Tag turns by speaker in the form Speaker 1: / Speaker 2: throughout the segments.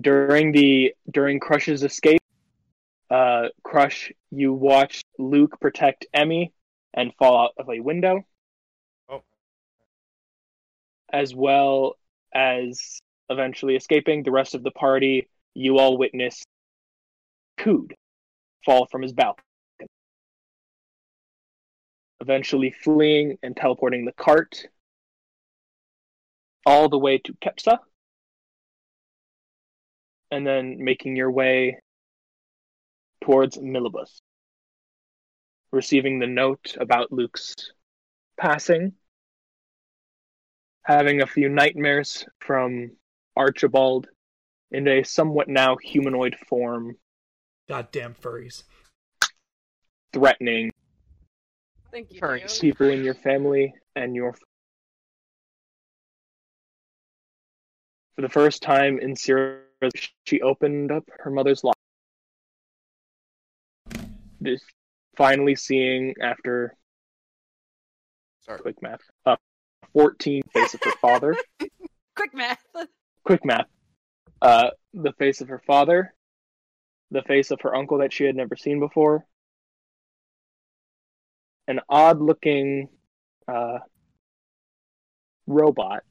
Speaker 1: during the during Crush's escape, uh, Crush, you watched Luke protect Emmy and fall out of a window.
Speaker 2: Oh.
Speaker 1: As well as eventually escaping the rest of the party, you all witnessed Cood fall from his balcony. Eventually fleeing and teleporting the cart all the way to Kepsa. And then making your way towards Millibus, receiving the note about Luke's passing, having a few nightmares from Archibald in a somewhat now humanoid form,
Speaker 3: Goddamn furries.
Speaker 1: threatening
Speaker 4: Thank you.
Speaker 5: Furries.
Speaker 4: Theo.
Speaker 1: people in your family and your. For the first time in Sierra, she opened up her mother's lock. This finally seeing after
Speaker 2: Sorry.
Speaker 1: quick math, uh, 14 face of her father.
Speaker 4: Quick math.
Speaker 1: quick math. Uh, the face of her father, the face of her uncle that she had never seen before, an odd looking uh, robot,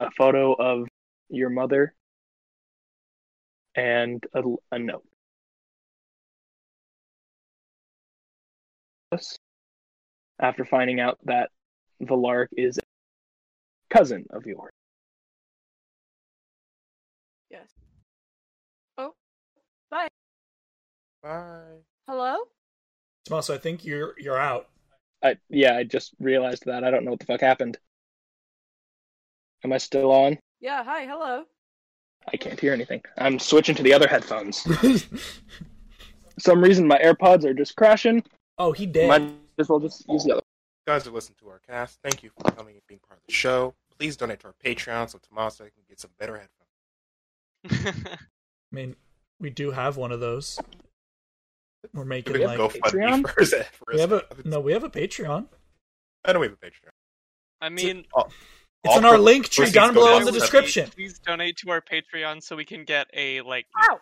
Speaker 1: a photo of your mother, and a, a note. After finding out that the lark is a cousin of yours.
Speaker 4: Yes.
Speaker 2: Bye.
Speaker 4: Hello?
Speaker 3: Tommaso, I think you're you're out.
Speaker 1: I yeah, I just realized that. I don't know what the fuck happened. Am I still on?
Speaker 4: Yeah, hi, hello.
Speaker 1: I can't hear anything. I'm switching to the other headphones. Some reason my AirPods are just crashing.
Speaker 3: oh, he dead.
Speaker 1: Might as well just use the other.
Speaker 2: guys that listen to our cast, thank you for coming and being part of the show. Please donate to our Patreon so Tomasa can get some better headphones.
Speaker 3: I mean, we do have one of those. We're making
Speaker 2: We have
Speaker 3: like
Speaker 2: GoFundMe for his, for
Speaker 3: we
Speaker 2: his
Speaker 3: have a
Speaker 2: headphones.
Speaker 3: no, we have a Patreon.
Speaker 2: I know we have a Patreon.
Speaker 5: I mean,
Speaker 2: All-
Speaker 3: It's
Speaker 2: all
Speaker 3: in our
Speaker 2: pro-
Speaker 3: link tree
Speaker 2: proceeds
Speaker 3: down
Speaker 2: go
Speaker 3: below
Speaker 2: to
Speaker 3: in the
Speaker 2: Goffin.
Speaker 3: description.
Speaker 5: please donate to our Patreon so we can get a like
Speaker 4: Ow!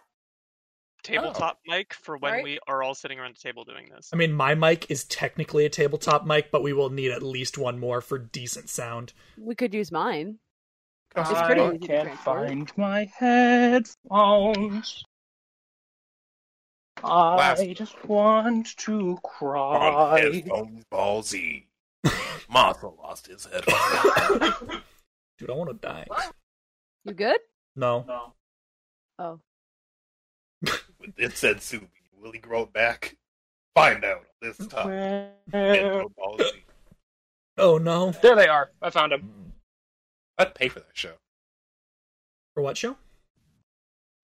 Speaker 5: tabletop mic for when
Speaker 4: Right.
Speaker 5: we are all sitting around the table doing this.
Speaker 3: I mean, my mic is technically a tabletop mic, but we will need at least one more for decent sound.
Speaker 4: We could use mine.
Speaker 2: Goffin.
Speaker 4: It's pretty
Speaker 1: I
Speaker 4: easy to
Speaker 1: can't
Speaker 4: transport.
Speaker 1: find my headphones. I
Speaker 2: Last-
Speaker 1: just want to
Speaker 2: On
Speaker 1: cry.
Speaker 2: headphone ballsy. Martha lost his headphones.
Speaker 3: Dude, I want to die.
Speaker 4: You good?
Speaker 3: No,
Speaker 4: Oh.
Speaker 2: it said Subi. Will he grow it back? Find out this time.
Speaker 1: There
Speaker 2: Headphone ballsy.
Speaker 3: oh no.
Speaker 1: they are. I found them.
Speaker 2: I'd pay for that show.
Speaker 3: For what show?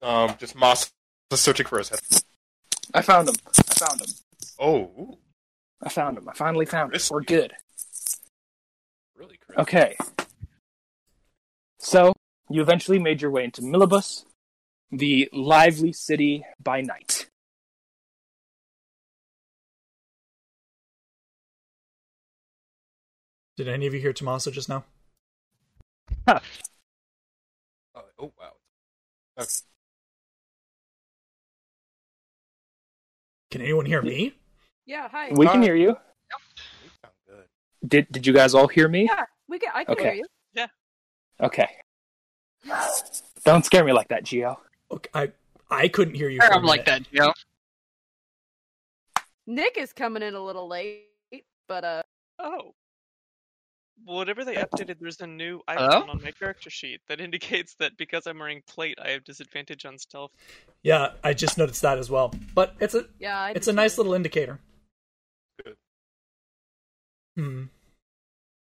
Speaker 2: Um, just Moss searching for his headphones.
Speaker 1: I found them. I found them.
Speaker 2: Oh,
Speaker 1: I found him. I finally found him.
Speaker 2: Risky.
Speaker 1: We're good.
Speaker 2: really? Chris?
Speaker 1: Okay. So, you eventually made your way into Millibus, the lively city by night.
Speaker 3: Did any of you hear Tommaso just now?
Speaker 2: Oh, oh wow. Okay.
Speaker 3: Can anyone hear me?
Speaker 4: Yeah, hi.
Speaker 1: We can
Speaker 2: Uh,
Speaker 1: hear you.
Speaker 2: You sound good.
Speaker 1: Did did you guys all hear me?
Speaker 4: yeah, we can I can
Speaker 1: Okay.
Speaker 4: hear you.
Speaker 1: Okay. Don't scare me like that, Geo.
Speaker 3: Okay, I I couldn't hear you. For a
Speaker 5: I'm like
Speaker 3: minute.
Speaker 5: that, you know.
Speaker 4: Nick is coming in a little late, but uh
Speaker 5: Oh. Whatever they updated, there's a new
Speaker 6: Hello?
Speaker 5: icon on my character sheet that indicates that because I'm wearing plate, I have disadvantage on stealth.
Speaker 3: Yeah, I just noticed that as well. But it's a
Speaker 4: yeah, I
Speaker 3: it's
Speaker 4: did
Speaker 3: a nice
Speaker 4: too.
Speaker 3: little indicator.
Speaker 2: Good.
Speaker 3: Hmm.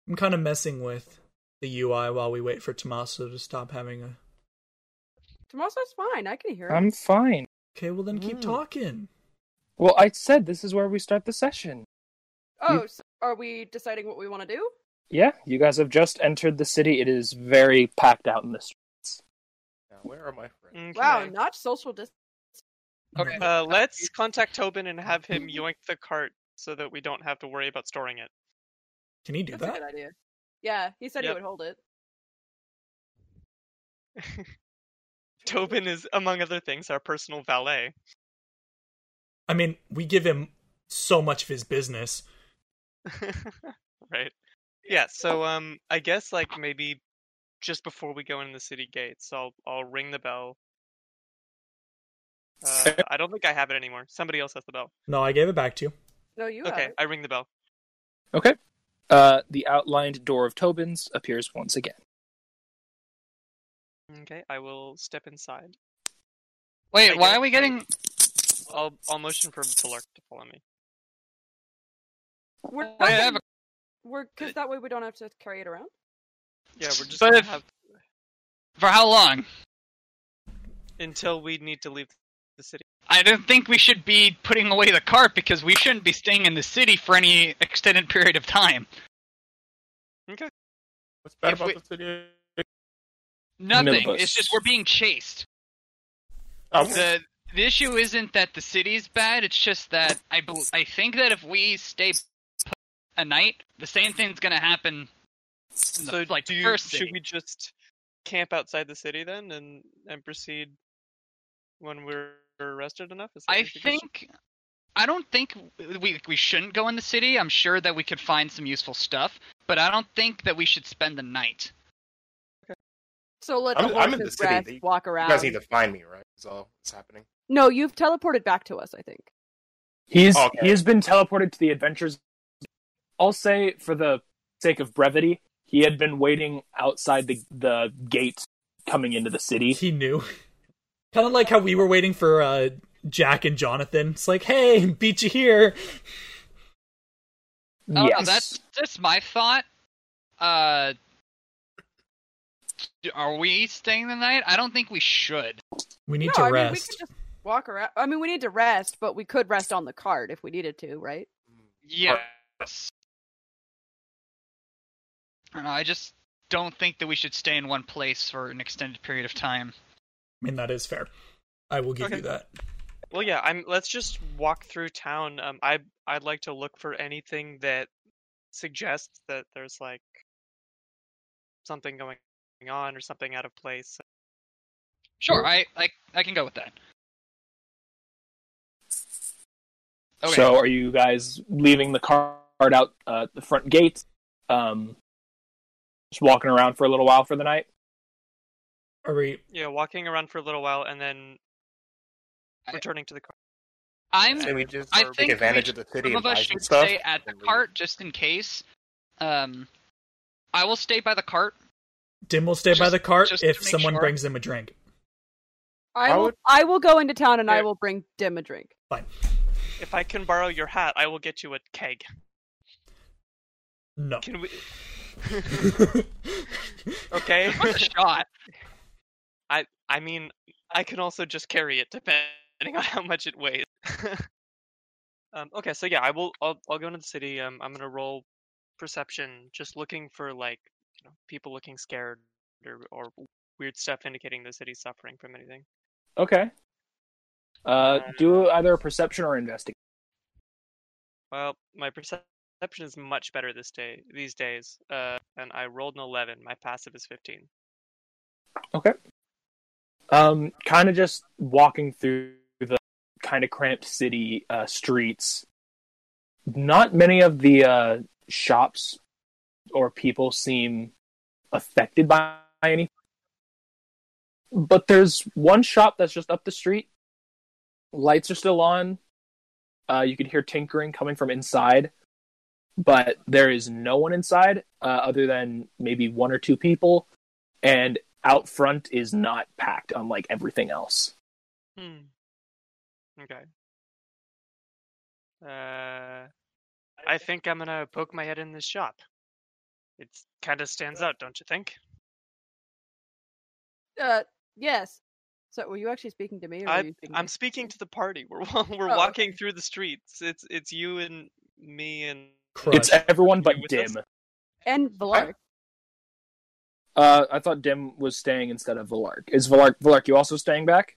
Speaker 3: I'm kind of messing with the UI while we wait for Tommaso to stop having a.
Speaker 4: Tommaso's fine, I can hear him.
Speaker 1: I'm fine.
Speaker 3: Okay, well then keep
Speaker 6: Mm.
Speaker 3: talking.
Speaker 1: Well, I said this is where we start the session.
Speaker 4: Oh, so are we deciding what we want to do?
Speaker 1: Yeah, you guys have just entered the city. It is very packed out in the street.
Speaker 2: Now, where are my friends?
Speaker 5: Okay.
Speaker 4: Wow, not social dis
Speaker 6: Okay.
Speaker 5: Uh, let's contact Tobin and have him yoink the cart so that we don't have to worry about storing it.
Speaker 3: Can he do
Speaker 4: That's a
Speaker 3: that?
Speaker 4: good idea. Yeah, he said he
Speaker 5: Yep.
Speaker 4: would hold it.
Speaker 5: Tobin is, among other things, our personal valet.
Speaker 3: I mean, we give him so much of his business.
Speaker 5: right. Yeah, so um I guess like maybe just before we go in the city gates, I'll I'll ring the bell. Uh, I don't think I have it anymore. Somebody else has the bell.
Speaker 3: No, I gave it back to you.
Speaker 4: No, you
Speaker 5: Okay,
Speaker 4: have
Speaker 5: I ring the bell.
Speaker 1: Okay. Uh, the outlined door of Tobin's appears once again.
Speaker 5: Okay, I will step inside.
Speaker 6: Wait, why
Speaker 5: guess.
Speaker 6: are we getting?
Speaker 5: I'll I'll motion for Valark to follow me.
Speaker 4: it. We're,
Speaker 6: I have a-
Speaker 4: we're because that way we don't have to carry it around.
Speaker 5: Yeah, we're just
Speaker 6: But
Speaker 5: gonna
Speaker 6: if-
Speaker 5: have
Speaker 6: For how long?
Speaker 5: until we need to leave the city.
Speaker 6: I don't think we should be putting away the cart because we shouldn't be staying in the city for any extended period of time.
Speaker 2: What's bad
Speaker 6: If
Speaker 2: about
Speaker 6: we-
Speaker 2: the city?
Speaker 6: Nothing.
Speaker 1: Minibus.
Speaker 6: It's just we're being chased.
Speaker 2: Oh,
Speaker 6: the The issue isn't that the city's bad. It's just that I bel I think that if we stay put a night, the same thing's gonna happen. In the,
Speaker 5: So
Speaker 6: like
Speaker 5: do you,
Speaker 6: first
Speaker 5: should
Speaker 6: city.
Speaker 5: we just camp outside the city then and and proceed when we're arrested enough? Is that
Speaker 6: I
Speaker 5: your suggestion?
Speaker 6: think I don't think we we shouldn't go in the city. I'm sure that we could find some useful stuff, but I don't think that we should spend the night.
Speaker 4: So let
Speaker 2: I'm-
Speaker 4: the
Speaker 2: I'm in the
Speaker 4: horses
Speaker 2: city.
Speaker 4: rest,
Speaker 2: You-
Speaker 4: walk
Speaker 2: you
Speaker 4: around.
Speaker 2: guys need to find me, right? Is all that's happening.
Speaker 4: No, you've teleported back to us. I think.
Speaker 1: He's
Speaker 2: Okay.
Speaker 1: he has been teleported to the adventures. I'll say, for the sake of brevity, he had been waiting outside the the gate coming into the city.
Speaker 3: He knew. kind of like how we were waiting for uh, Jack and Jonathan. It's like, hey, beat you here.
Speaker 6: Oh,
Speaker 1: yes,
Speaker 6: that's that's my thought. Uh, d- are we staying the night? I don't think we should.
Speaker 3: We need
Speaker 4: no,
Speaker 3: to
Speaker 4: I mean we
Speaker 3: rest.
Speaker 4: could just walk around. I mean we need to rest, but we could rest on the cart if we needed to, right?
Speaker 6: Yes. I don't know, I just don't think that we should stay in one place for an extended period of time.
Speaker 3: I mean, that is fair. I will give
Speaker 5: Okay.
Speaker 3: you that.
Speaker 5: Well, yeah. I'm. Let's just walk through town. Um, I I'd like to look for anything that suggests that there's like something going on or something out of place.
Speaker 6: Sure, I I, I can go with that. Okay.
Speaker 1: So, are you guys leaving the cart out uh, the front gate? Um, just walking around for a little while for the night.
Speaker 3: Are we?
Speaker 5: Yeah, walking around for a little while and then
Speaker 6: I-
Speaker 5: returning to the car.
Speaker 6: I'm
Speaker 2: Can we just
Speaker 6: I
Speaker 2: or
Speaker 6: think
Speaker 2: take
Speaker 6: we
Speaker 2: advantage
Speaker 6: should-
Speaker 2: of the city and
Speaker 6: Some of
Speaker 2: buy
Speaker 6: us
Speaker 2: some
Speaker 6: should
Speaker 2: stuff?
Speaker 6: stay at the
Speaker 2: and leave?
Speaker 6: cart just in case. Um, I will stay by the cart.
Speaker 3: Dim will stay by
Speaker 6: Just-
Speaker 3: the cart
Speaker 6: just to
Speaker 3: if
Speaker 6: make
Speaker 3: someone
Speaker 6: sure.
Speaker 3: brings him a drink.
Speaker 4: I,
Speaker 2: I
Speaker 4: will.
Speaker 2: would-
Speaker 4: I will go into town and I
Speaker 5: Yeah.
Speaker 4: will bring Dim a drink.
Speaker 3: Fine.
Speaker 5: If I can borrow your hat, I will get you a keg.
Speaker 3: No.
Speaker 5: Can we? Okay.
Speaker 6: Worth a shot.
Speaker 5: I I mean, I can also just carry it depending on how much it weighs. um, okay, so yeah, I will. I'll I'll go into the city. Um, I'm gonna roll perception, just looking for like you know, people looking scared or or weird stuff indicating the city's suffering from anything.
Speaker 1: Okay. Uh, do either a perception or investigation.
Speaker 5: Well, my percep- perception is much better this day these days. Uh, and I rolled an eleven. My passive is fifteen.
Speaker 1: Um, kind of just walking through the kind of cramped city uh, streets. Not many of the uh, shops or people seem affected by anything. But there's one shop that's just up the street. Lights are still on. Uh, you can hear tinkering coming from inside, but there is no one inside uh, other than maybe one or two people. And out front is not packed unlike everything else.
Speaker 5: Hmm. Okay. Uh, I think I'm gonna poke my head in this shop. It kind of stands out, don't you think?
Speaker 4: Uh, yes. So were you actually speaking to me? Or were
Speaker 5: I-
Speaker 4: you speaking to
Speaker 5: I'm
Speaker 4: me?
Speaker 5: speaking to the party. We're wa- we're
Speaker 4: Oh,
Speaker 5: walking through the streets. It's it's you and me and
Speaker 3: Crush.
Speaker 1: It's everyone but
Speaker 5: You with
Speaker 1: Dim.
Speaker 5: us?
Speaker 4: and Valar.
Speaker 1: Uh, I thought Dim was staying instead of Valark. Is Valark Valark you also staying back?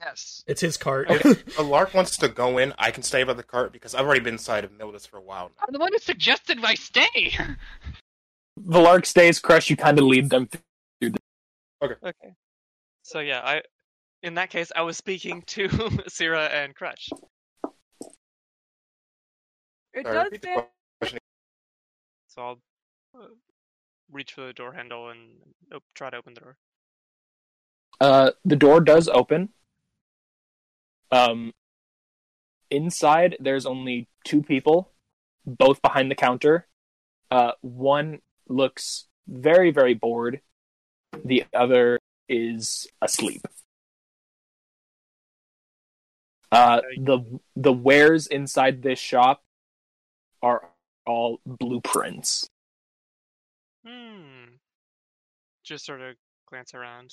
Speaker 6: Yes.
Speaker 3: It's his cart.
Speaker 2: If Lark wants to go in, I can stay by the cart because I've already been inside of Mildus for a while now.
Speaker 6: I'm the one who suggested I stay.
Speaker 1: Valark stays. Crush, you kind of lead them.
Speaker 5: Okay. So yeah, I in that case I was speaking to Syrah and Crutch.
Speaker 4: It
Speaker 2: Sorry,
Speaker 4: does
Speaker 2: repeat the
Speaker 4: say
Speaker 5: So I'll uh, reach for the door handle and op- try to open the door.
Speaker 1: Uh, the door does open. Um, inside, there's only two people, both behind the counter. Uh, one looks very, very bored. The other is asleep. Uh, the the wares inside this shop are all blueprints.
Speaker 5: Hmm. Just sort of glance around,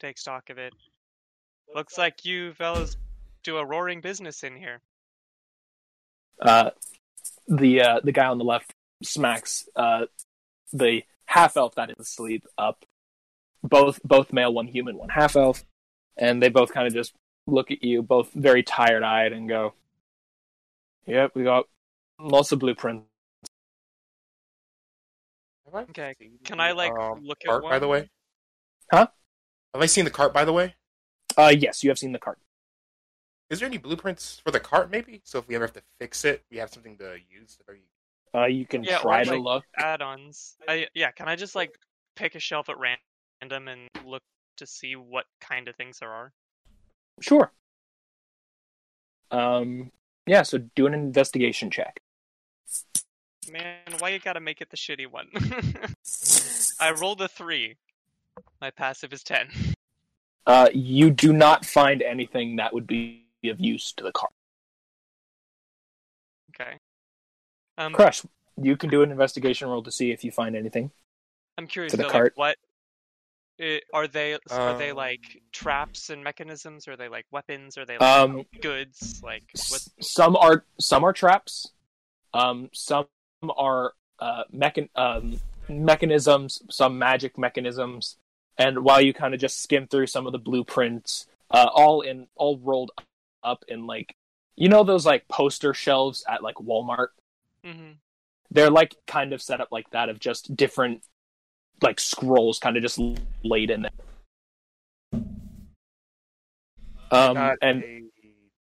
Speaker 5: take stock of it. Looks like you fellas do a roaring business in here.
Speaker 1: uh, the uh, the guy on the left smacks uh, the half elf that is asleep up. Both both male, one human, one half elf, and they both kind of just look at you, both very tired eyed, and go, "Yep, we got lots of blueprints."
Speaker 2: Have I
Speaker 5: Okay,
Speaker 2: seen
Speaker 5: Can I like
Speaker 2: um,
Speaker 5: look at
Speaker 2: cart,
Speaker 5: one?
Speaker 2: by the way?
Speaker 1: Huh?
Speaker 2: Have I seen the cart, by the way?
Speaker 1: Uh, yes, you have seen the cart.
Speaker 2: Is there any blueprints for the cart, maybe? So if we ever have to fix it, we have something to use. to very-
Speaker 1: Uh, you can
Speaker 5: Yeah,
Speaker 1: try
Speaker 5: or,
Speaker 1: to
Speaker 5: like-
Speaker 1: look.
Speaker 5: Add-ons. I, yeah. Can I just like pick a shelf at random and look to see what kind of things there are?
Speaker 1: Sure. Um. Yeah. So do an investigation check.
Speaker 5: Man, why you gotta make it the shitty one? I rolled a three. My passive is ten.
Speaker 1: Uh, you do not find anything that would be of use to the cart.
Speaker 5: Okay. Um,
Speaker 1: Crush, you can do an investigation roll to see if you find anything.
Speaker 5: I'm curious
Speaker 1: to the
Speaker 5: though,
Speaker 1: cart.
Speaker 5: like, what i- are they? are they
Speaker 2: Um,
Speaker 5: like traps and mechanisms? Are they like weapons? Are they like
Speaker 1: Um,
Speaker 5: goods? Like what?
Speaker 1: s- some are some are traps. Um, some are uh, mechan- um, mechanisms. Some magic mechanisms. And while you kind of just skim through some of the blueprints, uh, all in all rolled up in like you know those like poster shelves at like Walmart.
Speaker 5: Mhm.
Speaker 1: They're like kind of set up like that of just different like scrolls kind of just laid in there. Um,
Speaker 2: Got
Speaker 1: and
Speaker 2: a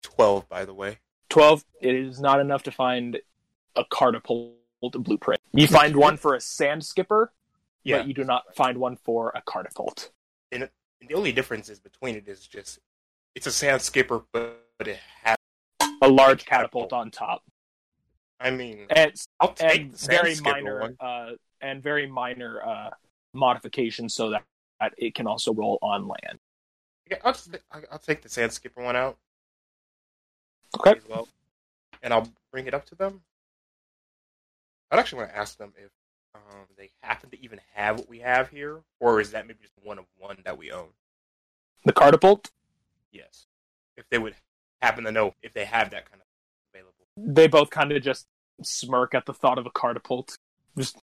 Speaker 2: twelve, by the way.
Speaker 1: 12 it is not enough to find a catapult blueprint you find one for a sand skipper but you do not find one for a catapult
Speaker 2: And the only difference is between it is just it's a sand skipper, but, but it has.
Speaker 1: a large catapult on top
Speaker 2: I mean,
Speaker 1: and,
Speaker 2: I'll take
Speaker 1: and
Speaker 2: the sand
Speaker 1: very
Speaker 2: skipper
Speaker 1: minor
Speaker 2: one.
Speaker 1: uh, and very minor uh, modifications so that, that it can also roll on land
Speaker 2: Yeah, I'll just I'll I'll take the sand skipper one out.
Speaker 1: Okay.
Speaker 2: As well, and I'll bring it up to them. I'd actually want to ask them if um, they happen to even have what we have here, or is that maybe just one of one that we own?
Speaker 1: the catapult
Speaker 2: Yes. If they would happen to know if they have that kind of available.
Speaker 1: they both kind of just smirk at the thought of a catapult just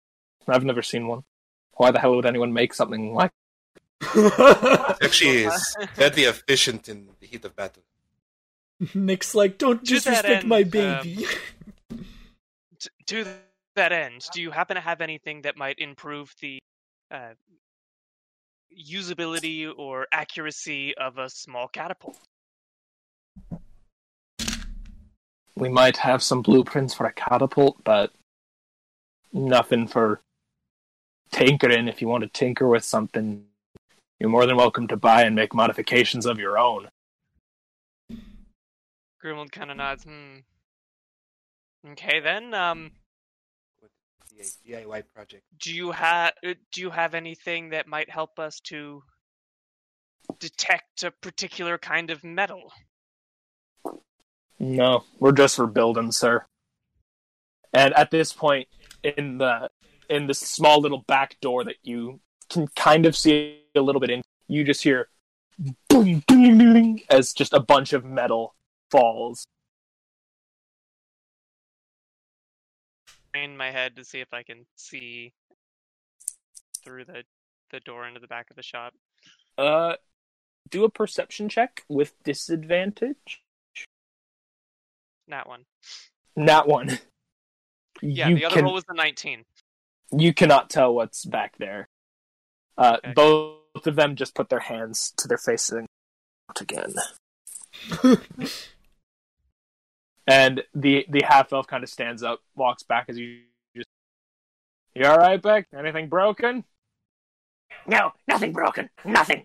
Speaker 1: i've never seen one why the hell would anyone make something like
Speaker 2: Actually, is that'd be efficient in the heat of battle.
Speaker 3: Nick's like, don't
Speaker 5: To that
Speaker 3: disrespect my
Speaker 5: end, um,
Speaker 3: baby.
Speaker 5: T- to th- that end, do you happen to have anything that might improve the uh, usability or accuracy of a small catapult?
Speaker 1: we might have some blueprints for a catapult, but nothing for tinkering. If you want to tinker with something, you're more than welcome to buy and make modifications of your own.
Speaker 5: Grimald kind of nods. Hmm. Okay, then. Um,
Speaker 2: The DIY project.
Speaker 5: do you have do you have anything that might help us to detect a particular kind of metal?
Speaker 1: No, we're just for building, sir. And at this point, in the in this small little back door that you can kind of see a little bit in, you just hear boom, ding, ding, ding, as just a bunch of metal falls.
Speaker 5: In my head to see if I can see through the the door into the back of the shop.
Speaker 1: Uh, do a perception check with disadvantage.
Speaker 5: That one.
Speaker 1: Not one.
Speaker 5: Yeah,
Speaker 1: you
Speaker 5: the other
Speaker 1: can,
Speaker 5: roll was the nineteen.
Speaker 1: you cannot tell what's back there. Uh,
Speaker 5: Okay.
Speaker 1: both both of them just put their hands to their faces and out again. And the the half elf kind of stands up, walks back as you just. You all right, Beck? Anything broken? No, nothing broken. Nothing.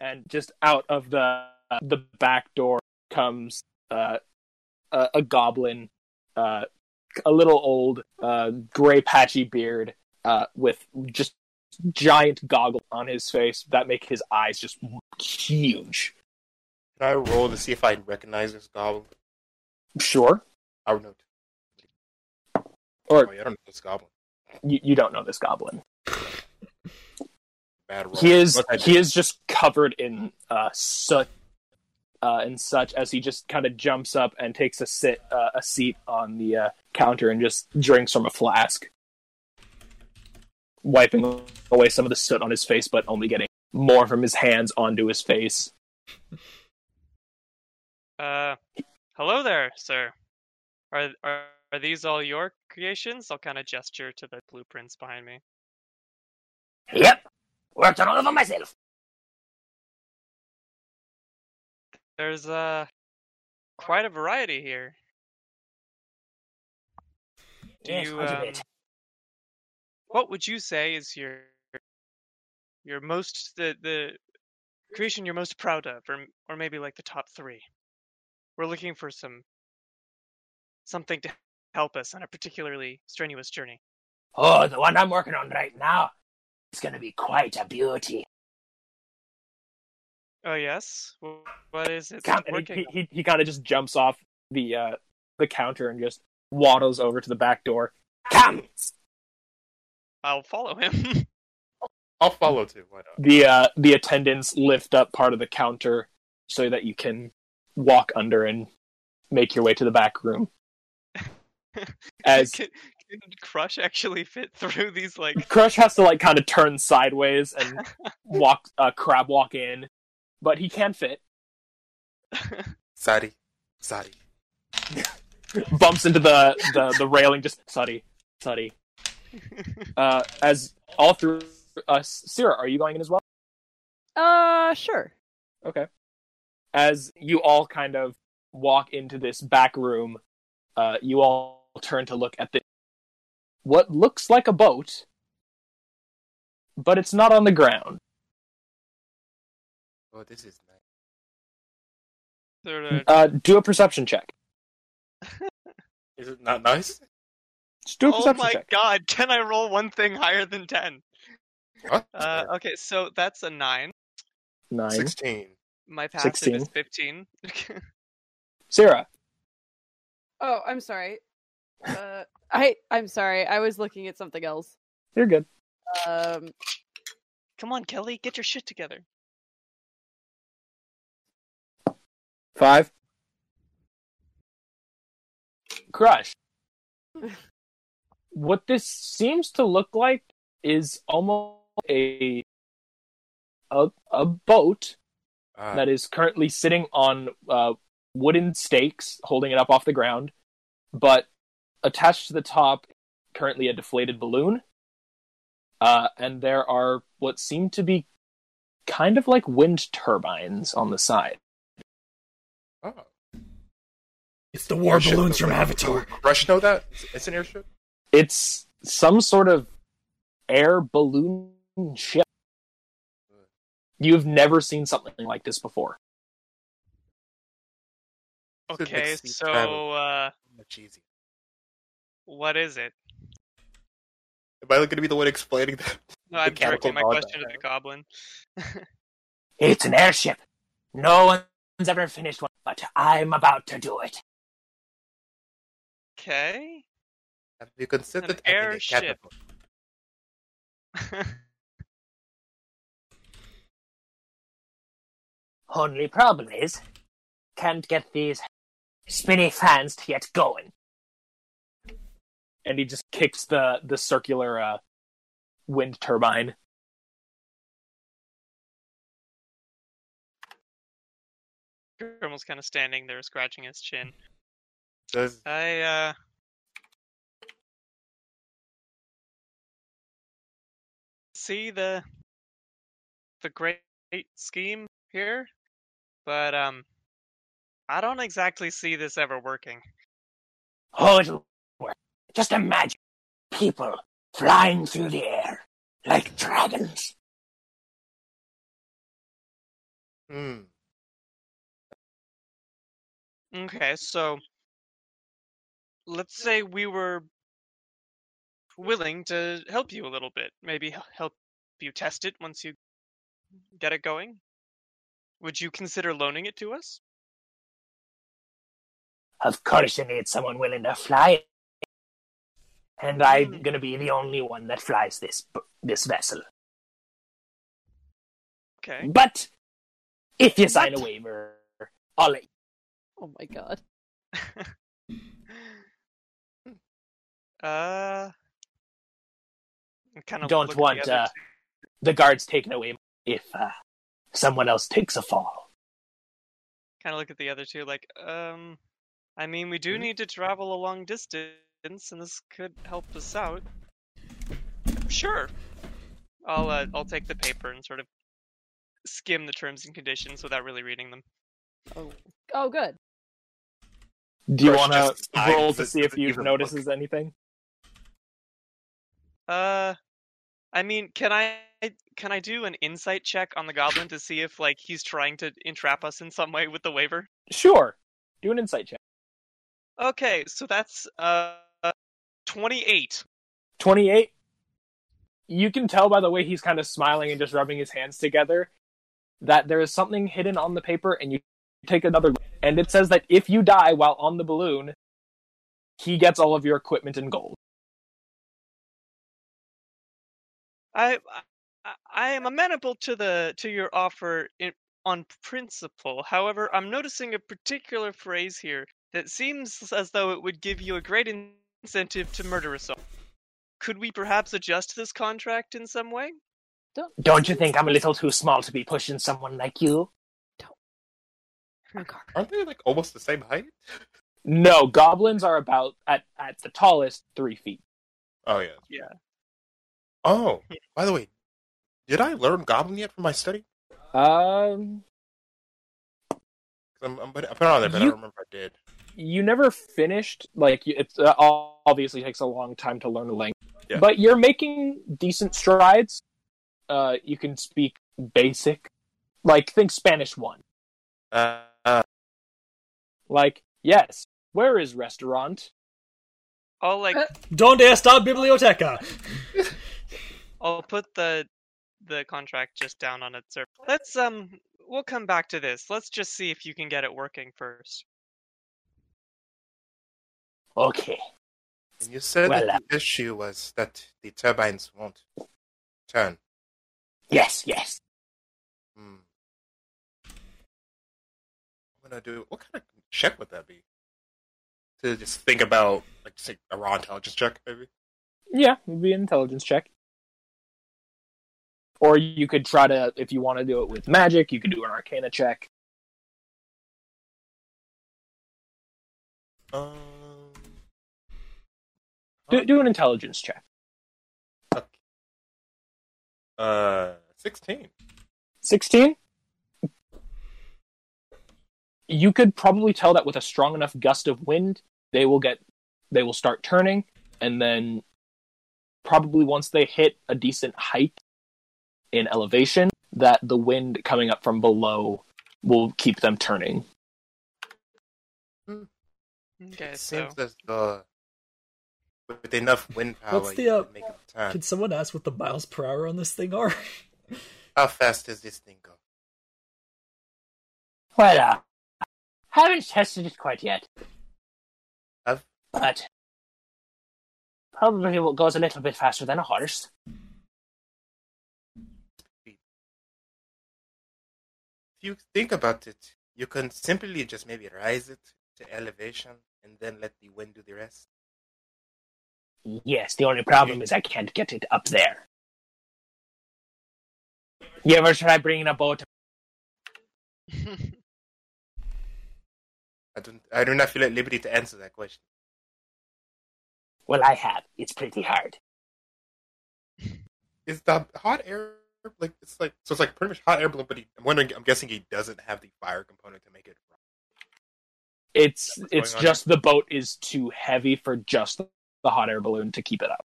Speaker 1: And just out of the the back door comes uh, a, a goblin, uh, a little old, uh, gray patchy beard, uh, with just giant goggles on his face that make his eyes just huge.
Speaker 2: Can I roll to see if I recognize this goblin?
Speaker 1: Sure.
Speaker 2: I would know.
Speaker 1: Or-
Speaker 2: Oh, yeah, I don't know this goblin.
Speaker 1: You, you don't know this goblin.
Speaker 2: Bad roll.
Speaker 1: He is
Speaker 2: Unless I
Speaker 1: he is just covered in uh soot uh and such as he just kind of jumps up and takes a sit uh, a seat on the uh, counter and just drinks from a flask, wiping away some of the soot on his face, but only getting more from his hands onto his face.
Speaker 5: Uh, hello there, sir. Are are are these all your creations? I'll kind of gesture to the blueprints behind me.
Speaker 1: Yep, worked on all of them myself.
Speaker 5: There's uh quite a variety here. Do
Speaker 1: Yes,
Speaker 5: you,
Speaker 1: quite a
Speaker 5: um,
Speaker 1: bit.
Speaker 5: what would you say is your your most the the creation you're most proud of, or or maybe like the top three? We're looking for some something to help us on a particularly strenuous journey.
Speaker 1: Oh, the one I'm working on right now is going to be quite a beauty.
Speaker 5: Oh yes, Wh- what is it?
Speaker 1: Come-
Speaker 5: that's
Speaker 1: and he
Speaker 5: working?
Speaker 1: he, he kind of just jumps off the uh, the counter and just waddles over to the back door. Come.
Speaker 5: I'll follow him.
Speaker 2: I'll follow too. Why not?
Speaker 1: The uh, the attendants lift up part of the counter so that you can walk under and make your way to the back room. As
Speaker 5: can, can Crush actually fit through these like
Speaker 1: Crush has to like kind of turn sideways and walk uh, crab walk in, but he can fit.
Speaker 2: Sadi, Sadi.
Speaker 1: bumps into the, the, the railing, just Suddy, Suddy. Uh, as all through us, Sarah, are you going in as well?
Speaker 4: Uh, sure.
Speaker 1: As you all kind of walk into this back room, uh, you all turn to look at the what looks like a boat, but it's not on the ground.
Speaker 2: Oh, this is nice.
Speaker 5: sort of
Speaker 1: Uh, do a perception check.
Speaker 2: Is it not nice?
Speaker 1: Just do a
Speaker 5: Oh
Speaker 1: perception
Speaker 5: my
Speaker 1: check.
Speaker 5: god, can I roll one thing higher than 10?
Speaker 2: What?
Speaker 5: Uh, okay, so that's a 9.
Speaker 1: Nine.
Speaker 2: Sixteen.
Speaker 5: My passive is
Speaker 1: 16.
Speaker 5: 15.
Speaker 1: Sarah,
Speaker 4: Oh, I'm sorry. Uh, I I'm sorry. I was looking at something else.
Speaker 1: you're good.
Speaker 4: Um,
Speaker 5: Come on, Kelly, get your shit together.
Speaker 1: Five. Crush. what this seems to look like is almost a a, a boat
Speaker 2: Uh,
Speaker 5: e-
Speaker 1: that is currently sitting on uh, wooden stakes, holding it up off the ground, but attached to the top, currently a deflated balloon. Uh, and there are what seem to be kind of like wind turbines on the side.
Speaker 2: oh.
Speaker 3: it's the war
Speaker 2: Airship
Speaker 3: balloons
Speaker 2: is
Speaker 3: from
Speaker 2: like-
Speaker 3: Avatar.
Speaker 2: Rush know that? It's, it's an airship?
Speaker 1: it's some sort of air balloon ship. You've never seen something like this before.
Speaker 2: Should make
Speaker 5: Okay,
Speaker 2: sea
Speaker 5: so
Speaker 2: travel
Speaker 5: uh,
Speaker 2: Much easier.
Speaker 5: what is it?
Speaker 2: Am I going to be the one explaining that?
Speaker 5: No, I'm
Speaker 2: Mechanical
Speaker 5: directing my
Speaker 2: mod
Speaker 5: question to
Speaker 2: background.
Speaker 5: the goblin.
Speaker 1: It's an airship. No one's ever finished one, but I'm about to do it.
Speaker 5: Okay.
Speaker 2: Have you considered
Speaker 5: An
Speaker 2: having a
Speaker 5: airship.
Speaker 2: catapult?
Speaker 1: Only problem is, can't get these spinny fans to get going. And he just kicks the the circular uh, wind turbine.
Speaker 5: Grimmel's kind of standing there, scratching his chin.
Speaker 2: Does,
Speaker 5: I, uh. see the the great scheme here, but um, I don't exactly see this ever working.
Speaker 7: Oh, it'll work. Just imagine people flying through the air like dragons.
Speaker 2: Hmm.
Speaker 5: Okay, so let's say we were willing to help you a little bit, maybe h- help you test it once you get it going. Would you consider loaning it to us?
Speaker 7: Of course, you need someone willing to fly it. And I'm gonna be the only one that flies this b- this vessel.
Speaker 5: Okay.
Speaker 7: But if you sign a waiver, I'll let you.
Speaker 4: Oh my god.
Speaker 7: Mm.
Speaker 5: Uh, kind of
Speaker 7: Don't want, uh, the guard's taken away if uh, someone else takes a fall.
Speaker 5: kind of look at the other two like, um, I mean, we do need to travel a long distance, and this could help us out. Sure. I'll uh, I'll take the paper and sort of skim the terms and conditions without really reading them.
Speaker 4: Oh, oh good.
Speaker 1: Do you
Speaker 2: Or
Speaker 1: want to
Speaker 2: just eyes
Speaker 1: roll to
Speaker 2: that
Speaker 1: see if
Speaker 2: doesn't
Speaker 1: you've
Speaker 2: even
Speaker 1: notices anything?
Speaker 5: Uh, I mean, can I can I do an insight check on the goblin to see if like he's trying to entrap us in some way with the waiver?
Speaker 1: Sure. Do an insight check.
Speaker 5: Okay, so that's uh twenty-eight.
Speaker 1: 28. You can tell by the way he's kind of smiling and just rubbing his hands together that there is something hidden on the paper, and you take another look. And it says that if you die while on the balloon, he gets all of your equipment and gold.
Speaker 5: I, I I am amenable to the to your offer in, on principle. However, I'm noticing a particular phrase here that seems as though it would give you a great in- incentive to murder us all. Could we perhaps adjust this contract in some way?
Speaker 7: Don't you think I'm a little too small to be pushing someone like you?
Speaker 4: Regard.
Speaker 2: Aren't they like almost the same height?
Speaker 1: No, goblins are about at, at the tallest three feet.
Speaker 2: Oh yeah.
Speaker 5: Yeah.
Speaker 2: Oh, by the way, did I learn Goblin yet from my study?
Speaker 1: Um,
Speaker 2: 'Cause I'm, I'm, put- I put it on there, but I
Speaker 1: You-
Speaker 2: don't remember if I did.
Speaker 1: you never finished. Like you- it's uh, o- obviously takes a long time to learn a language,
Speaker 2: Yeah.
Speaker 1: but you're making decent strides. Uh, you can speak basic, like think Spanish one.
Speaker 2: Uh, uh,
Speaker 1: Like yes, where is restaurant?
Speaker 5: I'll
Speaker 2: Uh,
Speaker 5: like
Speaker 3: Donde está biblioteca?
Speaker 5: I'll put the the contract just down on its surface. Let's um we'll come back to this. Let's just see if you can get it working first.
Speaker 7: Okay.
Speaker 2: and you said
Speaker 7: Well,
Speaker 2: that the issue was that the turbines won't turn.
Speaker 7: Yes, yes.
Speaker 2: Hmm. I'm gonna do what kind of check would that be? To just think about like say a raw intelligence check, maybe.
Speaker 1: Yeah, it'd be an intelligence check. Or you could try to, if you want to do it with magic, you could do an arcana check.
Speaker 2: Um.
Speaker 1: Do, do an intelligence check.
Speaker 2: Uh, sixteen.
Speaker 1: 16 you could probably tell that with a strong enough gust of wind they will get they will start turning and then probably once they hit a decent height in elevation that the wind coming up from below will keep them turning
Speaker 5: Okay,
Speaker 2: It
Speaker 5: so
Speaker 2: seems as though with enough wind power,
Speaker 3: What's the,
Speaker 2: you
Speaker 3: uh,
Speaker 2: can make it turn.
Speaker 3: Could someone ask what the miles per hour on this thing are?
Speaker 2: How fast does this thing go?
Speaker 7: Well, uh, haven't tested it quite yet.
Speaker 2: Have-
Speaker 7: But probably it goes a little bit faster than a horse.
Speaker 2: If you think about it, you can simply just maybe rise it to elevation and then let the wind do the rest.
Speaker 7: Yes, the only problem is I can't get it up there. You ever try bringing a boat?
Speaker 2: I don't. I do not feel at liberty to answer that question.
Speaker 7: Well, I have. It's pretty hard.
Speaker 2: is the hot air like it's like so it's like pretty much hot air balloon, but he, I'm wondering. I'm guessing he doesn't have the fire component to make it.
Speaker 1: It's
Speaker 2: What's
Speaker 1: it's
Speaker 2: going on
Speaker 1: just the boat is too heavy for just the hot air balloon to keep it up.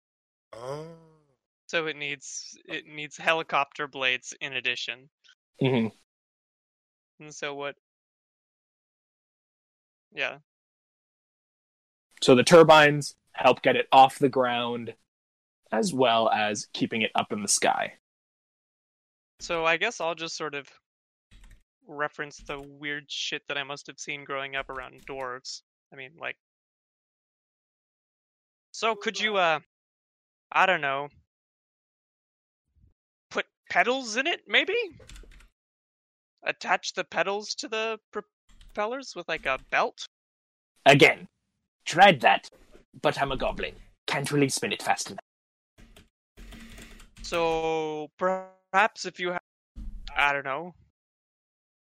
Speaker 2: Oh,
Speaker 5: So it needs it needs helicopter blades in addition.
Speaker 1: hmm
Speaker 5: And so what? Yeah.
Speaker 1: So the turbines help get it off the ground, as well as keeping it up in the sky.
Speaker 5: So I guess I'll just sort of reference the weird shit that I must have seen growing up around dwarves. I mean, like. So could you, uh, I don't know, put pedals in it? Maybe attach the pedals to the propellers with like a belt.
Speaker 7: Again, tried that, but I'm a goblin. Can't really spin it fast enough.
Speaker 5: So perhaps if you have, I don't know,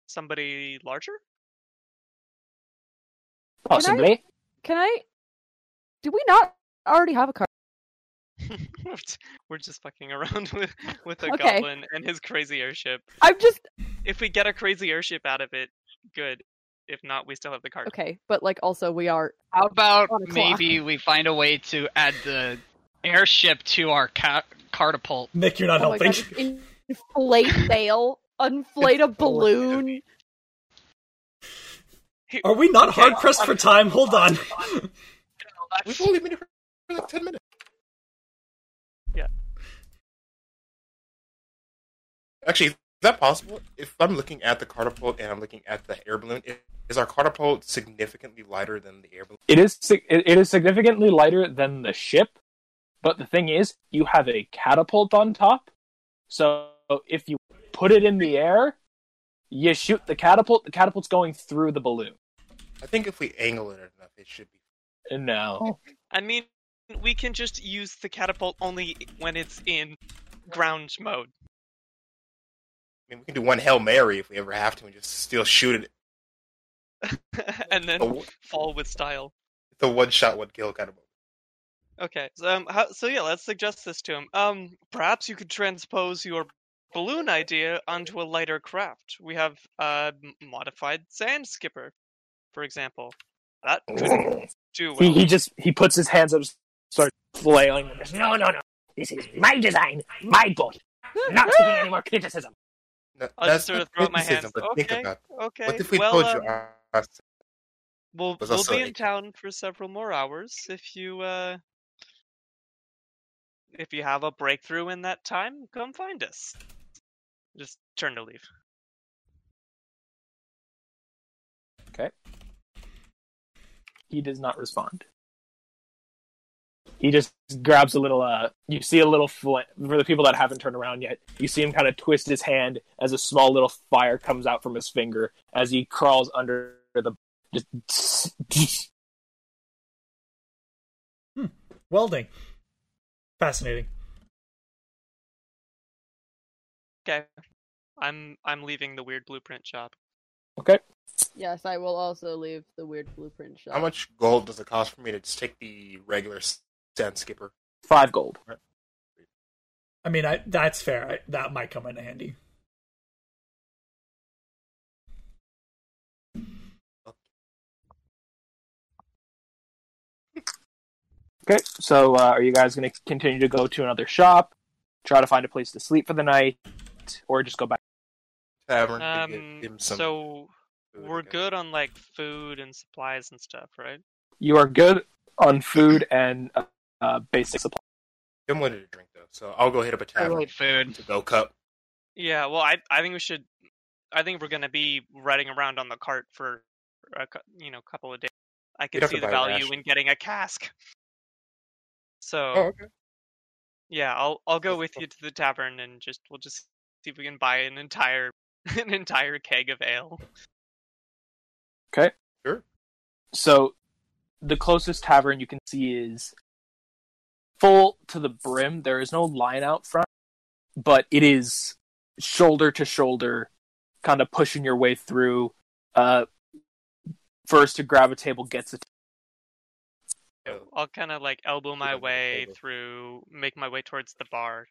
Speaker 5: somebody larger.
Speaker 7: Possibly.
Speaker 4: Can I? Do we not already have a car?
Speaker 5: We're just- We're just fucking around with with a
Speaker 4: Okay.
Speaker 5: goblin and his crazy airship.
Speaker 4: I'm just
Speaker 5: If we get a crazy airship out of it, good. If not, we still have the card.
Speaker 4: okay, but like also we are
Speaker 6: How about
Speaker 4: On a clock.
Speaker 6: maybe we find a way to add the airship to our ca- catapult?
Speaker 3: Nick, you're not
Speaker 4: oh my
Speaker 3: helping.
Speaker 4: God, just inflate sail, unflate a balloon.
Speaker 3: Are we not
Speaker 5: Okay.
Speaker 3: hard pressed for time? Hold on.
Speaker 2: we've only been here for like ten minutes.
Speaker 5: Yeah.
Speaker 2: Actually, is that possible? If I'm looking at the catapult and I'm looking at the air balloon, i- is our catapult significantly lighter than the air balloon?
Speaker 1: It is sig- it it is significantly lighter than the ship, but the thing is, you have a catapult on top. So if you put it in the air, you shoot the catapult. The catapult's going through the balloon.
Speaker 2: I think if we angle it enough, it should be.
Speaker 7: Oh,
Speaker 1: No,
Speaker 5: I mean, we can just use the catapult only when it's in ground mode.
Speaker 2: I mean, we can do one hail mary if we ever have to, and just still shoot it.
Speaker 5: and then
Speaker 2: The,
Speaker 5: fall with style.
Speaker 2: the one shot, one kill kind of. Moment.
Speaker 5: Okay. So, um, how, so yeah, let's suggest this to him. Um, perhaps you could transpose your balloon idea onto a lighter craft. We have a modified sand skipper, for example. That could do
Speaker 1: he, he
Speaker 5: well.
Speaker 1: just he puts his hands up, starts flailing.
Speaker 7: No, no, no. This is my design, my boat. Not taking any more criticism.
Speaker 2: That-
Speaker 5: I'll
Speaker 2: that's
Speaker 5: just sort
Speaker 2: not
Speaker 5: of throw up my
Speaker 2: criticism,
Speaker 5: hands.
Speaker 2: But
Speaker 5: Okay.
Speaker 2: think about it.
Speaker 5: Okay.
Speaker 2: What if we
Speaker 5: well,
Speaker 2: told
Speaker 5: um,
Speaker 2: you? Uh,
Speaker 5: We'll
Speaker 2: was
Speaker 5: we'll
Speaker 2: also
Speaker 5: be in
Speaker 2: a-
Speaker 5: town for several more hours if you uh if you have a breakthrough in that time, come find us. Just turn to leave.
Speaker 1: He does not respond. He just grabs a little. Uh, you see a little fl- for the people that haven't turned around yet. You see him kind of twist his hand as a small little fire comes out from his finger as he crawls under the. Just
Speaker 3: Welding. Fascinating.
Speaker 5: Okay. I'm I'm leaving the weird blueprint shop.
Speaker 4: Yes, I will also leave the weird blueprint shop.
Speaker 2: How much gold does it cost for me to just take the regular sand skipper?
Speaker 1: five gold.
Speaker 3: I mean, I, that's fair. I, that might come in handy.
Speaker 1: Okay, so uh, are you guys going to continue to go to another shop, try to find a place to sleep for the night, or just go back?
Speaker 2: Tavern. to get
Speaker 5: Um
Speaker 2: him some
Speaker 5: so
Speaker 2: food, I
Speaker 5: we're
Speaker 2: guess.
Speaker 5: good on like food and supplies and stuff, right?
Speaker 1: You are good on food and uh, uh, basic supplies.
Speaker 2: Jim wanted a drink though, so I'll go hit up a
Speaker 6: I
Speaker 2: tavern
Speaker 6: need food.
Speaker 2: to go cup.
Speaker 5: Yeah, well I I think we should I think we're going to be riding around on the cart for a cou- you know couple of days. I
Speaker 2: You'd
Speaker 5: can
Speaker 2: have
Speaker 5: see
Speaker 2: to
Speaker 5: the
Speaker 2: buy
Speaker 5: value
Speaker 2: rations.
Speaker 5: in getting a cask. So
Speaker 2: okay.
Speaker 5: Yeah, I'll I'll go
Speaker 2: That's
Speaker 5: with
Speaker 2: cool.
Speaker 5: you to the tavern and just we'll just see if we can buy an entire an entire keg of ale.
Speaker 1: So the closest tavern you can see is full to the brim. There is no line out front, but it is shoulder to shoulder, kind of pushing your way through. Uh, first to grab a table gets a
Speaker 5: I'll kind of like elbow my
Speaker 2: on the
Speaker 5: way
Speaker 2: table.
Speaker 5: through, make my way towards the bar,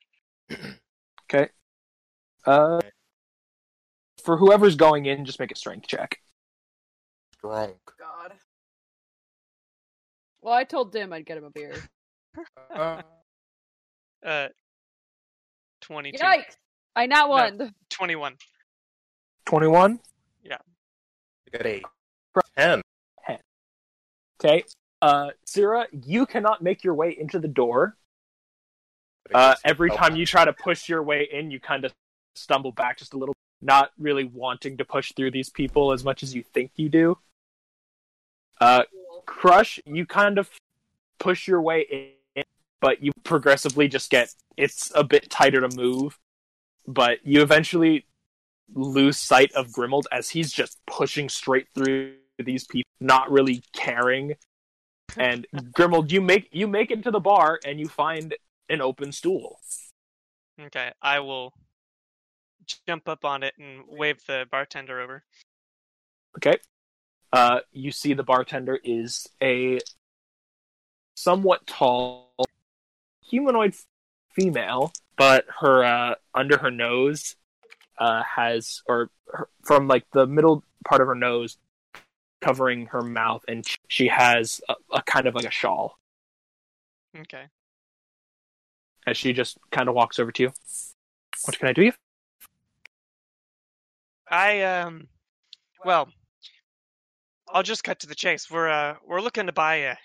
Speaker 1: Okay. Uh,
Speaker 2: Okay.
Speaker 1: for whoever's going in, just make a strength check.
Speaker 2: Strong.
Speaker 4: God. Well, I told Dim I'd get him a beer.
Speaker 2: Uh,
Speaker 5: Uh, 22.
Speaker 4: Yikes! I not
Speaker 5: No.
Speaker 4: won.
Speaker 5: 21.
Speaker 1: Twenty-one.
Speaker 2: I got a ten.
Speaker 1: Okay. Uh, Sira, you cannot make your way into the door. Uh, every time you try to push your way in, you kind of stumble back just a little, not really wanting to push through these people as much as you think you do. Uh, Crush, you kind of push your way in, but you progressively just get it's a bit tighter to move, but you eventually lose sight of Grimald as he's just pushing straight through these people, not really caring. And Grimald, you make you make it to the bar and you find an open stool.
Speaker 5: Okay, I will jump up on it and wave the bartender over.
Speaker 1: Okay. Uh, you see the bartender is a somewhat tall humanoid female, but her uh, under her nose uh, has, or her, from like the middle part of her nose, covering her mouth, and sh- she has a, a kind of like a shawl
Speaker 5: Okay.
Speaker 1: as she just kind of walks over to you. What can I do you?
Speaker 5: I um well I'll just cut to the chase. We're uh we're looking to buy a,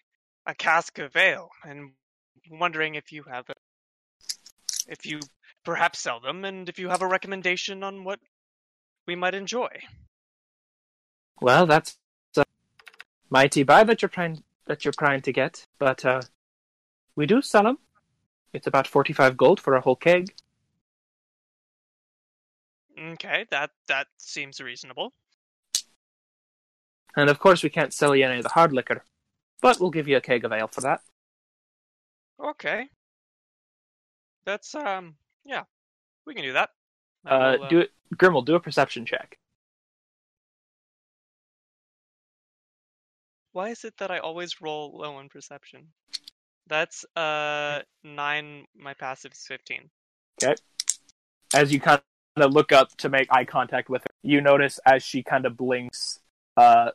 Speaker 5: a cask of ale and wondering if you have a, if you perhaps sell them and if you have a recommendation on what we might enjoy.
Speaker 1: Well, that's a mighty buy that you're trying that you're trying to get, but uh, we do sell them. It's about forty-five gold for a whole keg.
Speaker 5: Okay, that that seems reasonable.
Speaker 1: And of course, we can't sell you any of the hard liquor, but we'll give you a keg of ale for that.
Speaker 5: Okay. That's um yeah. We can do that. I
Speaker 1: Uh,
Speaker 5: will,
Speaker 1: do it, Grimmel. Do a perception check.
Speaker 5: Why is it that I always roll low on perception? That's uh nine. My passive is fifteen.
Speaker 1: As you kind of look up to make eye contact with her, you notice as she kind of blinks uh,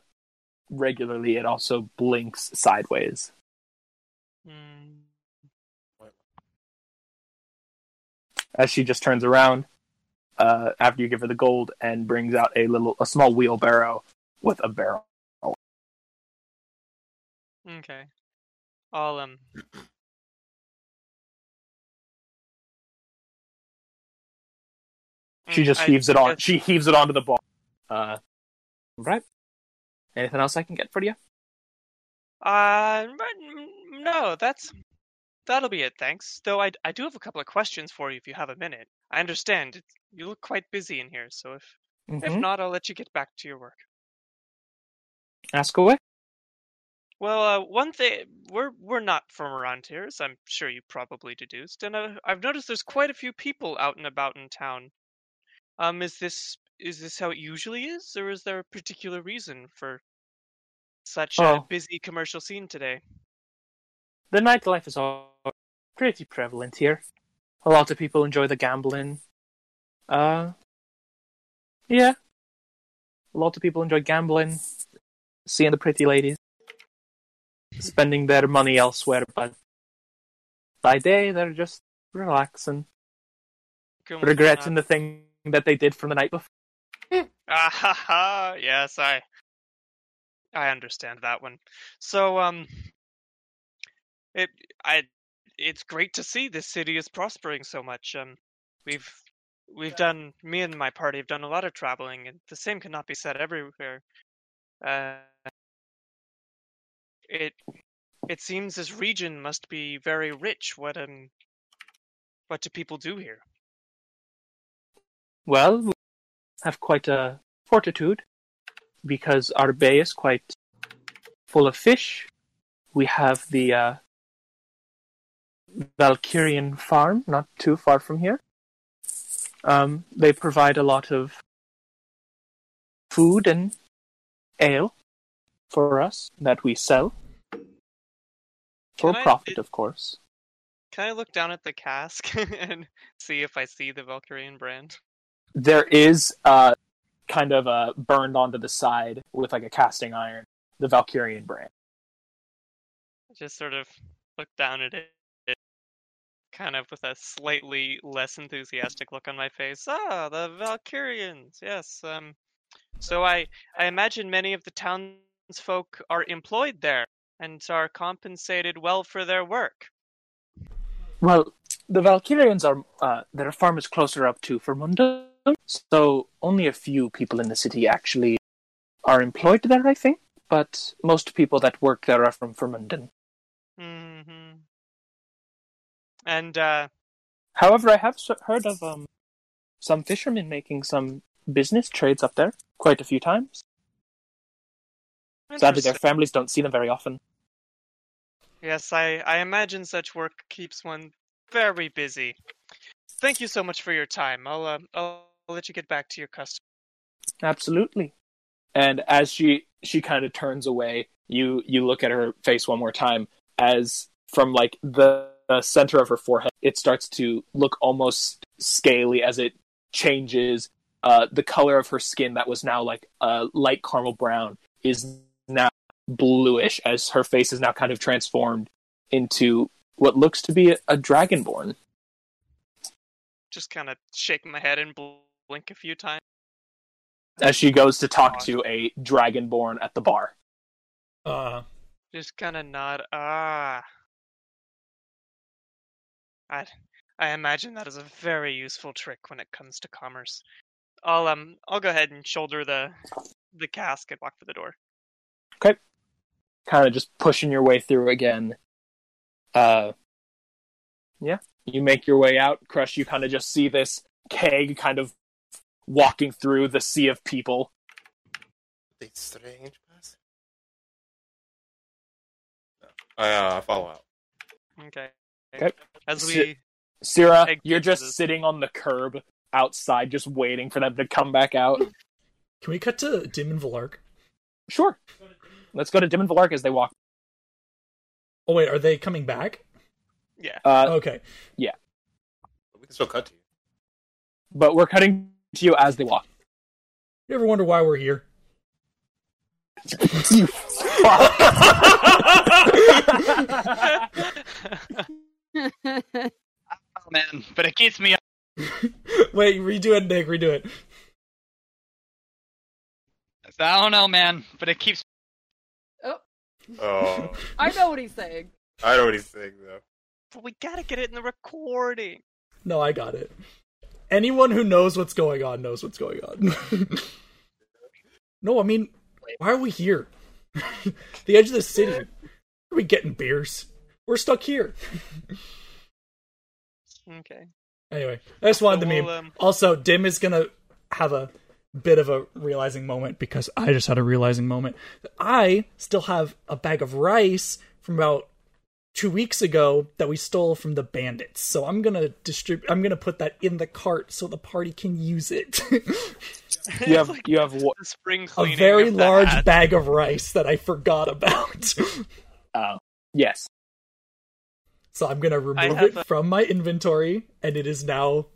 Speaker 1: regularly, it also blinks sideways.
Speaker 5: Mm,
Speaker 1: as she just turns around uh, after you give her the gold and brings out a little a small wheelbarrow with a barrel.
Speaker 5: okay. I'll um.
Speaker 1: She
Speaker 5: Mm,
Speaker 1: just
Speaker 5: I
Speaker 1: heaves it on.
Speaker 5: guess-
Speaker 1: She heaves it onto the bar. Uh, right. Anything else I can get for you?
Speaker 5: Uh, but n- no, that's that'll be it. Thanks. Though I I do have a couple of questions for you if you have a minute. I understand it- you look quite busy in here, so if
Speaker 1: Mm-hmm.
Speaker 5: if not, I'll let you get back to your work.
Speaker 1: Ask away.
Speaker 5: Well, uh, one thing we're we're not from around here, as I'm sure you probably deduced, and uh, I've noticed there's quite a few people out and about in town. Um, is this is this how it usually is, or is there a particular reason for such
Speaker 1: Oh.
Speaker 5: a busy commercial scene today?
Speaker 1: The nightlife is all pretty prevalent here. A lot of people enjoy the gambling. Uh, yeah. A lot of people enjoy gambling, seeing the pretty ladies, spending their money elsewhere, but by day they're just relaxing,
Speaker 5: Grimwald's not-
Speaker 1: regretting the thing that they did from the night before.
Speaker 5: Ah ha ha! Yes, I I understand that one. So um, it I it's great to see this city is prospering so much. Um, we've we've done me and my party have done a lot of traveling, and the same cannot be said everywhere. Uh, it it seems this region must be very rich. What um, what do people do here?
Speaker 1: Well, we have quite a fortitude because our bay is quite full of fish. We have the uh, Valkyrian farm not too far from here. Um, they provide a lot of food and ale for us that we sell for
Speaker 5: Can I-
Speaker 1: profit, of course.
Speaker 5: Can I look down at the cask and see if I see the Valkyrian brand?
Speaker 1: There is uh, kind of uh, burned onto the side with like a casting iron, the Valkyrian brand.
Speaker 5: I just sort of look down at it, it- kind of with a slightly less enthusiastic look on my face. Ah, the Valkyrians. Yes. Um. So I I imagine many of the townsfolk are employed there and are compensated well for their work.
Speaker 1: Well, the Valkyrians are uh, their farm is closer up to Vermundum, so only a few people in the city actually are employed there, I think. But most people that work there are from Vermundon.
Speaker 5: hmm And uh,
Speaker 1: However, I have s- heard of um, some fishermen making some business trades up there quite a few times. Sadly, their
Speaker 5: interesting.
Speaker 1: families don't see them very often.
Speaker 5: yes, I I imagine such work keeps one very busy. Thank you so much for your time. I'll uh, I'll let you get back to your customer.
Speaker 1: Absolutely. And as she she kind of turns away, you you look at her face one more time as from like the, the center of her forehead, it starts to look almost scaly as it changes. Uh, the color of her skin that was now like a light caramel brown is now bluish as her face is now kind of transformed into what looks to be a, a dragonborn.
Speaker 5: Just kind of shake my head and bl- blink a few times.
Speaker 1: As she goes to talk to a dragonborn at the bar.
Speaker 3: Uh,
Speaker 5: Just kind of nod. Ah. I I imagine that is a very useful trick when it comes to commerce. I'll um I'll go ahead and shoulder the the cask and walk for the door.
Speaker 1: kind of just pushing your way through again. Uh, yeah, you make your way out. Crush, you kind of just see this keg kind of walking through the sea of people.
Speaker 2: Something strange, pass. I uh, follow out.
Speaker 5: Okay.
Speaker 1: Okay.
Speaker 5: As
Speaker 1: So-
Speaker 5: we
Speaker 1: Syrah,
Speaker 5: Keg
Speaker 1: you're just
Speaker 5: Jesus.
Speaker 1: sitting on the curb outside, just waiting for them to come back out.
Speaker 3: can we cut to Dim and Valark?
Speaker 1: sure. Let's go to Dim and Valark as they walk.
Speaker 3: Oh wait, are they coming back?
Speaker 5: yeah.
Speaker 1: Uh,
Speaker 3: Okay.
Speaker 2: We can still cut to you.
Speaker 1: But we're cutting to you as they walk.
Speaker 3: You ever wonder why we're here?
Speaker 1: you fuck.
Speaker 6: Oh man, but it keeps me up.
Speaker 3: Wait, redo it, Nick. Redo it.
Speaker 6: I don't know, man, but it keeps.
Speaker 2: Oh,
Speaker 4: I know what he's saying.
Speaker 2: I know what he's saying though.
Speaker 5: but we gotta get it in the recording.
Speaker 3: No, I got it. Anyone who knows what's going on knows what's going on. no, I mean, why are we here? the edge of the city. Are we getting beers? We're stuck here.
Speaker 5: Okay.
Speaker 3: Anyway, I just wanted
Speaker 5: So
Speaker 3: the meme.
Speaker 5: we'll, um,
Speaker 3: Also, Dim is gonna have a bit of a realizing moment because I just had a realizing moment. I still have a bag of rice from about two weeks ago that we stole from the bandits. So I'm gonna distribute. I'm gonna put that in the cart so the party can use it.
Speaker 1: you
Speaker 5: It's
Speaker 1: have
Speaker 5: like
Speaker 1: you have wa-
Speaker 5: the spring
Speaker 3: a
Speaker 5: cleaning
Speaker 3: very
Speaker 5: of the
Speaker 3: large
Speaker 5: hat.
Speaker 3: bag of rice that I forgot about.
Speaker 1: yes.
Speaker 3: so I'm gonna remove
Speaker 5: have
Speaker 3: it
Speaker 5: a-
Speaker 3: from my inventory, and it is now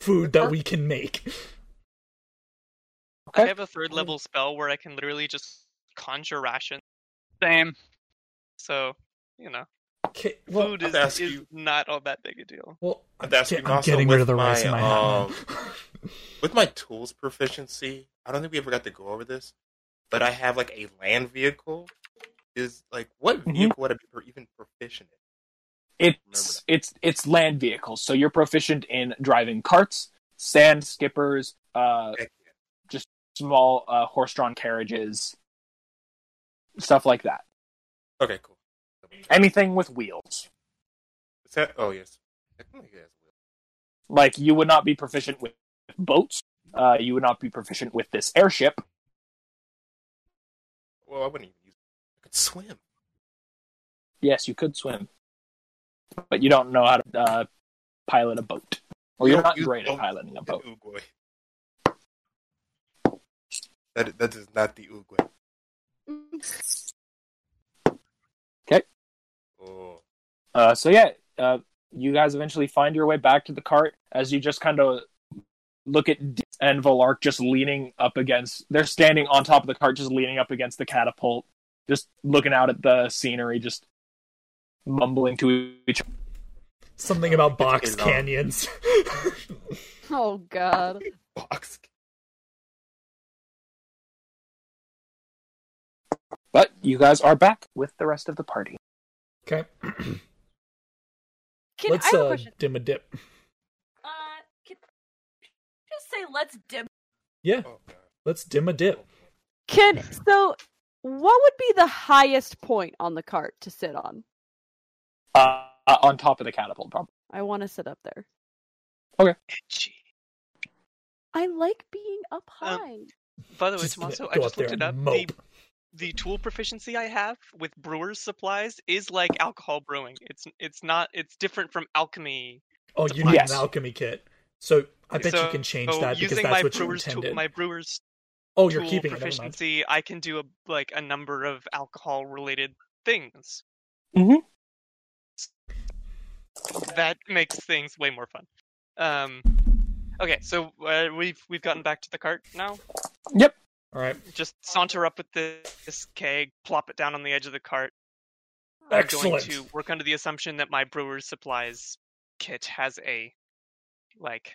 Speaker 3: food that we can make.
Speaker 5: I
Speaker 1: Okay.
Speaker 5: have a third level spell where I can literally just conjure rations.
Speaker 6: Same.
Speaker 5: So you know,
Speaker 3: Okay, well,
Speaker 5: food
Speaker 2: I'll
Speaker 5: is,
Speaker 2: ask
Speaker 5: is
Speaker 2: you-
Speaker 5: not all that big a deal.
Speaker 3: Well,
Speaker 2: But that's
Speaker 3: I'm, ge-
Speaker 2: even
Speaker 3: I'm
Speaker 2: also
Speaker 3: getting rid of
Speaker 2: with
Speaker 3: the rice in my
Speaker 2: my,
Speaker 3: hat.
Speaker 2: um, With my tools proficiency, I don't think we ever got to go over this, but I have like a land vehicle. Is like what
Speaker 1: Mhm.
Speaker 2: vehicle would I be pro- even proficient in?
Speaker 1: it's it's it's land vehicles so you're proficient in driving carts sand skippers uh
Speaker 2: Heck yeah.
Speaker 1: small uh horse-drawn carriages stuff like that
Speaker 2: Okay, cool.
Speaker 1: anything with wheels
Speaker 2: Is that, oh yes, I think it has wheels.
Speaker 1: like you would not be proficient with boats uh you would not be proficient with this airship
Speaker 2: Well, I wouldn't even use. It. I could swim.
Speaker 1: yes you could swim but you don't know how to uh pilot a boat or you're
Speaker 2: Don't
Speaker 1: not
Speaker 2: use
Speaker 1: great at
Speaker 2: boats.
Speaker 1: piloting a boat
Speaker 2: Ooh, boy. That that is not the Uguay.
Speaker 4: Mm.
Speaker 2: Oh,
Speaker 1: Uh, so yeah, uh, you guys eventually find your way back to the cart as you just kind of look at D- and Volark just leaning up against. They're standing on top of the cart, just leaning up against the catapult, just looking out at the scenery, just mumbling to each.
Speaker 3: Something about box
Speaker 2: is um, on.
Speaker 3: canyons.
Speaker 4: Oh god.
Speaker 2: Box.
Speaker 1: But you guys are back with the rest of the party.
Speaker 3: okay,
Speaker 4: Can
Speaker 3: let's
Speaker 4: I have a
Speaker 3: uh,
Speaker 4: question?
Speaker 3: dim a dip.
Speaker 8: Uh, can just say let's dim.
Speaker 3: Yeah,
Speaker 2: Oh, God.
Speaker 3: let's dim a dip.
Speaker 4: Can so what would be the highest point on the cart to sit on?
Speaker 1: Uh, uh, on top of the catapult, probably.
Speaker 4: I want to sit up there.
Speaker 5: Gee.
Speaker 4: I like being up
Speaker 5: Um,
Speaker 4: high.
Speaker 5: By the way,
Speaker 3: Just
Speaker 5: Tommaso,
Speaker 3: go
Speaker 5: I just
Speaker 3: there
Speaker 5: looked it
Speaker 3: and
Speaker 5: up. The,
Speaker 3: mope.
Speaker 5: the tool proficiency I have with brewer's supplies is like alcohol brewing. It's it's not it's different from alchemy.
Speaker 3: Oh, you need
Speaker 1: Yes.
Speaker 3: an alchemy kit. So I bet
Speaker 5: So-
Speaker 3: you can change
Speaker 5: So
Speaker 3: that because
Speaker 5: using
Speaker 3: that's
Speaker 5: my
Speaker 3: what you
Speaker 5: brewer's
Speaker 3: intended.
Speaker 5: tool, my brewer's
Speaker 3: oh, you're
Speaker 5: tool
Speaker 3: keeping it. Never mind.
Speaker 5: proficiency, I can do a like a number of alcohol related things.
Speaker 3: Mm-hmm.
Speaker 1: Mhm.
Speaker 5: That makes things way more fun. Um, okay, so uh, we've we've gotten back to the cart now.
Speaker 3: All right.
Speaker 5: Just saunter up with this, this keg, plop it down on the edge of the cart. I'm going
Speaker 3: Excellent.
Speaker 5: to work under the assumption that my brewer's supplies kit has a like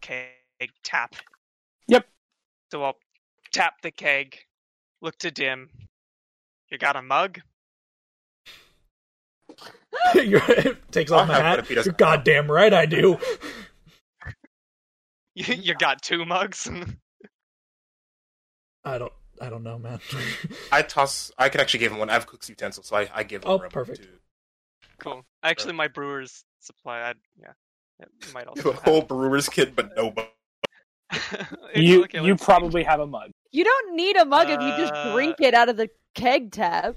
Speaker 5: keg tap.
Speaker 1: Yep.
Speaker 5: So I'll tap the keg, look to dim. You got a mug?
Speaker 3: You're- takes
Speaker 2: I'll
Speaker 3: off my
Speaker 2: have one if
Speaker 3: hat.
Speaker 2: he doesn't
Speaker 3: You're goddamn right, I do.
Speaker 5: You, you got two mugs?
Speaker 3: I don't. I don't know, man.
Speaker 2: I toss. I could actually give him one. I have cook's utensil, so I, I give him.
Speaker 3: Oh,
Speaker 2: one
Speaker 3: perfect.
Speaker 2: too.
Speaker 5: cool. Actually, my brewer's supply. I, yeah, it might
Speaker 2: Do
Speaker 5: also.
Speaker 2: a whole brewer's kid, but no mug.
Speaker 5: have- It's
Speaker 1: You
Speaker 5: okay,
Speaker 1: you
Speaker 5: let's see.
Speaker 1: probably have a mug.
Speaker 4: You don't need a mug if you
Speaker 5: Uh,
Speaker 4: just drink it out of the keg tab.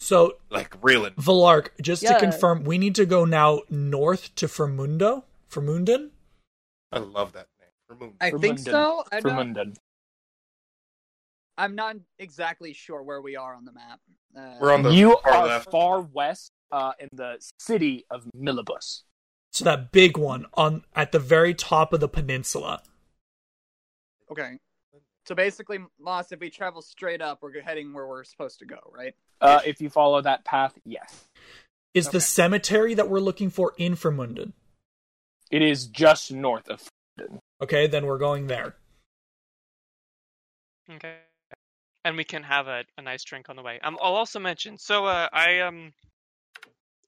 Speaker 3: so,
Speaker 2: like reeling.
Speaker 3: Valark, just to
Speaker 4: Yeah.
Speaker 3: confirm, we need to go now north to Fermundo. Fermundan.
Speaker 2: I love that name. Remove.
Speaker 6: I
Speaker 1: For
Speaker 6: think
Speaker 1: Munden.
Speaker 6: so. I
Speaker 1: For
Speaker 6: don't,
Speaker 1: Munden.
Speaker 6: I'm not exactly sure where we are on the map. Uh,
Speaker 2: We're on the
Speaker 1: You
Speaker 2: far
Speaker 1: are
Speaker 2: left.
Speaker 1: far west uh, in the city of Millibus.
Speaker 3: So that big one on at the very top of the peninsula.
Speaker 6: okay. So basically, Moss, if we travel straight up, we're heading where we're supposed to go, right?
Speaker 1: Uh, if you follow that path, yes,
Speaker 3: Is
Speaker 6: Okay.
Speaker 3: the cemetery that we're looking for in Fermunden?
Speaker 1: it is just north of.
Speaker 3: Okay, then we're going there.
Speaker 5: Okay. And we can have a, a nice drink on the way. Um, I'll also mention. So, uh, I um,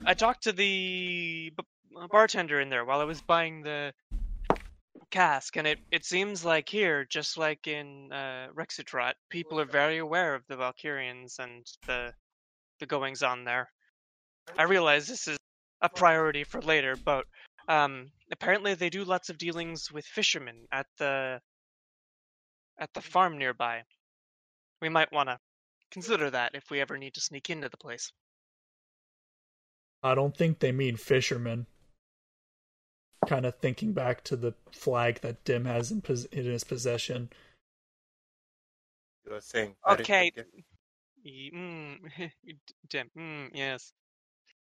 Speaker 5: I talked to the b- uh, bartender in there while I was buying the cask, and it it seems like here, just like in uh, Rexidrot, people are very aware of the Valkyrians and the the goings on there. I realize this is a priority for later, but um, apparently they do lots of dealings with fishermen at the at the farm nearby. We might want to consider that if we ever need to sneak into the place.
Speaker 3: I don't think they mean fishermen. Kind of thinking back to the flag that Dim has in, pos- in his possession.
Speaker 2: I was saying, I didn't
Speaker 5: Okay.
Speaker 2: get-
Speaker 5: E- Mm, d- dim. Mm, yes.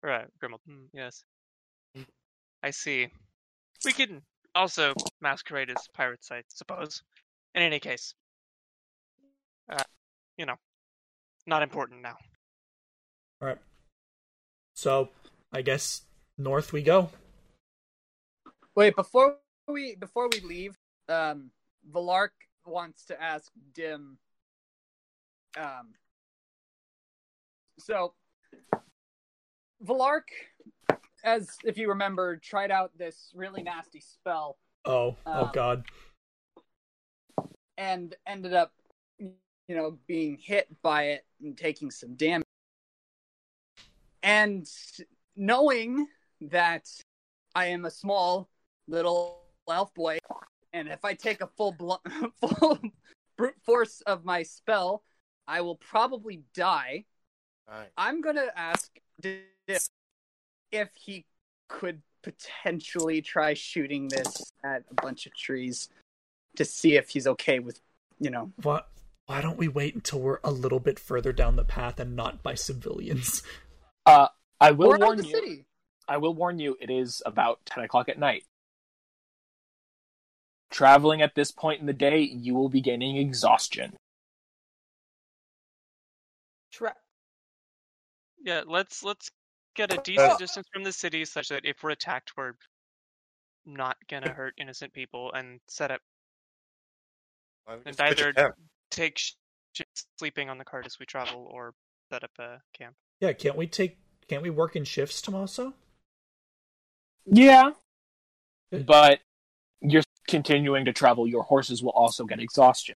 Speaker 5: Right, Grimmel. Mm, yes. I see. We can also masquerade as pirates, I suppose. In any case, uh, you know, not important now.
Speaker 3: All right. So I guess north we go.
Speaker 6: Wait, before we before we leave, um, Valark wants to ask Dim. Um, so, Valark, as if you remember, tried out this really nasty spell
Speaker 3: Oh, oh
Speaker 6: Um,
Speaker 3: God.
Speaker 6: and ended up, you know, being hit by it and taking some damage. And knowing that I am a small little elf boy, and if I take a full blo- full brute force of my spell, I will probably die.
Speaker 2: Alright.
Speaker 6: I'm gonna ask Di- Di- if he could potentially try shooting this at a bunch of trees to see if he's okay with, you know.
Speaker 3: What? Why don't we wait until we're a little bit further down the path and not by civilians?
Speaker 1: Uh, I will
Speaker 6: Or out of
Speaker 1: warn
Speaker 6: the
Speaker 1: you.
Speaker 6: city.
Speaker 1: I will warn you. It is about ten o'clock at night. Traveling at this point in the day, you will be gaining exhaustion.
Speaker 4: Tra-
Speaker 5: Yeah, let's let's get a decent distance from the city such that if we're attacked, we're not gonna hurt innocent people and set up
Speaker 2: Why don't we
Speaker 5: And
Speaker 2: just pitch a
Speaker 5: either-
Speaker 2: tent?
Speaker 5: take sh- sh- sleeping on the cart as we travel or set up a camp.
Speaker 3: Yeah, can't we take? Can't we work in shifts, Tommaso?
Speaker 1: Yeah. But you're continuing to travel. Your horses will also get exhaustion.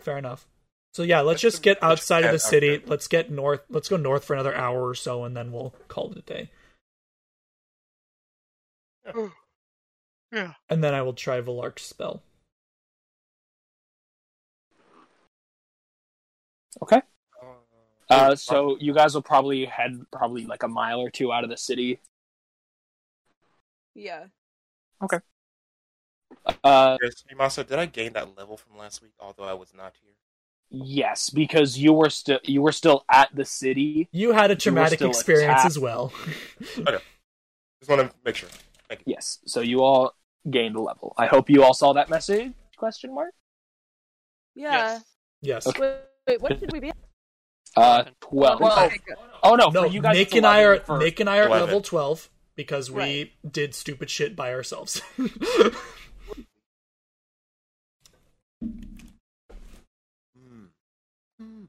Speaker 3: Fair enough. So yeah, let's just get outside of the city. Let's get north. Let's go north for another hour or so, and then we'll call it a day.
Speaker 5: Yeah.
Speaker 3: And then I will try Velark's spell.
Speaker 1: Okay.
Speaker 2: Uh,
Speaker 1: Uh, so you guys will probably head probably like a mile or two out of the city.
Speaker 4: yeah.
Speaker 1: Uh,
Speaker 2: Chris, Masa, did I gain that level from last week? Although I was not here.
Speaker 1: yes, because you were still you were still at the city.
Speaker 3: You had a traumatic
Speaker 1: still
Speaker 3: experience
Speaker 1: attacked.
Speaker 3: as well.
Speaker 2: Just want to make sure.
Speaker 1: Yes, so you all gained a level. I hope you all saw that message? Question mark.
Speaker 4: Yeah.
Speaker 5: Yes.
Speaker 3: yes.
Speaker 1: Okay.
Speaker 4: Wait, wait, what did we be? at?
Speaker 1: Uh, twelve.
Speaker 6: Well,
Speaker 1: Oh no,
Speaker 3: No,
Speaker 1: for you guys
Speaker 3: Nick
Speaker 1: it's
Speaker 3: and I
Speaker 1: 11
Speaker 3: are
Speaker 1: for-
Speaker 3: Nick and I are at
Speaker 2: 11.
Speaker 3: level twelve because we
Speaker 4: Right.
Speaker 3: did stupid shit by ourselves.
Speaker 2: Hmm.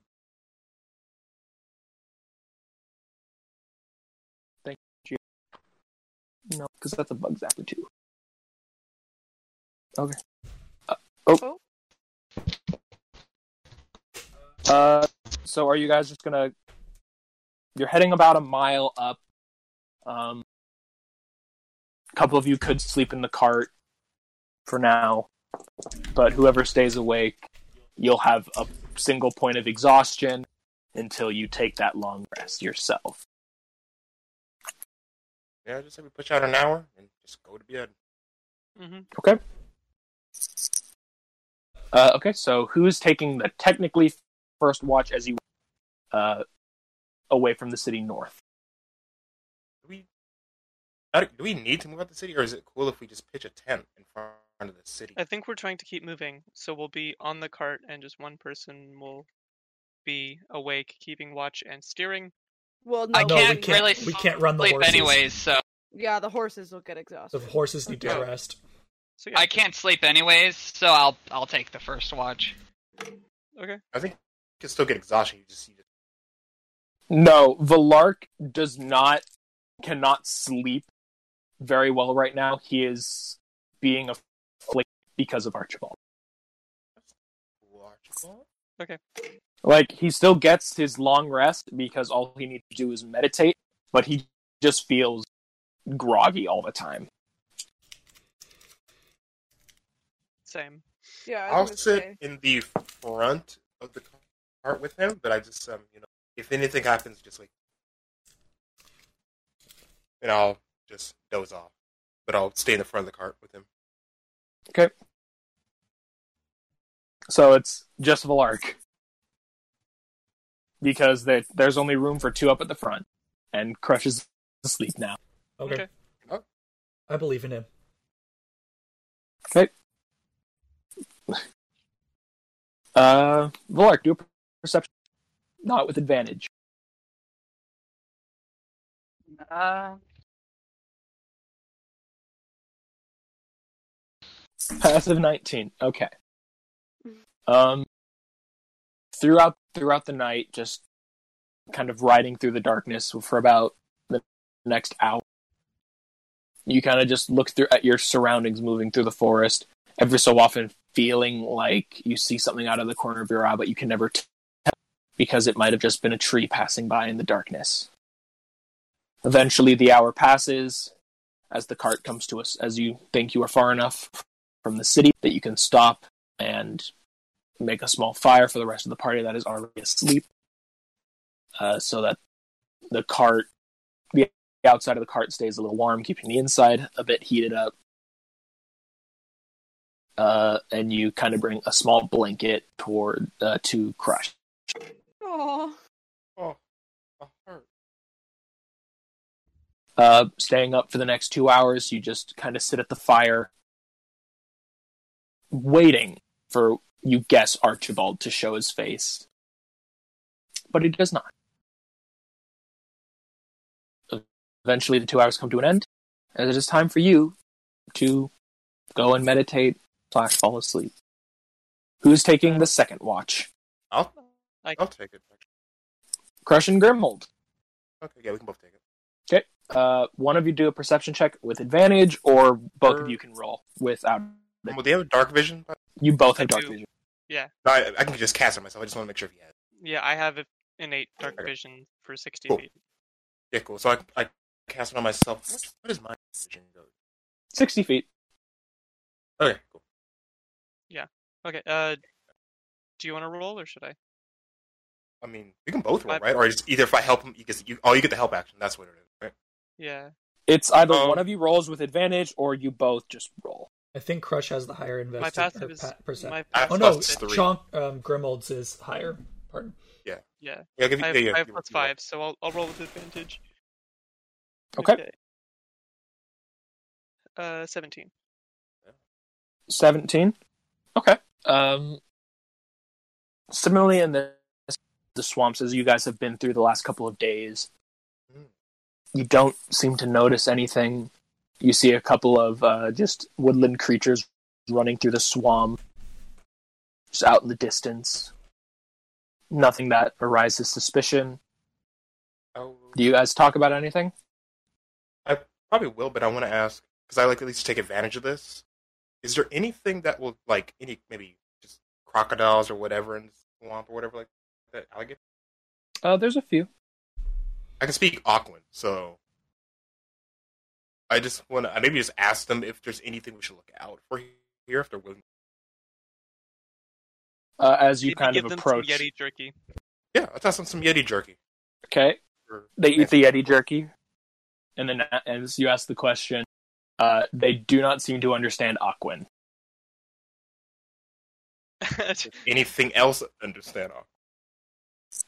Speaker 1: No, because that's a bug zapper too. Okay.
Speaker 4: Oh.
Speaker 1: oh. Uh, so are you guys just gonna? You're heading about a mile up. Um, a couple of you could sleep in the cart for now, but whoever stays awake, you'll have a single point of exhaustion until you take that long rest yourself.
Speaker 2: Yeah, just say we push out an hour and just go to bed.
Speaker 5: Mm-hmm.
Speaker 1: Okay. Uh, okay, so who's taking the technically first watch as you uh, away from the city north?
Speaker 2: Do we? I don't- Do we need to move out the city, or is it cool if we just pitch a tent in front of the city?
Speaker 5: I think we're trying to keep moving, so we'll be on the cart and just one person will be awake, keeping watch and steering.
Speaker 4: Well, no,
Speaker 9: I
Speaker 3: No,
Speaker 9: can't,
Speaker 3: we can't-
Speaker 9: really.
Speaker 3: we can't run the
Speaker 9: sleep
Speaker 3: horses.
Speaker 9: anyways, so
Speaker 4: Yeah, the horses will get
Speaker 3: the
Speaker 4: exhausted.
Speaker 3: horses need
Speaker 5: Yeah.
Speaker 3: to rest.
Speaker 5: So yeah.
Speaker 9: I can't sleep anyways. So I'll I'll take the first watch.
Speaker 5: Okay.
Speaker 2: I think you can still get exhaustion. You just you just
Speaker 1: No, Valark does not cannot sleep very well right now. He is being afflicted because of Archibald.
Speaker 2: Archibald?
Speaker 1: Like he still gets his long rest because all he needs to do is meditate, but he just feels groggy all the time.
Speaker 5: Same.
Speaker 4: Yeah, I
Speaker 2: I'll
Speaker 4: was gonna
Speaker 2: sit
Speaker 4: say.
Speaker 2: in the front of the cart with him, but I just um you know if anything happens, just like and I'll just doze off, but I'll stay in the front of the cart with him.
Speaker 1: So it's just Valark. Because there, there's only room for two up at the front, and Crush is asleep now.
Speaker 3: Okay.
Speaker 5: Okay.
Speaker 2: Oh.
Speaker 3: I believe in him.
Speaker 1: Okay. Uh, Valark, do a perception. Not with advantage.
Speaker 9: Uh,
Speaker 1: Passive 19. Okay. Um, throughout throughout the night, just kind of riding through the darkness for about the next hour, you kind of just look through at your surroundings, moving through the forest. Every so often, feeling like you see something out of the corner of your eye, but you can never tell because it might have just been a tree passing by in the darkness. Eventually, the hour passes as the cart comes to us, as you think you are far enough from the city that you can stop and make a small fire for the rest of the party that is already asleep, uh, so that the cart, the outside of the cart stays a little warm, keeping the inside a bit heated up. Uh, and you kind of bring a small blanket toward uh, to Crush.
Speaker 4: Aw.
Speaker 2: Oh, I hurt.
Speaker 1: uh, staying up for the next two hours. You just kind of sit at the fire, waiting for, you guess, Archibald to show his face. But he does not. Eventually, the two hours come to an end, and it is time for you to go and meditate slash fall asleep. Who's taking the second watch?
Speaker 2: I'll
Speaker 5: Like-
Speaker 2: I'll take it.
Speaker 1: Crush and Grimhold.
Speaker 2: Okay, yeah, we can both take it.
Speaker 1: Uh, one of you do a perception check with advantage, or both of
Speaker 2: Sure.
Speaker 1: you can roll without.
Speaker 2: Well, do you have dark vision? No,
Speaker 1: You both have
Speaker 5: I
Speaker 1: dark
Speaker 5: do.
Speaker 1: vision.
Speaker 2: I, I can just cast it myself. I just want to make sure if he has. it.
Speaker 5: Yeah, I have a- innate dark
Speaker 2: Okay.
Speaker 5: vision for 60
Speaker 2: Cool.
Speaker 5: feet.
Speaker 2: Yeah, cool. So I, I cast it on myself. What, what is my vision go?
Speaker 1: Sixty feet.
Speaker 2: Okay, cool.
Speaker 5: Okay, uh, do you want to roll or should I?
Speaker 2: I mean, we can both roll,
Speaker 5: I-
Speaker 2: right? Or just either if I help him, you get you, oh, you get the help action. That's what it is. Right?
Speaker 5: Yeah.
Speaker 1: It's either
Speaker 5: Oh.
Speaker 2: Um,
Speaker 1: one of you rolls with advantage, or you both just roll.
Speaker 3: I think Crush has the higher invested
Speaker 5: My passive
Speaker 3: or
Speaker 5: is.
Speaker 3: pa- percent.
Speaker 5: My
Speaker 2: I have
Speaker 3: oh
Speaker 5: passive
Speaker 3: no,
Speaker 5: is
Speaker 2: plus
Speaker 5: fif-
Speaker 2: three.
Speaker 3: Chonk um, Grimold's is higher. Pardon.
Speaker 5: Yeah.
Speaker 2: Yeah, I'll give you,
Speaker 5: I have,
Speaker 2: yeah, yeah,
Speaker 5: I have
Speaker 2: you-
Speaker 5: plus
Speaker 2: you roll.
Speaker 5: five, so I'll, I'll roll with advantage.
Speaker 1: Okay.
Speaker 5: Uh, 17.
Speaker 1: 17 okay um similarly in the the swamps as you guys have been through the last couple of days
Speaker 2: Mm.
Speaker 1: you don't seem to notice anything you see a couple of uh just woodland creatures running through the swamp just out in the distance nothing that arises suspicion
Speaker 2: I'll-
Speaker 1: do you guys talk about anything
Speaker 2: Probably will, but I want to ask because I like at least take advantage of this. Is there anything that will like any maybe just crocodiles or whatever in the swamp or whatever like that alligator?
Speaker 1: uh there's a few
Speaker 2: I can speak Aquan, so I just want to maybe just ask them if there's anything we should look out for here if they're willing.
Speaker 1: uh, as you
Speaker 5: Maybe
Speaker 1: kind
Speaker 5: give
Speaker 1: of
Speaker 5: them
Speaker 1: approach
Speaker 5: Some Yeti jerky.
Speaker 2: Yeah, I'll toss them some Yeti jerky.
Speaker 1: okay
Speaker 2: Or-
Speaker 1: they eat the yeti jerky and then as you ask the question uh, they do not seem to understand aquan
Speaker 2: anything else. Understand? Aquan.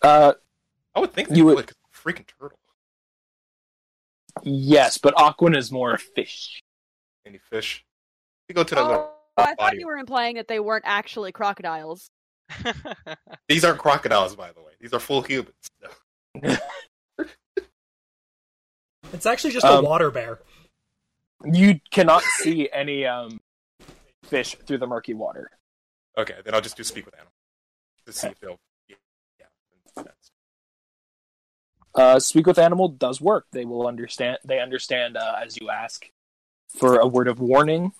Speaker 1: uh,
Speaker 2: I would think they
Speaker 1: You
Speaker 2: you
Speaker 1: would-
Speaker 2: would. 'cause they're freaking turtle.
Speaker 1: yes but aquan is more a fish
Speaker 2: Any fish? You go to that
Speaker 4: Oh,
Speaker 2: little.
Speaker 4: I thought
Speaker 2: body.
Speaker 4: you were implying that they weren't actually crocodiles.
Speaker 2: These aren't crocodiles, by the way. These are full humans.
Speaker 3: It's actually just
Speaker 1: Um,
Speaker 3: a water bear.
Speaker 1: you cannot see any um, fish through the murky water
Speaker 2: Okay, then I'll just do speak with animals to see if they'll. Yeah, yeah.
Speaker 1: uh, speak with animal does work they will understand they understand uh, as you ask for a word of warning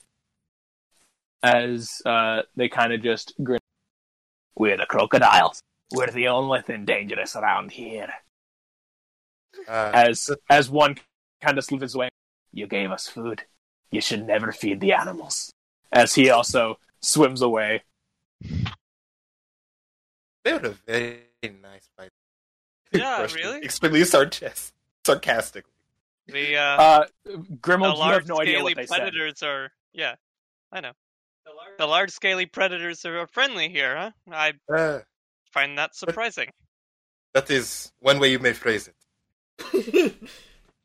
Speaker 1: as uh, they kind of just grin
Speaker 7: We're the crocodiles. We're the only thing dangerous around here.
Speaker 2: Uh,
Speaker 1: as as one kind of slithers away
Speaker 7: You gave us food. You should never feed the animals.
Speaker 1: as he also swims away
Speaker 2: they would have very nice bite.
Speaker 5: Yeah,
Speaker 2: Rushed it,
Speaker 5: really?
Speaker 2: Extremely sarcas- sarcastically.
Speaker 5: the uh,
Speaker 1: Uh, Grimald, you have
Speaker 5: the large
Speaker 1: no idea
Speaker 5: scaly
Speaker 1: what they said.
Speaker 5: predators are. Yeah, I know. The large scaly predators are are friendly here, huh? I
Speaker 2: Uh,
Speaker 5: find that surprising.
Speaker 2: that is one way you may phrase it.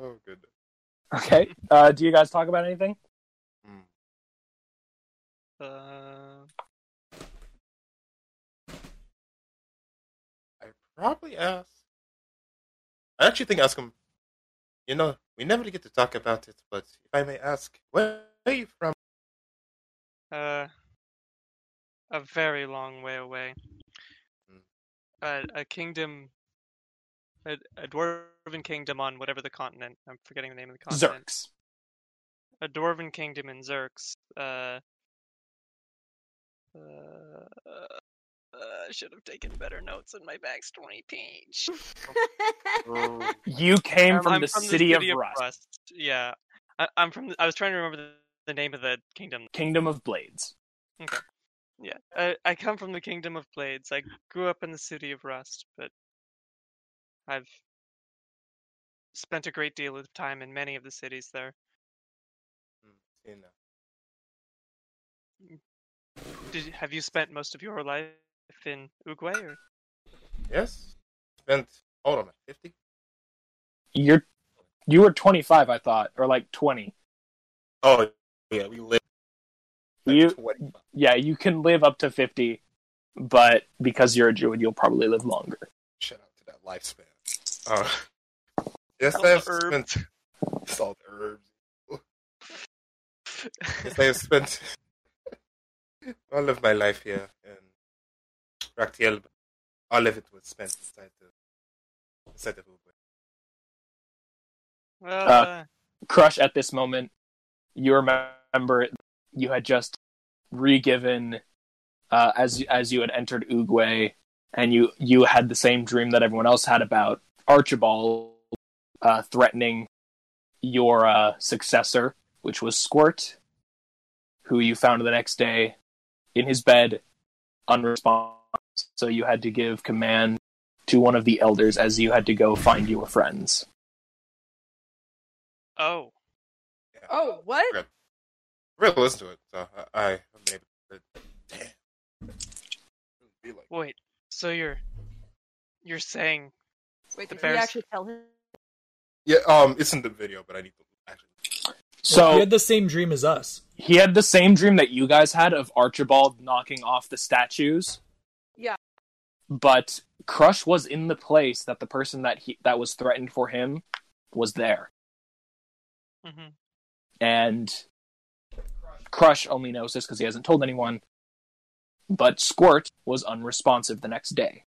Speaker 2: Oh, goodness.
Speaker 1: Okay. Uh, do you guys talk about anything?
Speaker 2: Mm.
Speaker 5: Uh,
Speaker 2: I probably ask. I actually think ask him. You know, we never get to talk about it, but if I may ask, where are you from?
Speaker 5: uh, a very long way away.
Speaker 1: Mm.
Speaker 2: Hmm.
Speaker 5: Uh, a kingdom, a, a dwarven kingdom on whatever the continent. I'm forgetting the name of the continent.
Speaker 1: Zerks.
Speaker 5: a dwarven kingdom in Xerx. Uh, uh, uh, should have taken better notes on my backstory page.
Speaker 1: You came
Speaker 5: Um,
Speaker 1: from,
Speaker 5: I'm
Speaker 1: the, city of, Rust,
Speaker 5: Rust. Yeah, I, I'm from. The, I was trying to remember the, the name of the kingdom.
Speaker 1: Kingdom of Blades.
Speaker 5: Yeah, I, I come from the kingdom of blades. I grew up in the city of Rust, but I've spent a great deal of time in many of the cities there.
Speaker 2: Mm, in, uh,
Speaker 5: Did, you- have you spent most of your life in Uguay? Or?
Speaker 2: Yes. Spent hold on fifty
Speaker 1: You're you were 25, I thought, or like 20.
Speaker 2: Oh yeah, we live. like
Speaker 1: You
Speaker 2: 20.
Speaker 1: yeah, you can live up to 50, but because you're a druid, you'll probably live longer.
Speaker 2: Shout out to that lifespan. Uh, yes,
Speaker 5: Oh. All
Speaker 2: they have
Speaker 5: the
Speaker 2: spent. It's all the herbs. Yes, I have spent all of my life here, and Raktiel, all of it was spent inside the inside the Uber.
Speaker 5: Uh,
Speaker 1: Crush at this moment, you remember you had just re-given uh, as as you had entered Uguay, and you you had the same dream that everyone else had about Archibald uh, threatening your uh, successor, which was Squirt, who you found the next day in his bed, unresponsive. So you had to give command to one of the elders as you had to go find your friends.
Speaker 5: oh,
Speaker 4: Oh, what?
Speaker 2: Really listen to it. So I, I have been able to. Damn. Be like,
Speaker 5: wait. So you're you're saying
Speaker 4: Wait,
Speaker 5: The
Speaker 4: did
Speaker 5: bears.
Speaker 4: we actually tell him?
Speaker 2: yeah, um, it's in the video, but I need to actually.
Speaker 1: So
Speaker 3: he had the same dream as us.
Speaker 1: he had the same dream that you guys had of Archibald knocking off the statues.
Speaker 4: Yeah.
Speaker 1: But Crush was in the place that the person that he that was threatened for him was there.
Speaker 5: mhm.
Speaker 1: And Crush only knows this because he hasn't told anyone. But Squirt was unresponsive the next day.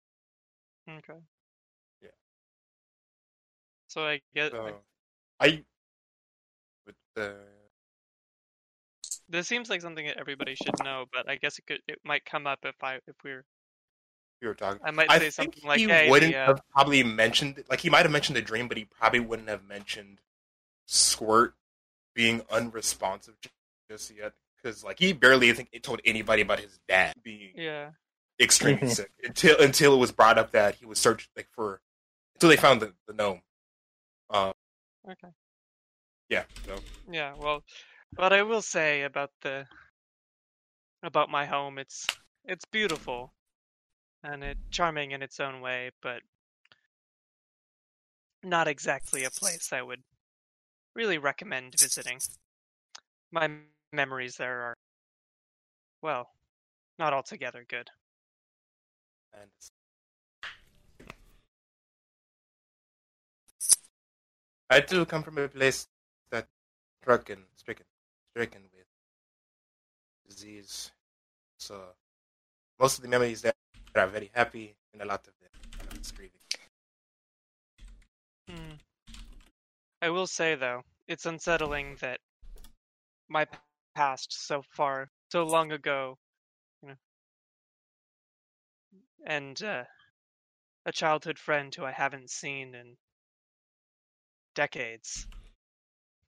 Speaker 5: okay.
Speaker 2: Yeah.
Speaker 5: So I guess
Speaker 2: So uh, I. With the
Speaker 5: this seems like something that everybody should know, but I guess it could it might come up if I if we're
Speaker 2: we were talking.
Speaker 5: I might
Speaker 2: I
Speaker 5: say
Speaker 2: think
Speaker 5: something like
Speaker 2: he
Speaker 5: hey the,
Speaker 2: wouldn't
Speaker 5: uh,
Speaker 2: have probably mentioned like he might have mentioned the dream, but he probably wouldn't have mentioned Squirt being unresponsive just yet because like he barely I think told anybody about his dad being
Speaker 5: yeah
Speaker 2: extremely
Speaker 1: Mhm.
Speaker 2: sick until until it was brought up that he was searched like for until they found the, the gnome. Um,
Speaker 5: Okay.
Speaker 2: Yeah. So
Speaker 5: yeah well but I will say about the about my home it's it's beautiful and it charming in its own way, but not exactly a place I would really recommend visiting. My m- memories there are well not altogether good.
Speaker 2: and I do come from a place that stricken, stricken, stricken with disease. So most of the memories there are very happy, and a lot of them are just grieving.
Speaker 5: Hmm. I will say though, it's unsettling that my p- past so far, so long ago, you know, and uh, a childhood friend who I haven't seen in decades,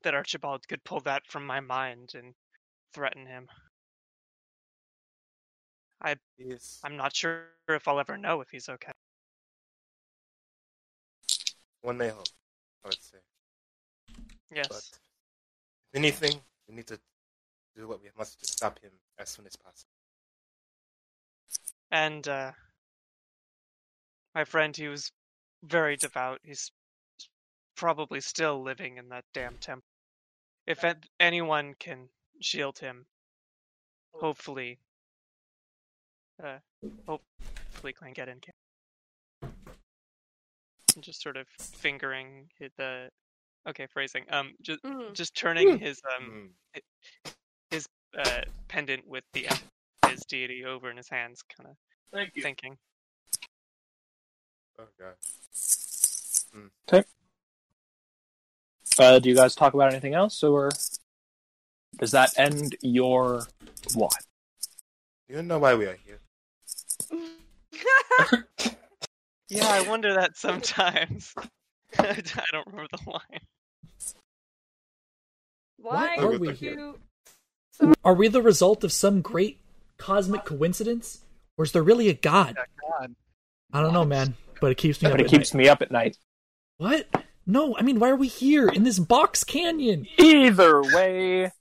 Speaker 5: that Archibald could pull that from my mind and threaten him.
Speaker 2: Yes.
Speaker 5: I'm not sure if I'll ever know if he's okay.
Speaker 2: One may hope, I would say.
Speaker 5: Yes.
Speaker 2: But if anything, we need to do what we must to stop him as soon as possible.
Speaker 5: and uh, my friend he was very devout he's probably still living in that damn temple if an- anyone can shield him hopefully uh, hopefully clan get in can I'm just sort of fingering hi- the okay phrasing um just
Speaker 4: Mm.
Speaker 5: just turning his um
Speaker 2: Mm.
Speaker 5: uh, pendant with the em- his deity over in his hands kind of
Speaker 1: Thank
Speaker 5: thinking
Speaker 2: Oh god.
Speaker 1: Uh, do you guys talk about anything else, or does that end your what?
Speaker 2: Do you know why we are here?
Speaker 5: Yeah, I wonder that sometimes. I d- I don't remember the line.
Speaker 4: Why
Speaker 3: are
Speaker 4: did
Speaker 3: we
Speaker 4: you?
Speaker 2: here?
Speaker 3: Are we the result of some great cosmic coincidence, or is there really a god?
Speaker 9: God.
Speaker 3: I don't know, man, but it keeps me up.
Speaker 1: But it
Speaker 3: at
Speaker 1: keeps
Speaker 3: night.
Speaker 1: me up at night.
Speaker 3: What? No, I mean, why are we here in this box canyon?
Speaker 1: Either way,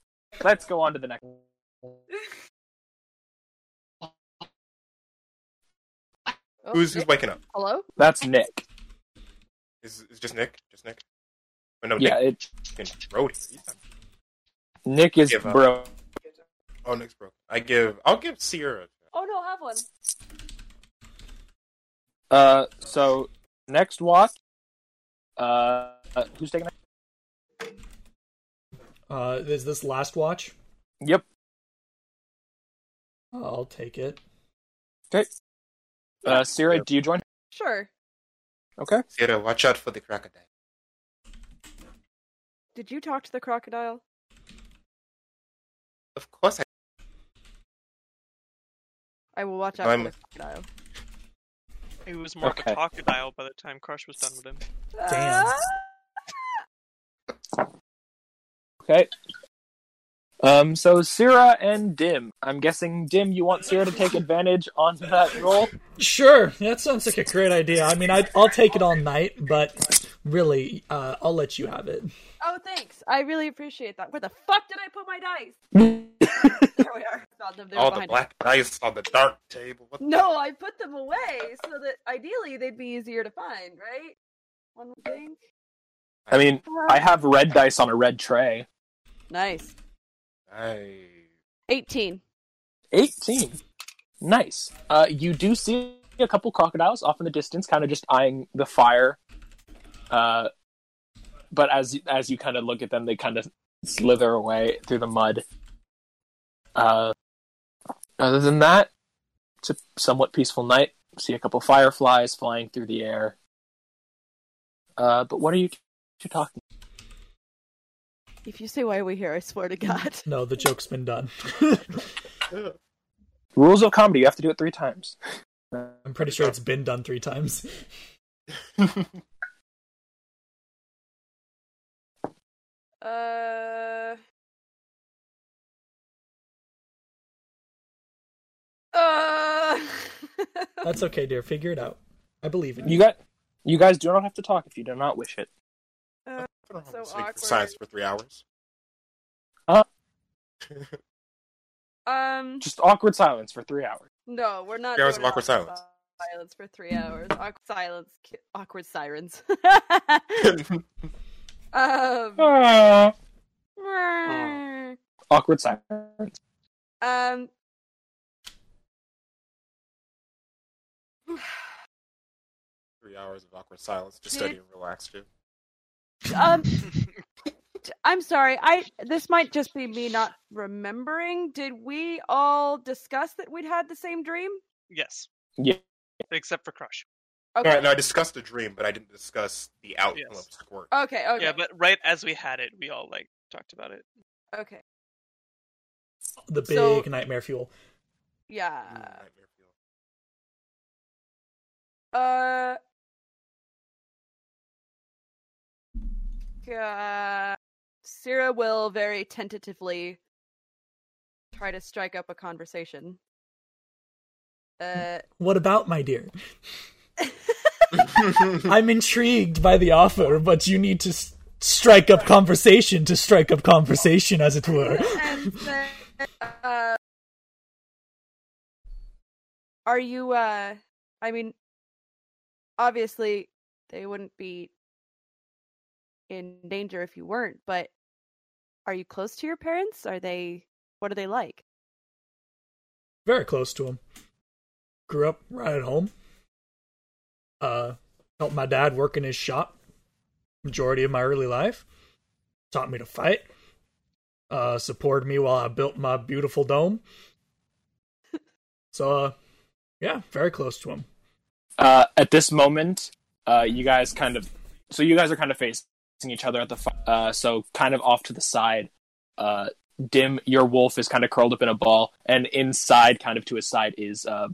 Speaker 1: let's go on to the next.
Speaker 4: Oh,
Speaker 2: who's who's
Speaker 4: Nick?
Speaker 2: waking up?
Speaker 4: Hello?
Speaker 5: Oh,
Speaker 1: That's Nick.
Speaker 2: Is is just Nick? Just Nick? But no,
Speaker 1: Yeah,
Speaker 2: Nick
Speaker 1: it,
Speaker 2: fucking wrote it. He's not-
Speaker 1: Nick is
Speaker 2: Give up.
Speaker 1: bro.
Speaker 2: Oh, Nick's broke. I give. I'll give Sierra.
Speaker 8: Oh no, have one.
Speaker 1: Uh, so next watch. Uh, uh, who's taking it?
Speaker 3: Uh, is this last watch?
Speaker 1: Yep.
Speaker 3: I'll take it.
Speaker 1: Uh, Sierra, do you join?
Speaker 4: Sure.
Speaker 1: Okay.
Speaker 2: Sierra, watch out for the crocodile.
Speaker 4: Did you talk to the crocodile?
Speaker 2: Of course, I,
Speaker 4: I will watch out
Speaker 2: I'm-
Speaker 4: for the crocodile.
Speaker 5: It was more
Speaker 1: Okay.
Speaker 5: of a crocodile by the time Crush was done with him.
Speaker 3: Damn.
Speaker 4: Ah!
Speaker 1: Okay. Um, so Sierra and Dim. I'm guessing Dim, you want Sierra to take advantage on that roll.
Speaker 3: Sure, that sounds like a great idea. I mean, I, I'll take it all night, but really, uh, I'll let you have it.
Speaker 8: Oh, thanks. I really appreciate that. Where the fuck did I put my dice? there we are. Found them. They were
Speaker 2: all the
Speaker 8: behind
Speaker 2: black dice on the dark table. What
Speaker 8: me. No, I put them away so that ideally they'd be easier to find, right? One would think.
Speaker 1: I mean, I have red dice on a red tray.
Speaker 4: Nice.
Speaker 2: I...
Speaker 4: 18.
Speaker 1: 18. Nice. Uh, you do see a couple crocodiles off in the distance, kind of just eyeing the fire. Uh, but as as you kind of look at them, they kind of slither away through the mud. Uh, other than that, it's a somewhat peaceful night. See a couple fireflies flying through the air. Uh, but what are you two talking?
Speaker 4: If you say why are we here, I swear to God.
Speaker 3: No, the joke's been done.
Speaker 1: Rules of comedy. You have to do it three times.
Speaker 3: I'm pretty sure it's been done three times.
Speaker 4: Uh. Uh.
Speaker 3: That's okay, dear. Figure it out. I believe in you.
Speaker 1: You got. You guys do not have to talk if you do not wish it.
Speaker 2: I don't know how
Speaker 4: So
Speaker 2: to speak for
Speaker 4: awkward.
Speaker 2: science for three hours.
Speaker 1: Huh?
Speaker 4: um.
Speaker 1: Just awkward silence for three hours.
Speaker 4: No, we're not.
Speaker 2: Three hours
Speaker 4: doing
Speaker 2: of awkward silence.
Speaker 4: Silence for three hours. Awkward silence. ki- Awkward sirens. um.
Speaker 2: Oh.
Speaker 1: Ah. Awkward silence.
Speaker 4: Um.
Speaker 2: three hours of awkward silence. Just
Speaker 4: Did-
Speaker 2: study and relax, too.
Speaker 4: Um. t- I'm sorry. I this might just be me not remembering. Did we all discuss that we'd had the same dream?
Speaker 5: Yes.
Speaker 1: Yeah.
Speaker 5: Except for Crush.
Speaker 4: Okay.
Speaker 2: All right, now I discussed the dream, but I didn't discuss the outcome
Speaker 5: Yes.
Speaker 2: of squirt.
Speaker 4: Okay. Okay.
Speaker 5: Yeah, but right as we had it, we all like talked about it.
Speaker 4: okay.
Speaker 3: The big
Speaker 4: So-
Speaker 3: nightmare fuel.
Speaker 5: Hmm.
Speaker 4: Yeah.
Speaker 2: Nightmare
Speaker 4: Uh.
Speaker 2: fuel.
Speaker 4: Uh, Sarah will very tentatively try to strike up a conversation. Uh,
Speaker 3: What about my dear? I'm intrigued by the offer, but you need to s- strike up conversation to strike up conversation, as it were.
Speaker 4: and then, uh, are you? Uh, I mean, obviously they wouldn't be in danger if you weren't. But are you close to your parents? Are they? What are they like?
Speaker 3: Very close to him. Grew up right at home. Uh, helped my dad work in his shop. Majority of my early life. Taught me to fight. Uh, supported me while I built my beautiful dome. So, uh, yeah, very close to him.
Speaker 1: Uh, at this moment, uh, you guys kind of. So you guys are kind of facing each other at the. fi- Uh, so kind of off to the side, uh, Dim, your wolf is kind of curled up in a ball, and inside, kind of to his side, is uh,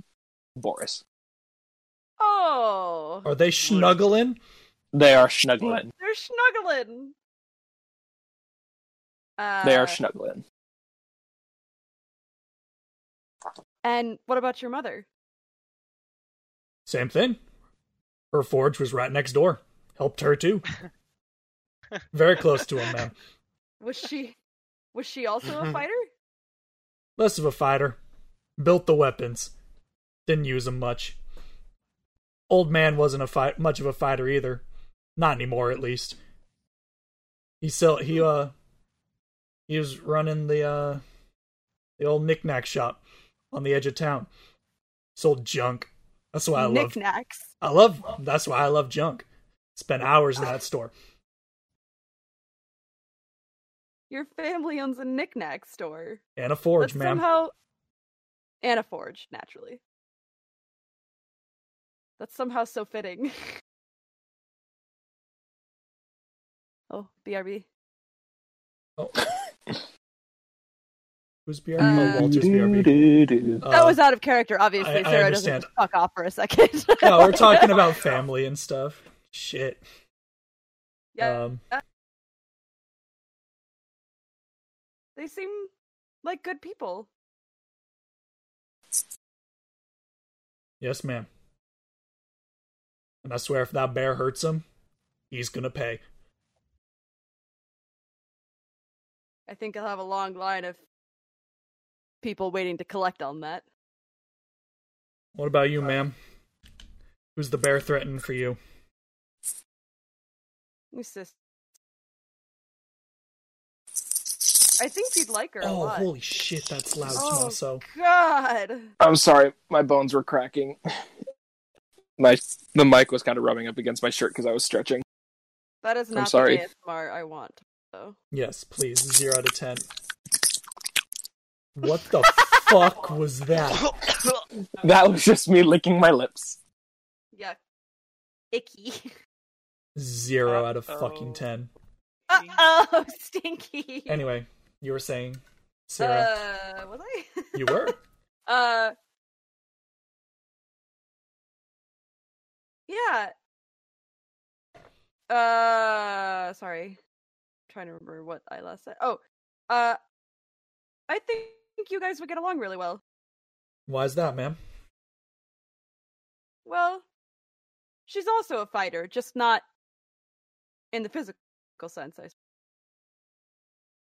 Speaker 1: Boris.
Speaker 4: Oh,
Speaker 3: Are they snuggling?
Speaker 1: They are snuggling.
Speaker 4: they're snuggling. Uh,
Speaker 1: They are snuggling.
Speaker 4: and what about your mother?
Speaker 3: Same thing. Her forge was right next door. Helped her too. Very close to him, man.
Speaker 4: Was she was she also
Speaker 3: Mm-hmm.
Speaker 4: a fighter?
Speaker 3: Less of a fighter. Built the weapons. Didn't use them much. Old man wasn't a fight much of a fighter either. Not anymore, at least. He still he uh he was running the uh the old knickknack shop on the edge of town. Sold junk. That's why I love
Speaker 4: Knickknacks.
Speaker 3: I love that's why I love junk. Spent hours in that store.
Speaker 4: Your family owns a knickknack store.
Speaker 3: And a forge,
Speaker 4: That's
Speaker 3: man.
Speaker 4: Somehow, and a forge, naturally. That's somehow so fitting. oh, BRB.
Speaker 3: Oh. Who's BRB?
Speaker 4: Uh,
Speaker 3: oh, Walter's BRB.
Speaker 4: that
Speaker 3: Uh,
Speaker 4: was out of character, obviously.
Speaker 3: I- I
Speaker 4: Sarah doesn't
Speaker 3: understand.
Speaker 4: just fuck off for a second.
Speaker 3: no, we're talking about family and stuff. Shit.
Speaker 4: Yeah,
Speaker 3: Um,
Speaker 4: they seem like good people.
Speaker 3: yes, ma'am. And I swear, if that bear hurts him, he's gonna pay.
Speaker 4: I think I'll have a long line of people waiting to collect on that.
Speaker 3: What about you, ma'am? Who's the bear threatening for you?
Speaker 4: My sis. I think you'd like her a
Speaker 3: Oh,
Speaker 4: lot.
Speaker 3: holy shit, that's loud,
Speaker 4: Oh.
Speaker 3: Tomaso.
Speaker 4: God.
Speaker 1: I'm sorry, my bones were cracking. My the mic was kind of rubbing up against my shirt because I was stretching.
Speaker 4: That is
Speaker 1: I'm
Speaker 4: not the
Speaker 1: sorry.
Speaker 4: ASMR I want. So
Speaker 3: Yes, please, zero out of ten. What the fuck was that?
Speaker 1: That was just me licking my lips.
Speaker 4: yeah, icky.
Speaker 3: Zero out of fucking
Speaker 5: Uh-oh.
Speaker 3: ten.
Speaker 4: Uh oh, stinky.
Speaker 3: Anyway, you were saying, Sarah,
Speaker 4: uh, was I?
Speaker 3: you were.
Speaker 4: uh, yeah. Uh, sorry, trying to remember what I last said. Oh, uh, I think you guys would get along really well.
Speaker 3: Why is that, ma'am?
Speaker 4: Well, she's also a fighter, just not in the physical sense. I suppose.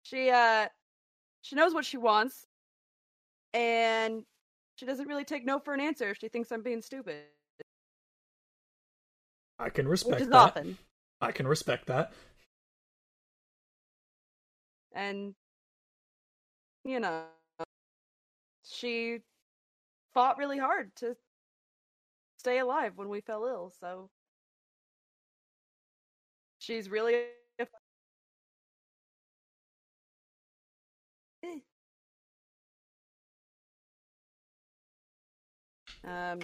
Speaker 4: She uh she knows what she wants, and she doesn't really take no for an answer. if She thinks I'm being stupid,
Speaker 3: I can
Speaker 4: which
Speaker 3: respect
Speaker 4: is
Speaker 3: that.
Speaker 4: often.
Speaker 3: I can respect that.
Speaker 4: And you know, she fought really hard to stay alive when we fell ill. So she's really a Eh. Um,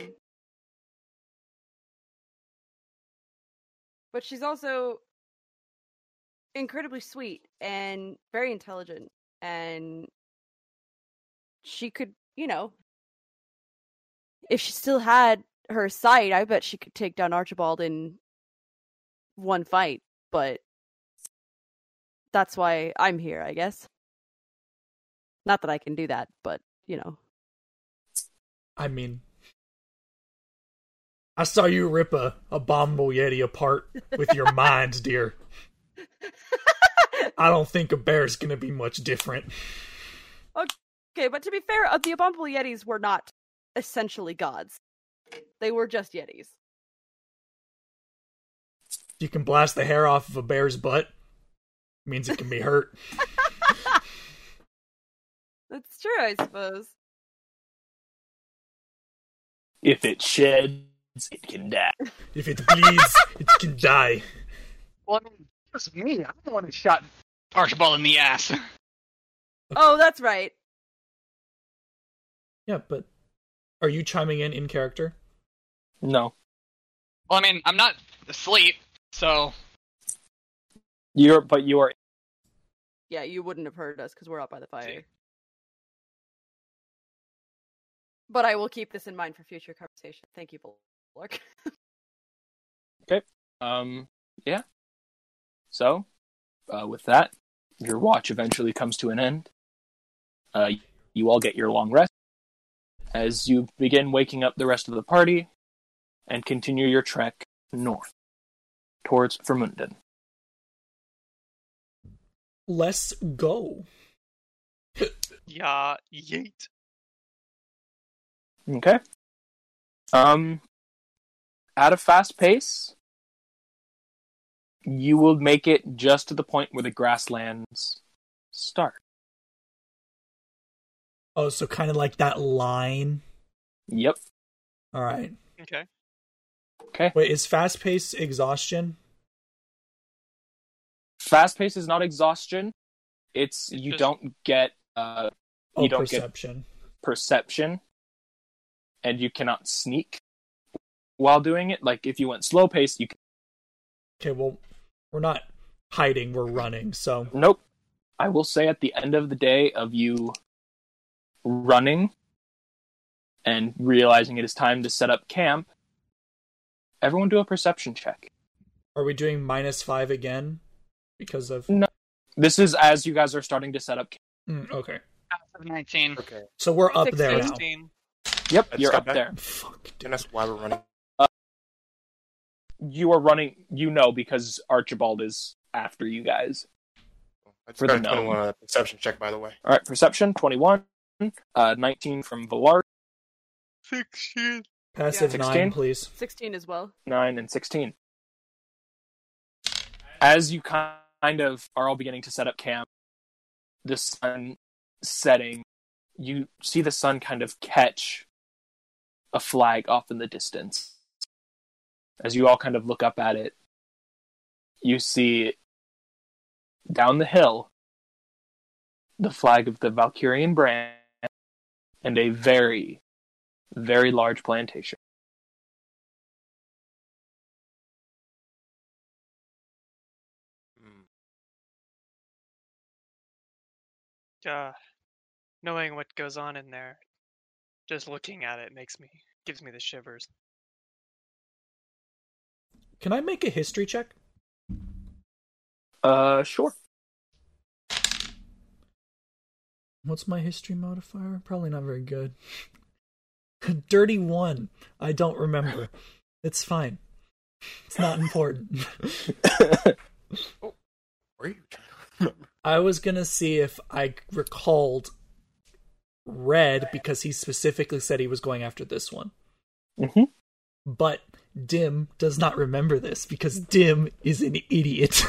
Speaker 4: but she's also incredibly sweet and very intelligent, and she could, you know, if she still had her sight, I bet she could take down Archibald in one fight. But that's why I'm here, I guess. Not that I can do that, but you know.
Speaker 3: I mean, I saw you rip a abominable yeti apart with your mind, dear. I don't think a bear's gonna be much different.
Speaker 4: Okay, but to be fair, uh, the Abominable Yetis were not essentially gods. They were just Yetis.
Speaker 3: You can blast the hair off of a bear's butt. Means it can be hurt.
Speaker 4: That's true, I suppose.
Speaker 7: If it sheds, it can die.
Speaker 3: If it bleeds, it can die.
Speaker 9: Well, I mean, just me. I'm the one who shot Archibald in the ass.
Speaker 4: Oh, that's right.
Speaker 3: Yeah, but are you chiming in in character?
Speaker 1: No,
Speaker 9: Well, I mean, I'm not asleep, so
Speaker 1: you're but you are.
Speaker 4: Yeah, you wouldn't have heard us because we're out by the fire. But I will keep this in mind for future conversation. Thank you, Bulwark.
Speaker 1: Um, yeah. So, uh, with that, your watch eventually comes to an end. Uh, you all get your long rest as you begin waking up the rest of the party and continue your trek north towards Vermunden.
Speaker 3: Let's go.
Speaker 5: Yeah, yeet.
Speaker 1: Okay. Um, at a fast pace, you will make it just to the point where the grasslands start.
Speaker 3: Oh, so kind of like that line.
Speaker 1: Yep.
Speaker 3: All right.
Speaker 5: Okay.
Speaker 1: Okay.
Speaker 3: Wait, is fast pace exhaustion?
Speaker 1: Fast pace is not exhaustion. It's you
Speaker 5: just-
Speaker 1: don't get uh
Speaker 3: Oh,
Speaker 1: You don't get-
Speaker 3: perception.
Speaker 1: perception and you cannot sneak while doing it. Like if you went slow pace, you can
Speaker 3: Okay, well, we're not hiding, we're running. So,
Speaker 1: Nope. I will say at the end of the day of you running and realizing it is time to set up camp, everyone do a perception check.
Speaker 3: are we doing minus five again? Because of.
Speaker 1: This is as you guys are starting to set up camp.
Speaker 3: Mm, okay.
Speaker 9: Nineteen.
Speaker 2: Okay.
Speaker 3: So we're up there now.
Speaker 5: 16.
Speaker 1: Yep,
Speaker 2: Let's
Speaker 1: you're
Speaker 2: go
Speaker 1: up
Speaker 2: back.
Speaker 1: there.
Speaker 3: Fuck.
Speaker 2: And that's why we're running.
Speaker 1: You are running, you know, because Archibald is after you guys.
Speaker 2: That's
Speaker 1: For
Speaker 2: for
Speaker 1: the
Speaker 2: the
Speaker 1: no.
Speaker 2: 21 on a uh, perception check, by the way.
Speaker 1: All right, perception 21, uh, 19 from Valar,
Speaker 5: Sixteen.
Speaker 3: Passive
Speaker 1: Yeah.
Speaker 3: nine,
Speaker 1: 16?
Speaker 3: please.
Speaker 4: 16 as well.
Speaker 1: 9, and 16. As you kind of are all beginning to set up camp, the sun setting, you see the sun kind of catch a flag off in the distance. As you all kind of look up at it, you see down the hill the flag of the Valkyrian brand and a very, very large plantation.
Speaker 2: Hmm.
Speaker 5: uh, knowing what goes on in there, just looking at it makes me gives me the shivers.
Speaker 3: Can I make a history check?
Speaker 1: Uh, sure.
Speaker 3: What's my history modifier? Probably not very good. Dirty one. I don't remember. It's fine. It's not important.
Speaker 2: Where are you trying to remember?
Speaker 3: I was gonna see if I recalled red because he specifically said he was going after this one.
Speaker 1: Mhm.
Speaker 3: But Dim does not remember this because Dim is an idiot.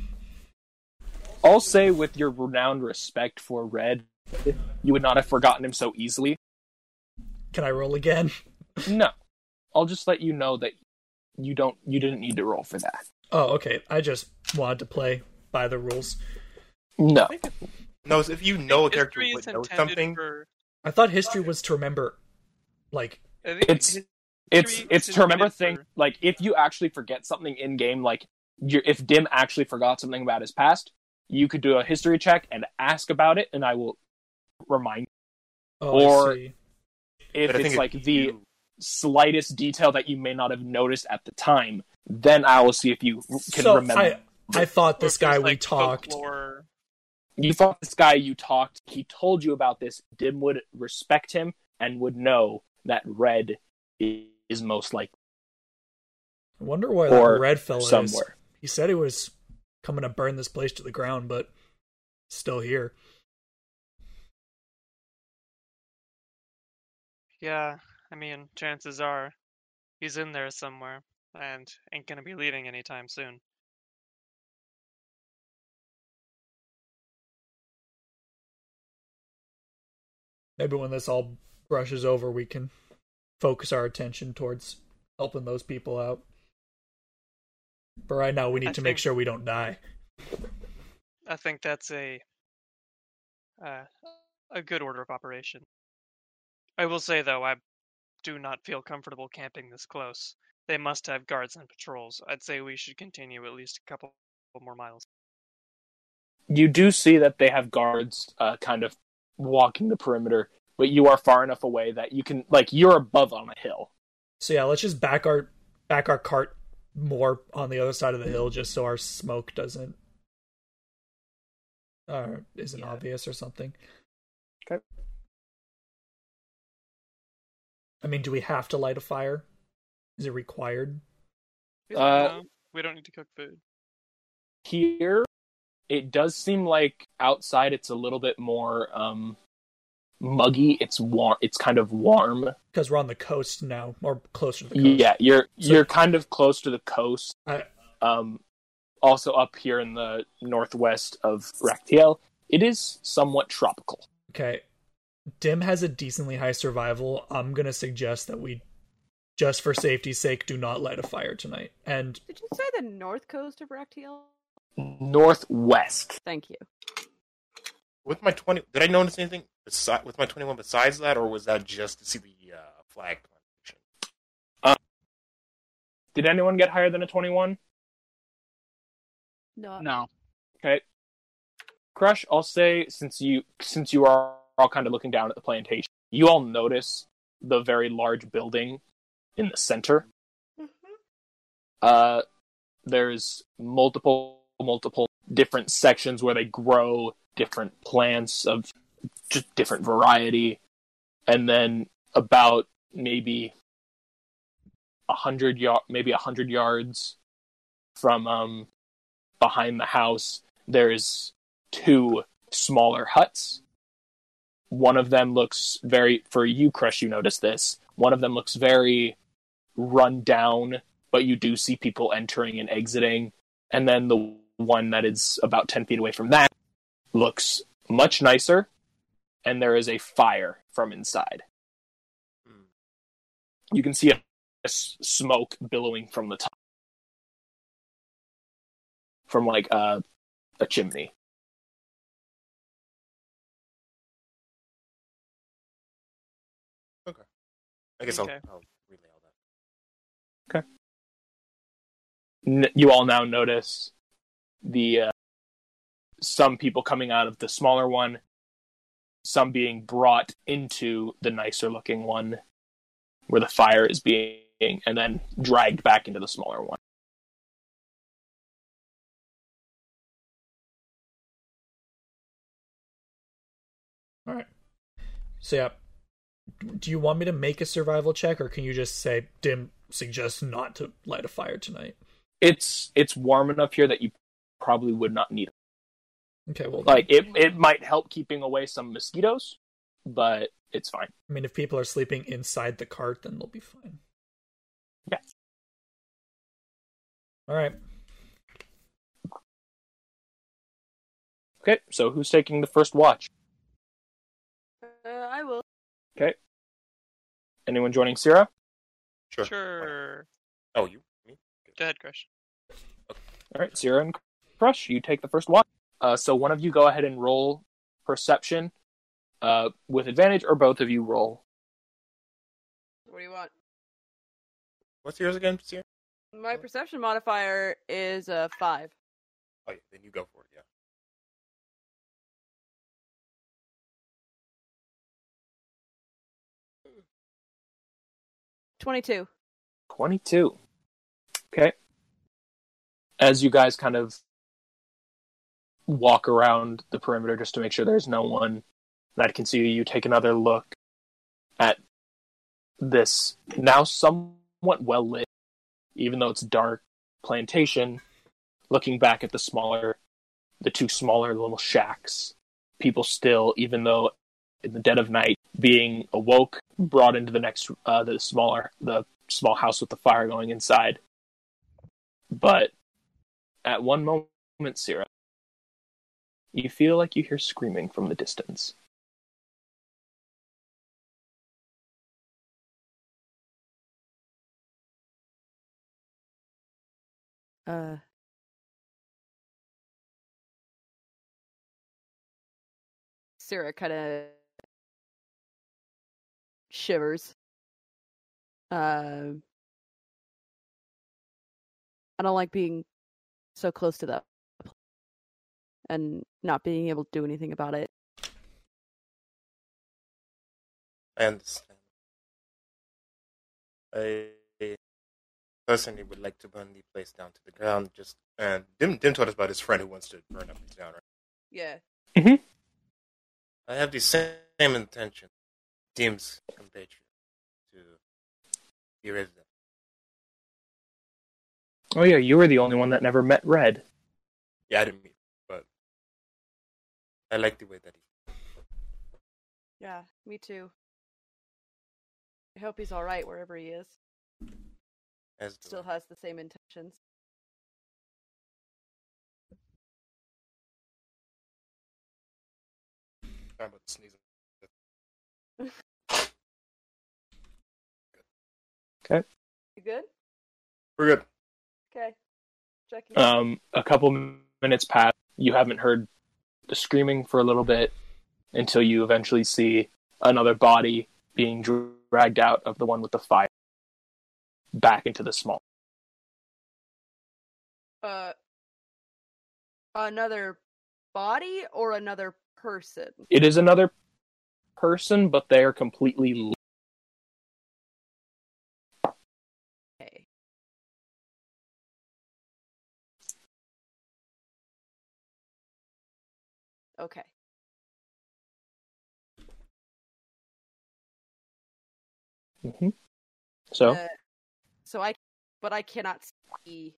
Speaker 1: I'll say with your renowned respect for Red, you would not have forgotten him so easily.
Speaker 3: Can I roll again?
Speaker 1: No. I'll just let you know that you don't you didn't need to roll for that.
Speaker 3: Oh, okay. I just wanted to play by the rules.
Speaker 1: No.
Speaker 2: No, it's if you know a character
Speaker 5: History
Speaker 2: would
Speaker 5: is
Speaker 2: know
Speaker 5: intended
Speaker 2: something,
Speaker 5: for.
Speaker 3: I thought history was to remember, like,
Speaker 5: I think
Speaker 1: It's-
Speaker 5: history
Speaker 1: It's it's
Speaker 5: is
Speaker 1: to remember
Speaker 5: intended
Speaker 1: things
Speaker 5: for-
Speaker 1: like if you actually forget something in game like you if Dim actually forgot something about his past, you could do a history check and ask about it and I will remind
Speaker 3: oh, I
Speaker 1: Or-
Speaker 3: see.
Speaker 1: you. if
Speaker 2: but I think
Speaker 1: it's like
Speaker 2: if
Speaker 1: the
Speaker 2: you-
Speaker 1: slightest detail that you may not have noticed at the time, then I will see if you can
Speaker 3: so
Speaker 1: remember.
Speaker 3: I, I thought
Speaker 5: or
Speaker 3: this
Speaker 5: if there's,
Speaker 3: guy we
Speaker 5: like,
Speaker 3: talked.
Speaker 5: folklore.
Speaker 1: you thought this guy you talked he told you about this dim would respect him and would know that red i- is most likely
Speaker 3: I wonder where
Speaker 1: or
Speaker 3: that red fella is.
Speaker 1: somewhere
Speaker 3: He said he was coming to burn this place to the ground, but still here.
Speaker 5: Yeah, I mean, chances are he's in there somewhere and ain't gonna be leaving anytime soon.
Speaker 3: Maybe when this all brushes over, we can focus our attention towards helping those people out. But right now, we need
Speaker 5: I
Speaker 3: to make
Speaker 5: think-
Speaker 3: sure we don't die.
Speaker 5: I think that's a uh, a good order of operation. I will say though, I do not feel comfortable camping this close. They must have guards and patrols. I'd say we should continue at least a couple more miles.
Speaker 1: you do see that they have guards uh, kind of walking the perimeter but you are far enough away that you can like you're above on a hill
Speaker 3: So yeah, let's just back our back our cart more on the other side of the hill, just so our smoke doesn't or isn't
Speaker 1: Yeah.
Speaker 3: obvious or something.
Speaker 1: 'Kay.
Speaker 3: I mean, do we have to light a fire? Is it required?
Speaker 5: We
Speaker 1: Uh,
Speaker 5: don't know. we don't need to cook food.
Speaker 1: here it does seem like outside it's a little bit more um muggy it's warm it's kind of warm
Speaker 3: Because we're on the coast now, or closer to the coast.
Speaker 1: yeah you're
Speaker 3: So-
Speaker 1: you're kind of close to the coast
Speaker 3: I
Speaker 1: um, also up here in the northwest of Raktiel. It is somewhat tropical.
Speaker 3: Okay. Dim has a decently high survival. I'm going to suggest that we, just for safety's sake, do not light a fire tonight. And
Speaker 4: Did you say the north coast of Rectiel?
Speaker 1: Northwest.
Speaker 4: Thank you.
Speaker 2: With my twenty, did I notice anything besi- with my twenty-one besides that, or was that just to see the uh, flag plantation?
Speaker 1: Did anyone get higher than a 21?
Speaker 4: No.
Speaker 9: No.
Speaker 1: Okay. Crush, I'll say since you since you are all kind of looking down at the plantation, you all notice the very large building in the center.
Speaker 4: Mm-hmm.
Speaker 1: Uh there's multiple multiple different sections where they grow different plants of just different variety and then about maybe a hundred yard maybe a hundred yards from um behind the house there's two smaller huts one of them looks very for you crush you notice this one of them looks very run down but you do see people entering and exiting and then the one that is about 10 feet away from that looks much nicer and there is a fire from inside
Speaker 2: Hmm.
Speaker 1: you can see a, a s- smoke billowing from the top from like a a chimney.
Speaker 2: I guess
Speaker 5: Okay.
Speaker 2: I'll, I'll relay all that.
Speaker 1: N- you all now notice the uh, some people coming out of the smaller one, some being brought into the nicer looking one, where the fire is being, and then dragged back into the smaller one.
Speaker 3: all right. So yeah, do you want me to make a survival check, or can you just say Dim suggests not to light a fire tonight?
Speaker 1: It's it's warm enough here that you probably would not need it.
Speaker 3: Okay. Well,
Speaker 1: Like it it might help keeping away some mosquitoes, but it's fine.
Speaker 3: I mean, if people are sleeping inside the cart, then they'll be fine.
Speaker 1: Yeah.
Speaker 3: All right.
Speaker 1: Okay, so who's taking the first watch?
Speaker 4: Uh, I will.
Speaker 1: Anyone joining Sarah?
Speaker 2: Sure.
Speaker 5: Sure.
Speaker 2: Oh, you? Me?
Speaker 5: Go ahead, Crush.
Speaker 1: All right, Sierra and Crush, you take the first one. Uh, so one of you go ahead and roll perception uh, with advantage, or both of you roll.
Speaker 4: What do you want?
Speaker 2: What's yours again, Sierra?
Speaker 4: My perception modifier is a five.
Speaker 2: Oh, yeah. Then you go for it. Yeah.
Speaker 4: Twenty-two.
Speaker 1: 22. Okay. As you guys kind of walk around the perimeter just to make sure there's no one that can see you, you take another look at this now somewhat well lit, even though it's dark, plantation. Looking back at the smaller, the two smaller little shacks, people still, even though in the dead of night, being awoke, brought into the next, uh, the smaller, the small house with the fire going inside. But at one moment, Sarah, you feel like you hear screaming from the distance.
Speaker 4: Uh. Sarah kind of shivers. Um, I don't like being so close to that pl- and not being able to do anything about it.
Speaker 2: I understand. I personally would like to burn the place down to the ground. Just and Dim Dim told us about his friend who wants to burn up things down. Right?
Speaker 4: Yeah.
Speaker 2: I have the same intention. Dim's compatriot to be rid of them.
Speaker 1: Oh, yeah, you were the only one that never met Red.
Speaker 2: Yeah, I didn't mean, but I like the way that he.
Speaker 4: Yeah, me too. I hope he's all right wherever he is.
Speaker 2: Has
Speaker 4: Still has the same intentions.
Speaker 2: time with sneezing.
Speaker 4: You good?
Speaker 2: We're good.
Speaker 4: Okay. Checking.
Speaker 1: Um, a couple minutes pass. You haven't heard the screaming for a little bit until you eventually see another body being dragged out of the one with the fire back into the small.
Speaker 4: uh, another body or another person?
Speaker 1: It is another person, but they are completely. l-
Speaker 4: Okay. Okay.
Speaker 1: So
Speaker 4: Uh, so I, but I cannot see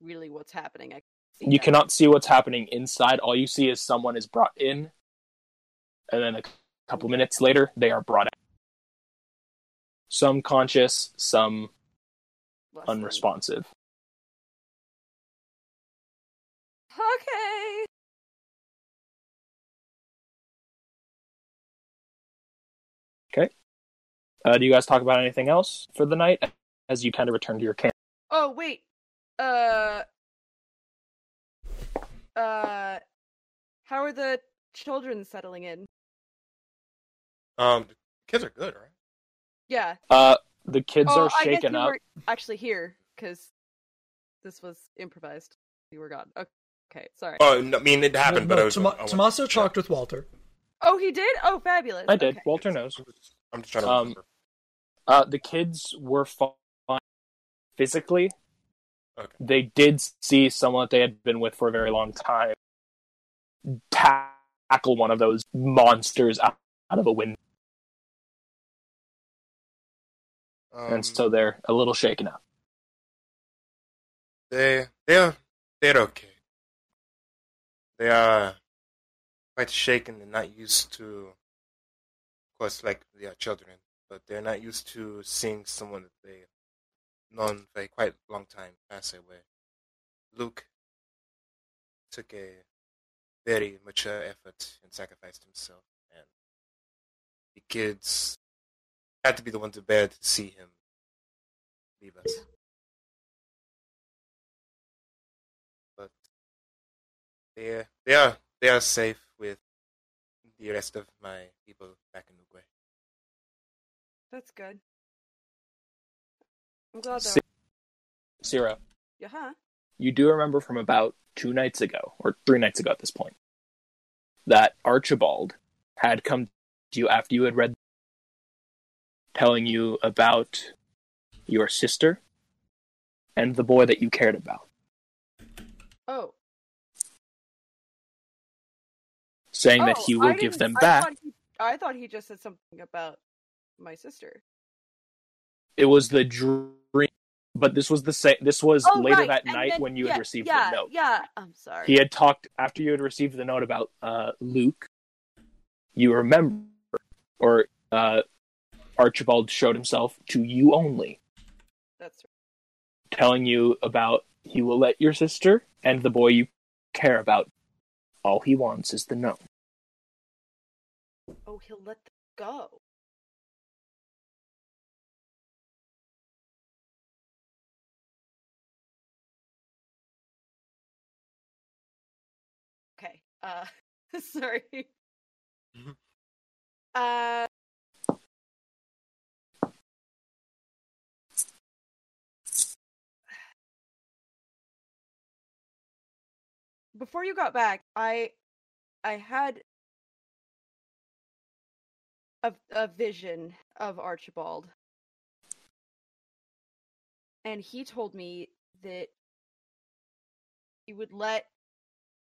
Speaker 4: really what's happening. I see
Speaker 1: you
Speaker 4: that.
Speaker 1: cannot see what's happening inside. All you see is someone is brought in, and then a couple minutes later, they are brought out. Some conscious, some
Speaker 4: Bless them.
Speaker 1: unresponsive.
Speaker 4: Okay.
Speaker 1: Uh, do you guys talk about anything else for the night as you kind of return to your camp?
Speaker 4: Oh wait. Uh. Uh. How are the children settling in?
Speaker 2: Um, the kids are good, right?
Speaker 4: Yeah.
Speaker 1: Uh, the kids are
Speaker 4: oh, I guess
Speaker 1: shaken
Speaker 4: you
Speaker 1: up.
Speaker 4: were actually here because this was improvised. You were gone. Okay. Okay, sorry.
Speaker 2: Oh, no, I mean it happened,
Speaker 3: No,
Speaker 2: but
Speaker 3: no,
Speaker 2: I was.
Speaker 3: Toma-
Speaker 2: I was-
Speaker 3: Tommaso talked with Walter.
Speaker 4: Oh, he did. Oh, fabulous.
Speaker 1: I did.
Speaker 4: Okay.
Speaker 1: Walter knows.
Speaker 2: I'm just trying to
Speaker 1: Um,
Speaker 2: remember.
Speaker 1: Uh, the kids were fine physically.
Speaker 2: Okay.
Speaker 1: They did see someone that they had been with for a very long time tackle one of those monsters out out of a window,
Speaker 2: Um,
Speaker 1: and so they're a little shaken up.
Speaker 2: they they're they're okay. They are quite shaken and not used to, of course, like they are children, but they're not used to seeing someone that they known for quite a long time pass away. Luke took a very mature effort and sacrificed himself, and the kids had to be the ones to bear to see him leave us. But they they are they are safe with the rest of my people back in Uruguay.
Speaker 4: That's good. I'm glad
Speaker 1: Si-
Speaker 4: that.
Speaker 1: Zero,
Speaker 4: Yeah, huh?
Speaker 1: you do remember from about two nights ago, or three nights ago at this point, that Archibald had come to you after you had read, telling you about your sister and the boy that you cared about.
Speaker 4: Oh.
Speaker 1: saying that
Speaker 4: Oh,
Speaker 1: he will
Speaker 4: I
Speaker 1: give
Speaker 4: didn't-
Speaker 1: them
Speaker 4: I
Speaker 1: back.
Speaker 4: thought he- I thought he just said something about my sister.
Speaker 1: It was the dream, but this was the same. This was
Speaker 4: Oh,
Speaker 1: later
Speaker 4: right,
Speaker 1: that
Speaker 4: and
Speaker 1: night
Speaker 4: then-
Speaker 1: when you
Speaker 4: yeah,
Speaker 1: had received
Speaker 4: yeah,
Speaker 1: the note.
Speaker 4: Yeah, I'm sorry.
Speaker 1: He had talked after you had received the note about uh, Luke. You remember, or uh, Archibald showed himself to you only,
Speaker 4: That's
Speaker 1: telling you about he will let your sister and the boy you care about. All he wants is the note.
Speaker 4: right. Oh, he'll let them go. Okay. Uh, sorry.
Speaker 2: Mhm.
Speaker 4: Uh. Before you got back, I, I had a, a vision of Archibald. And he told me that he would let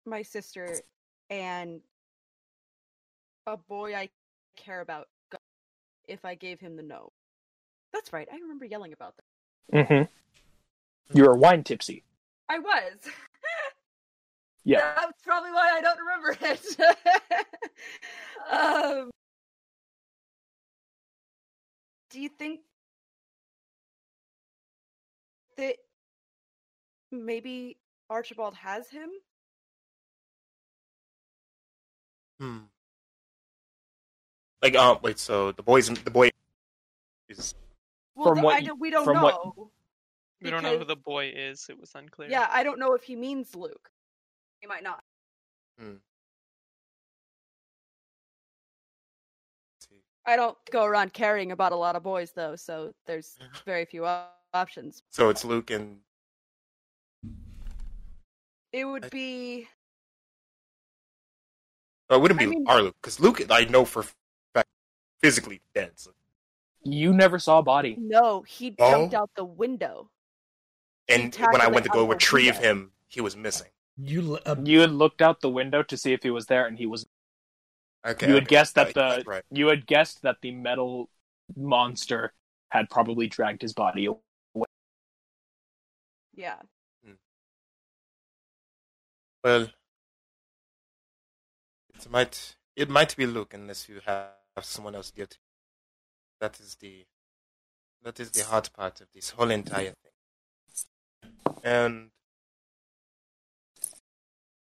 Speaker 4: my sister and a boy I care about go if I gave him the no. That's right. I remember yelling about that.
Speaker 1: Mm-hmm. You were wine tipsy.
Speaker 4: I was.
Speaker 1: Yeah.
Speaker 4: That's probably why I don't remember it. um, do you think that maybe Archibald has him?
Speaker 2: Hmm. Like, um, wait. So the boys, the boy is
Speaker 8: Well,
Speaker 1: From
Speaker 8: no,
Speaker 1: what
Speaker 8: I
Speaker 1: you-
Speaker 8: don't, we don't
Speaker 1: from
Speaker 8: know.
Speaker 1: what-
Speaker 5: We don't know who
Speaker 8: because-
Speaker 5: the boy is. It was unclear.
Speaker 8: Yeah, I don't know if he means Luke. He might not. I don't go around caring about a lot of boys though, so there's very few op- options.
Speaker 2: so it's Luke and
Speaker 8: It would
Speaker 2: I-
Speaker 8: be
Speaker 2: well, oh, it wouldn't be
Speaker 8: I mean-
Speaker 2: our Luke because Luke I know for a fact physically dead. So.
Speaker 1: You never saw a body.
Speaker 8: no, he
Speaker 2: Oh.
Speaker 8: jumped out the window.
Speaker 2: And
Speaker 8: tackled
Speaker 2: when I
Speaker 8: it
Speaker 2: went to
Speaker 8: out
Speaker 2: go
Speaker 8: the
Speaker 2: retrieve
Speaker 8: window.
Speaker 2: him, he was missing.
Speaker 3: You li- uh,
Speaker 1: You had looked out the window to see if he was there, and he was.
Speaker 2: Okay,
Speaker 1: you had
Speaker 2: okay,
Speaker 1: guessed that
Speaker 2: right,
Speaker 1: the
Speaker 2: right, right.
Speaker 1: you had guessed that the metal monster had probably dragged his body. away.
Speaker 8: Yeah.
Speaker 2: Well, it might it might be Luke unless you have someone else guilty. That is the that is the hard part of this whole entire thing. And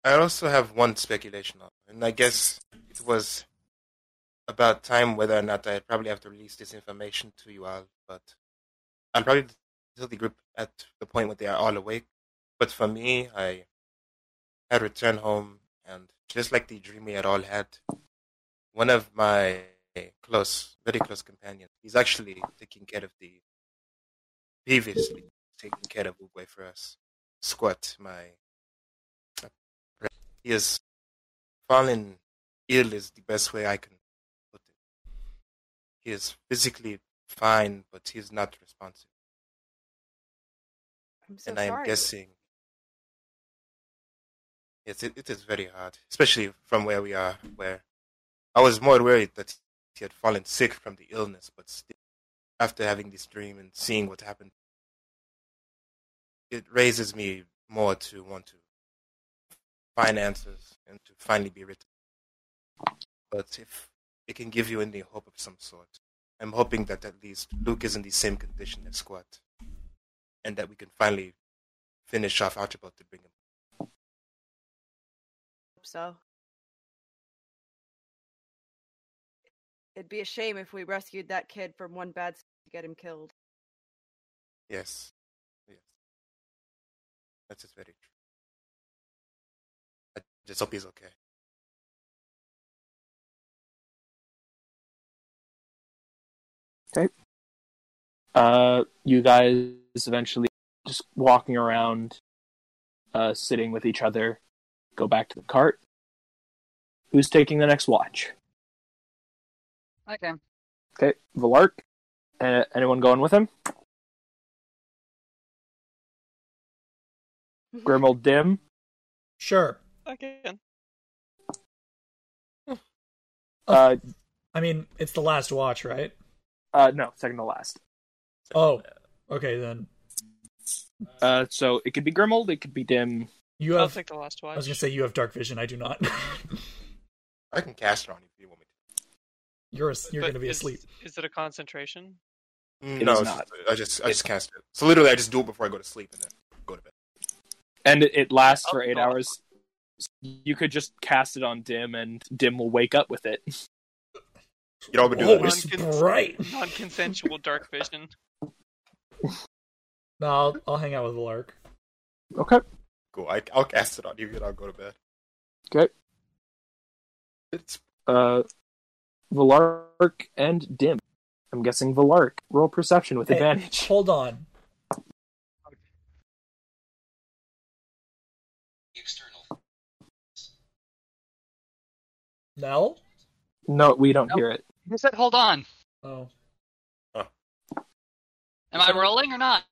Speaker 2: I also have one speculation on, and I guess it was about time whether or not I probably have to release this information to you all, but I'll probably tell the group at the point when they are all awake. But for me, I I returned home, and just like the dream we had all had, one of my close, very close companions, he's actually taking care of the previously taking care of Uguay for us. Squat, my he has fallen ill is the best way I can put it. He is physically fine, but he is not responsive,
Speaker 8: I'm so
Speaker 2: and I
Speaker 8: sorry.
Speaker 2: am guessing. Yes, it, it is very hard, especially from where we are. Where I was more worried that he had fallen sick from the illness, but still, after having this dream and seeing what happened, it raises me more to want to find answers and to finally be written. But if it can give you any hope of some sort, I'm hoping that at least Luke is in the same condition as Squat, and that we can finally finish off Archibald to bring him.
Speaker 8: so. It'd be a shame if we rescued that kid from one bad s- to get him killed.
Speaker 2: Yes. Yes. That is very true. I just hope he's okay.
Speaker 1: Uh, you guys eventually just walking around, uh, sitting with each other, go back to the cart. Who's taking the next watch?
Speaker 6: Okay.
Speaker 1: Okay, Valark. Uh, anyone going with him? Grimald Dim.
Speaker 3: sure.
Speaker 5: Again.
Speaker 1: Uh,
Speaker 3: I mean, it's the last watch, right?
Speaker 1: uh, no, second to last.
Speaker 3: Oh, okay then.
Speaker 1: Uh, so it could be Grimald, it could be Dim.
Speaker 3: You
Speaker 5: I'll
Speaker 3: have.
Speaker 5: take the last
Speaker 3: I
Speaker 5: watch.
Speaker 3: was gonna say you have dark vision. I do not.
Speaker 2: I can cast it on you if you want me
Speaker 3: you're a, you're
Speaker 5: But
Speaker 3: gonna be
Speaker 5: is-
Speaker 3: asleep.
Speaker 5: Is it a concentration?
Speaker 2: to.
Speaker 1: It
Speaker 2: no,
Speaker 1: is
Speaker 2: it's
Speaker 1: Mm, not.
Speaker 2: just- I just I just cast it. So literally, I just do it before I go to sleep and then go to bed.
Speaker 1: And it, it lasts
Speaker 5: Yeah,
Speaker 1: for
Speaker 5: I'll
Speaker 1: eight
Speaker 5: go on.
Speaker 1: hours. You could just cast it on Dim, and Dim will wake up with it.
Speaker 2: You know, I've been
Speaker 3: Whoa,
Speaker 2: doing that.
Speaker 3: Oh, it's
Speaker 5: Non-cons-
Speaker 3: bright.
Speaker 5: Non-consensual dark vision.
Speaker 3: No, I'll, I'll hang out with the lark.
Speaker 1: Okay.
Speaker 2: Cool. I, I'll cast it on you and I'll go to bed.
Speaker 1: Okay.
Speaker 2: It's
Speaker 1: Uh, Valark and Dim. I'm guessing Valark. Roll perception with
Speaker 3: Hey,
Speaker 1: advantage.
Speaker 3: Hold on. Nell?
Speaker 1: No, we don't
Speaker 9: Nope.
Speaker 1: hear it.
Speaker 9: He said, hold on.
Speaker 3: Oh.
Speaker 9: Am I rolling or not?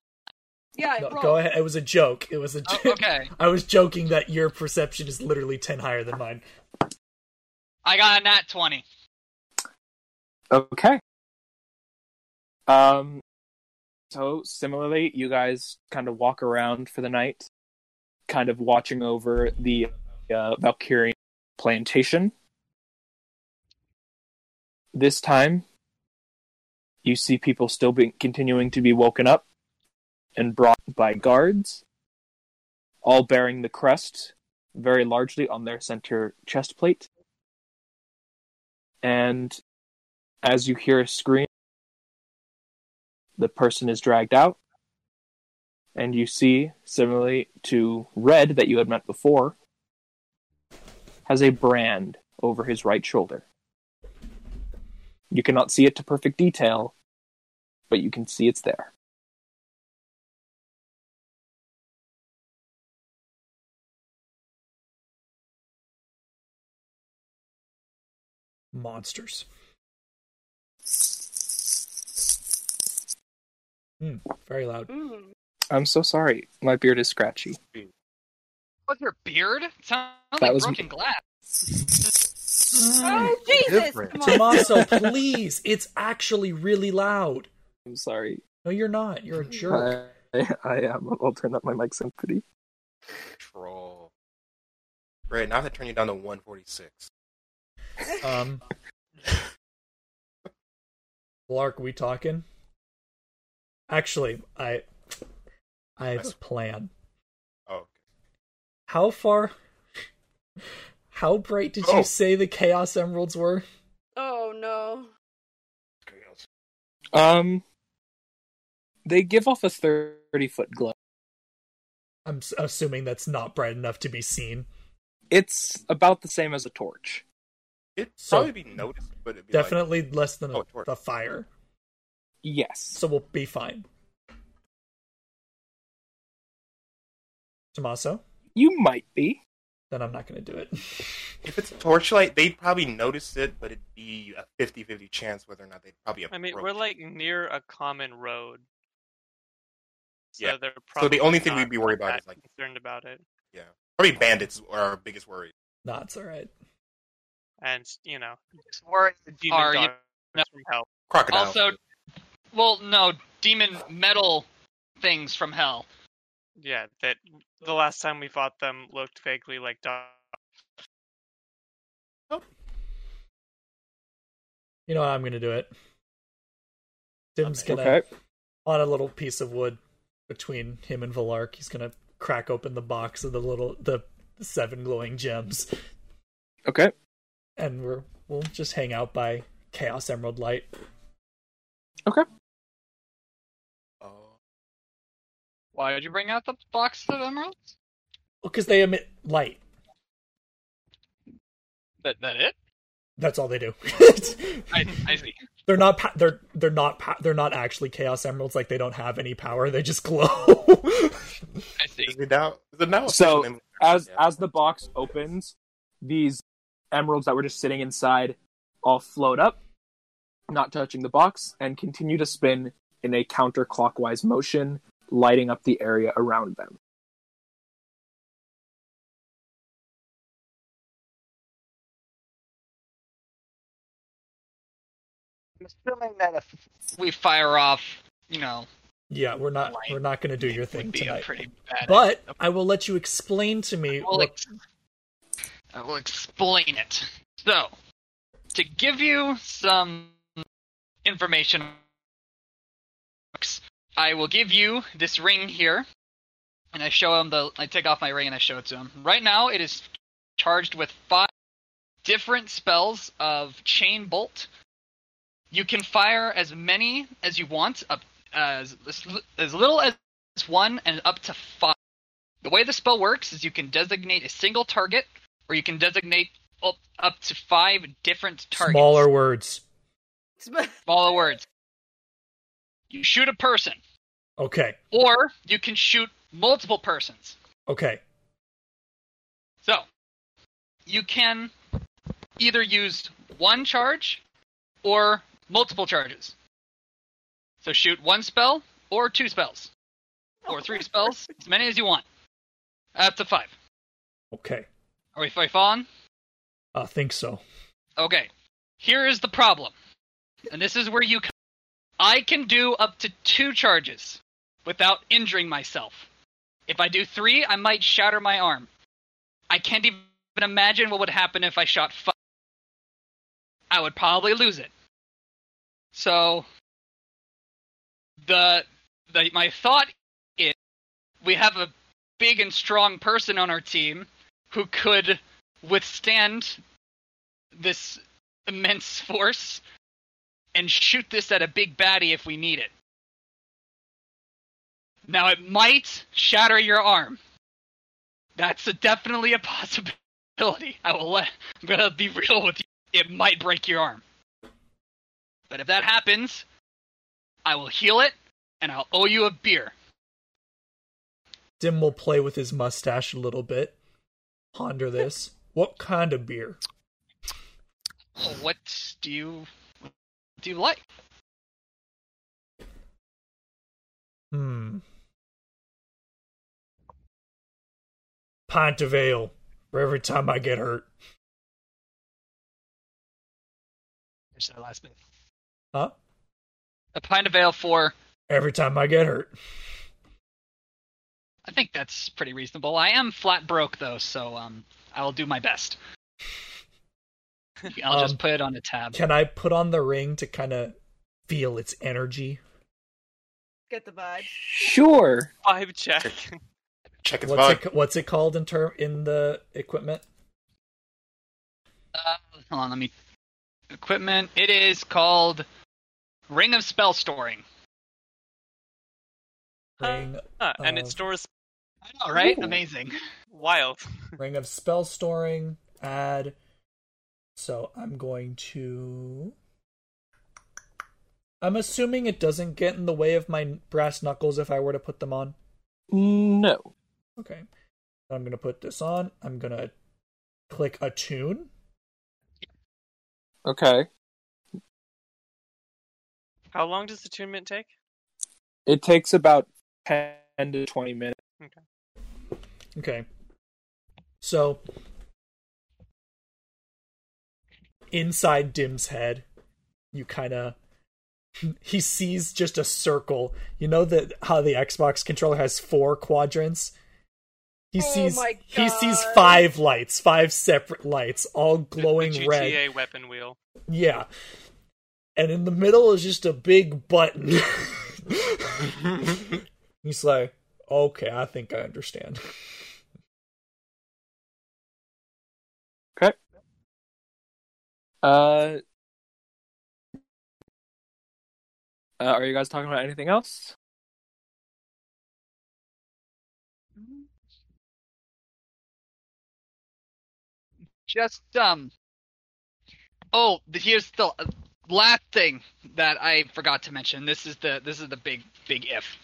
Speaker 8: Yeah,
Speaker 3: No,
Speaker 8: roll.
Speaker 3: go ahead. It was a joke. It was a
Speaker 9: Oh,
Speaker 3: joke.
Speaker 9: okay.
Speaker 3: I was joking that your perception is literally 10 higher than mine.
Speaker 9: I got a nat 20.
Speaker 1: Okay. Um, so similarly, you guys kind of walk around for the night, kind of watching over the uh, Valkyrian plantation. This time, you see people still being continuing to be woken up and brought by guards, all bearing the crest very largely on their center chest plate. And As you hear a scream, the person is dragged out, and you see, similarly to Red that you had met before, has a brand over his right shoulder. You cannot see it to perfect detail, but you can see it's there.
Speaker 3: Monsters. Hmm, very loud.
Speaker 8: Mm.
Speaker 1: I'm so sorry. My beard is scratchy.
Speaker 9: What's your beard? It sounds
Speaker 1: That
Speaker 9: like
Speaker 1: was-
Speaker 9: broken glass.
Speaker 8: Oh Jesus!
Speaker 2: different.
Speaker 8: Come on.
Speaker 3: Tommaso, please. It's actually really loud.
Speaker 1: I'm sorry.
Speaker 3: No, you're not. You're a jerk.
Speaker 1: I, I am. I'll turn up my mic symphony.
Speaker 2: Troll. Right, now I have to turn you down to 146.
Speaker 3: Um, Lark, we talking? Actually, I, I have a plan.
Speaker 2: Oh, okay.
Speaker 3: How far? How bright did
Speaker 2: Oh.
Speaker 3: you say the Chaos Emeralds were?
Speaker 8: Oh no.
Speaker 2: Chaos.
Speaker 1: Um, they give off a thirty foot glow.
Speaker 3: I'm s- assuming that's not bright enough to be seen.
Speaker 1: It's about the same as a torch.
Speaker 2: It'd
Speaker 3: So-
Speaker 2: probably be noticed, but it'd be like-
Speaker 3: Definitely less than
Speaker 2: Oh, torch.
Speaker 3: the fire,
Speaker 1: Yes.
Speaker 3: so we'll be fine. Tommaso,
Speaker 1: You might be.
Speaker 3: then I'm not going to do it.
Speaker 2: if it's torchlight, they'd probably notice it, but it'd be a 50 50 chance whether or not they'd probably
Speaker 5: I
Speaker 2: approach.
Speaker 5: mean, we're like near a common road. So
Speaker 2: Yeah.
Speaker 5: they're
Speaker 2: So
Speaker 5: probably
Speaker 2: the only thing
Speaker 5: not
Speaker 2: we'd be worried about
Speaker 5: that
Speaker 2: is, like-
Speaker 5: concerned about it.
Speaker 2: Yeah. Probably bandits are our biggest worry.
Speaker 3: Nah, it's all right.
Speaker 5: And you know,
Speaker 9: Just worried
Speaker 5: the demon
Speaker 9: Are you-
Speaker 5: dogs from hell.
Speaker 2: Crocodiles.
Speaker 9: Also, well, no, demon metal things from hell.
Speaker 5: Yeah, that the last time we fought them looked vaguely like dogs.
Speaker 3: You know what? I'm gonna do it. Tim's gonna
Speaker 1: Okay.
Speaker 3: on a little piece of wood between him and Valark. He's gonna crack open the box of the little the seven glowing gems,
Speaker 1: Okay.
Speaker 3: and we're we'll just hang out by Chaos Emerald Light.
Speaker 2: Oh.
Speaker 9: Why did you bring out the box of emeralds?
Speaker 3: Because they emit light.
Speaker 9: That that it?
Speaker 3: That's all they do.
Speaker 9: I, I see.
Speaker 3: they're not pa- they're they're not pa- they're not actually Chaos Emeralds. Like they don't have any power. They just glow.
Speaker 9: I see.
Speaker 2: Is it now? Is it now
Speaker 1: So,
Speaker 2: official name?
Speaker 1: As
Speaker 2: Yeah.
Speaker 1: as the box opens, these emeralds that were just sitting inside all float up, not touching the box, and continue to spin in a counterclockwise motion, lighting up the area around them.
Speaker 9: I'm assuming that if we fire off, you know,
Speaker 3: yeah, we're not
Speaker 9: Light
Speaker 3: we're not gonna do your
Speaker 9: would
Speaker 3: thing
Speaker 9: be a
Speaker 3: tonight.
Speaker 9: pretty bad.
Speaker 3: But I will let you explain to me
Speaker 9: will
Speaker 3: what
Speaker 9: ex- I will explain it. So, to give you some information, I will give you this ring here, and I show him the. I take off my ring and I show it to him. Right now, it is charged with five different spells of chain bolt. You can fire as many as you want, up as as little as one, and up to five. The way the spell works is you can designate a single target, or you can designate up, up to five different targets.
Speaker 3: smaller words.
Speaker 9: Smaller words. You shoot a person,
Speaker 3: Okay.
Speaker 9: or you can shoot multiple persons.
Speaker 3: Okay.
Speaker 9: So, you can either use one charge or multiple charges. So, shoot one spell or two spells, or three spells, as many as you want. Up to five.
Speaker 3: Okay.
Speaker 9: Are we, are we following?
Speaker 3: I think so.
Speaker 9: Okay. Here is the problem. And this is where you come. I can do up to two charges without injuring myself. If I do three, I might shatter my arm. I can't even imagine what would happen if I shot five. I would probably lose it. So the, the my thought is we have a big and strong person on our team who could withstand this immense force and shoot this at a big baddie if we need it. Now it might shatter your arm. That's a, definitely a possibility. I will let. I'm gonna be real with you. It might break your arm. But if that happens, I will heal it, and I'll owe you a beer.
Speaker 3: Dim will play with his mustache a little bit. Ponder this. What kind of beer?
Speaker 9: What do you what do you like?
Speaker 3: Hmm. Pint of ale for every time I get hurt.
Speaker 9: Finish that last bit.
Speaker 3: Huh?
Speaker 9: A pint of ale for.
Speaker 3: Every time I get hurt.
Speaker 9: I think that's pretty reasonable. I am flat broke though, so um, I'll do my best. I'll
Speaker 3: Um,
Speaker 9: just put it on a tab.
Speaker 3: Can I put on the ring to kind of feel its energy?
Speaker 8: Get the vibe.
Speaker 1: Sure.
Speaker 5: Five check.
Speaker 2: Check its
Speaker 3: what's
Speaker 2: bug.
Speaker 3: it, ca- what's it called in term in the equipment?
Speaker 9: Uh, hold on, let me. Equipment. It is called Ring of Spell Storing.
Speaker 3: Ring,
Speaker 5: Huh, and
Speaker 3: Uh,
Speaker 5: it stores
Speaker 9: I know, right?
Speaker 1: Ooh.
Speaker 9: Amazing.
Speaker 5: wild.
Speaker 3: ring of spell storing. Add. So I'm going to. I'm assuming it doesn't get in the way of my brass knuckles if I were to put them on.
Speaker 1: No.
Speaker 3: Okay. I'm going to put this on. I'm going to click attune.
Speaker 1: Okay.
Speaker 5: How long does attunement take?
Speaker 1: It takes about 10 to 20 minutes.
Speaker 3: Okay. So inside Dim's head, you kind of he sees just a circle. You know that how the Xbox controller has four quadrants. He
Speaker 8: Oh
Speaker 3: sees
Speaker 8: my
Speaker 3: he sees
Speaker 8: God.
Speaker 3: five lights, five separate lights, all
Speaker 5: The-
Speaker 3: glowing
Speaker 5: the
Speaker 3: red.
Speaker 5: GTA weapon wheel.
Speaker 3: Yeah. And in the middle is just a big button. He's like, okay, I think I understand.
Speaker 1: Uh, uh, are you guys talking about anything else?
Speaker 9: Just um. Oh, th- here's the last thing that I forgot to mention. This is the this is the big big if.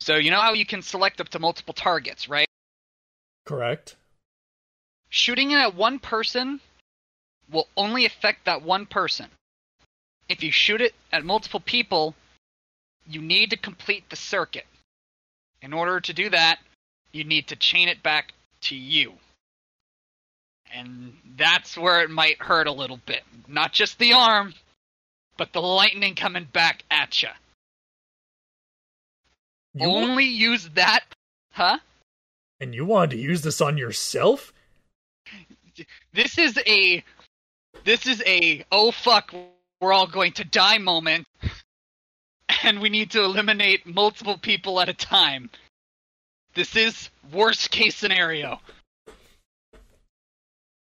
Speaker 9: So you know how you can select up to multiple targets, right?
Speaker 3: Correct?
Speaker 9: shooting it at one person will only affect that one person. If you shoot it at multiple people, you need to complete the circuit. In order to do that, you need to chain it back to you. And that's where it might hurt a little bit. Not just the arm, but the lightning coming back at ya.
Speaker 3: You want-
Speaker 9: Only use that, huh?
Speaker 3: And you wanted to use this on yourself?
Speaker 9: this is a this is a oh fuck we're all going to die moment and we need to eliminate multiple people at a time this is worst case scenario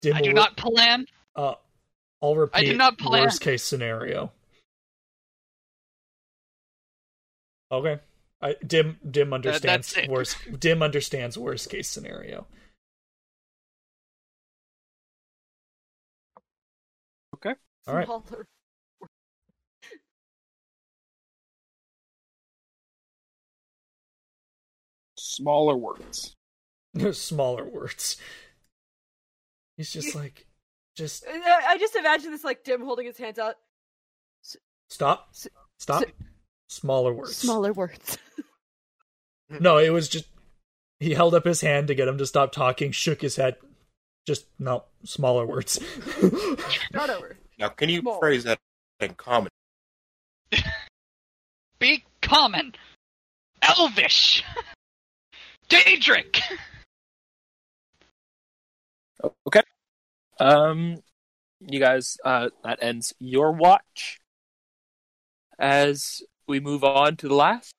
Speaker 3: Dim
Speaker 9: i do
Speaker 3: will-
Speaker 9: not plan
Speaker 3: Uh, I'll repeat.
Speaker 9: not plan.
Speaker 3: Worst case scenario. Okay. I, Dim Dim understands
Speaker 9: it.
Speaker 3: worst. Dim understands worst case scenario.
Speaker 1: Okay.
Speaker 3: All right.
Speaker 8: Smaller.
Speaker 1: Smaller words.
Speaker 3: Smaller words. He's just like, just
Speaker 8: I I just imagine this like Dim holding his hands out.
Speaker 3: stop,
Speaker 8: S-
Speaker 3: stop. Smaller words.
Speaker 8: Smaller words.
Speaker 3: No, it was just he held up his hand to get him to stop talking, shook his head. Just no, smaller words.
Speaker 8: Not over.
Speaker 2: Now, can you
Speaker 8: Small.
Speaker 2: phrase that in common?
Speaker 9: be common elvish daedric
Speaker 1: Um, you guys, uh, that ends your watch. As we move on to the last,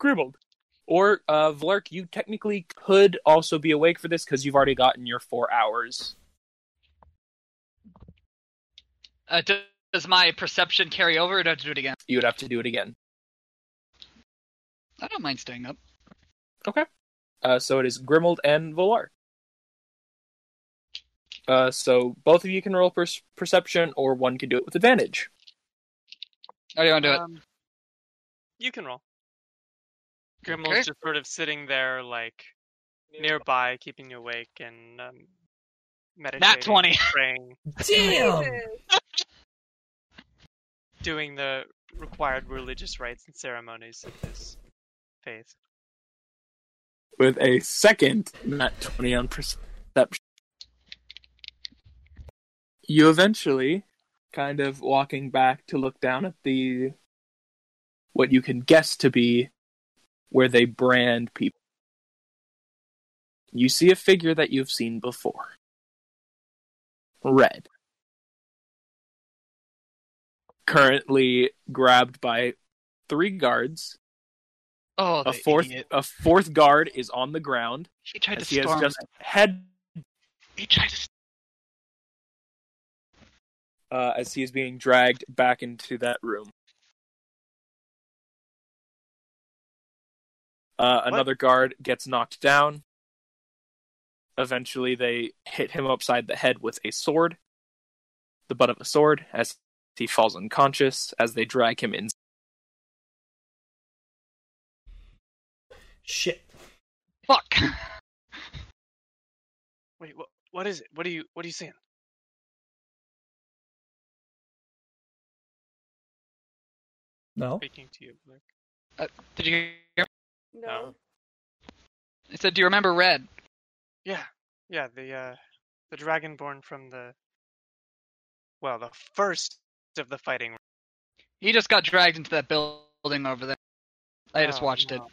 Speaker 1: Gribbled. Or, uh, Vlerk, you technically could also be awake for this because you've already gotten your four hours.
Speaker 9: uh, d- Does my perception carry over, or do I have to do it again?
Speaker 1: You would have to do it again.
Speaker 9: I don't mind staying up.
Speaker 1: Uh, so it is Grimald and Volar. Uh, so both of you can roll per- perception, or one can do it with advantage.
Speaker 9: Or do you want to do it?
Speaker 5: Um, you can roll. Grimmel's
Speaker 9: Okay.
Speaker 5: just sort of sitting there, like nearby, keeping you awake and um, meditating,
Speaker 9: 20.
Speaker 5: praying,
Speaker 3: Damn!
Speaker 5: doing the required religious rites and ceremonies of his faith.
Speaker 1: With a second nat twenty on perception, you eventually, kind of walking back to look down at the what you can guess to be where they brand people. You see a figure that you've seen before. Red. currently grabbed by three guards.
Speaker 9: Oh,
Speaker 1: A
Speaker 9: the
Speaker 1: fourth,
Speaker 9: idiot.
Speaker 1: a fourth guard is on the ground
Speaker 9: He tried to
Speaker 1: as he has
Speaker 9: storm.
Speaker 1: just
Speaker 9: it.
Speaker 1: head
Speaker 9: He tried to.
Speaker 1: uh, as he is being dragged back into that room. Uh, another guard gets knocked down. Eventually, they hit him upside the head with a sword, the butt of a sword, as he falls unconscious as they drag him in.
Speaker 3: Shit.
Speaker 9: Fuck.
Speaker 5: Wait, what? What is it? What are you? What are you seeing?
Speaker 3: No.
Speaker 5: Speaking to you, Blake.
Speaker 9: Did you hear? me?
Speaker 8: No.
Speaker 2: Oh.
Speaker 9: It said, "Do you remember Red?"
Speaker 5: Yeah, yeah. The uh, the dragonborn from the well, the first of the fighting. Ring.
Speaker 9: He just got dragged into that building over there. I just
Speaker 5: Oh,
Speaker 9: watched
Speaker 5: no.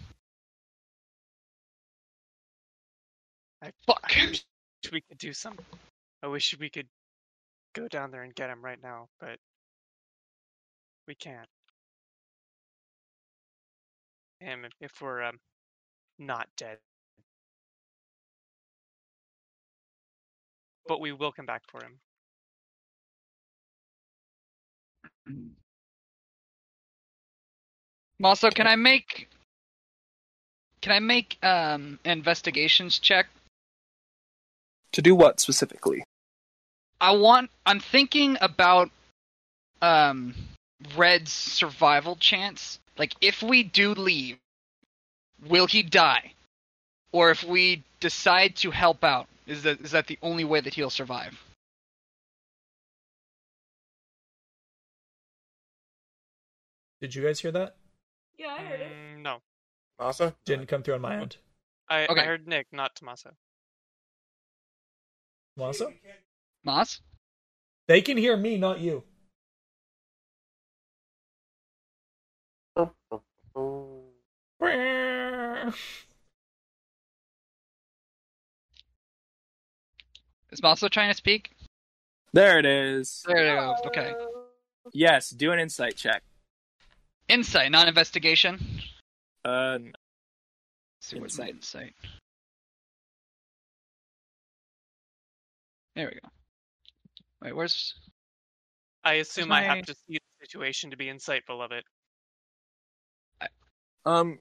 Speaker 5: I-
Speaker 9: it. Fuck.
Speaker 5: I wish we could do something. I wish we could go down there and get him right now, but we can't. And if- if we're um, not dead, but we will come back for him.
Speaker 9: Also, can I make? Can I make um investigations check?
Speaker 1: To do what specifically?
Speaker 9: I want. I'm thinking about um Red's survival chance. Like, if we do leave, will he die? Or if we decide to help out, is that is that the only way that he'll survive?
Speaker 3: Did you guys hear that?
Speaker 8: Yeah, I heard it.
Speaker 5: Mm, no,
Speaker 2: Masa?
Speaker 3: Didn't come through on my end.
Speaker 5: I,
Speaker 9: Okay.
Speaker 5: I heard Nick, not Tommaso.
Speaker 3: Masa?
Speaker 9: Moss?
Speaker 3: They can hear me, not you.
Speaker 9: Is Moss still trying to speak?
Speaker 1: There it is.
Speaker 9: There you go. Okay.
Speaker 1: Yes, do an insight check.
Speaker 9: Insight, not investigation.
Speaker 1: Uh,
Speaker 9: Let's see what's my
Speaker 1: Insight.
Speaker 9: insight. There we go. Wait, where's
Speaker 5: I assume I
Speaker 9: my-
Speaker 5: have to see the situation to be insightful of it.
Speaker 1: um,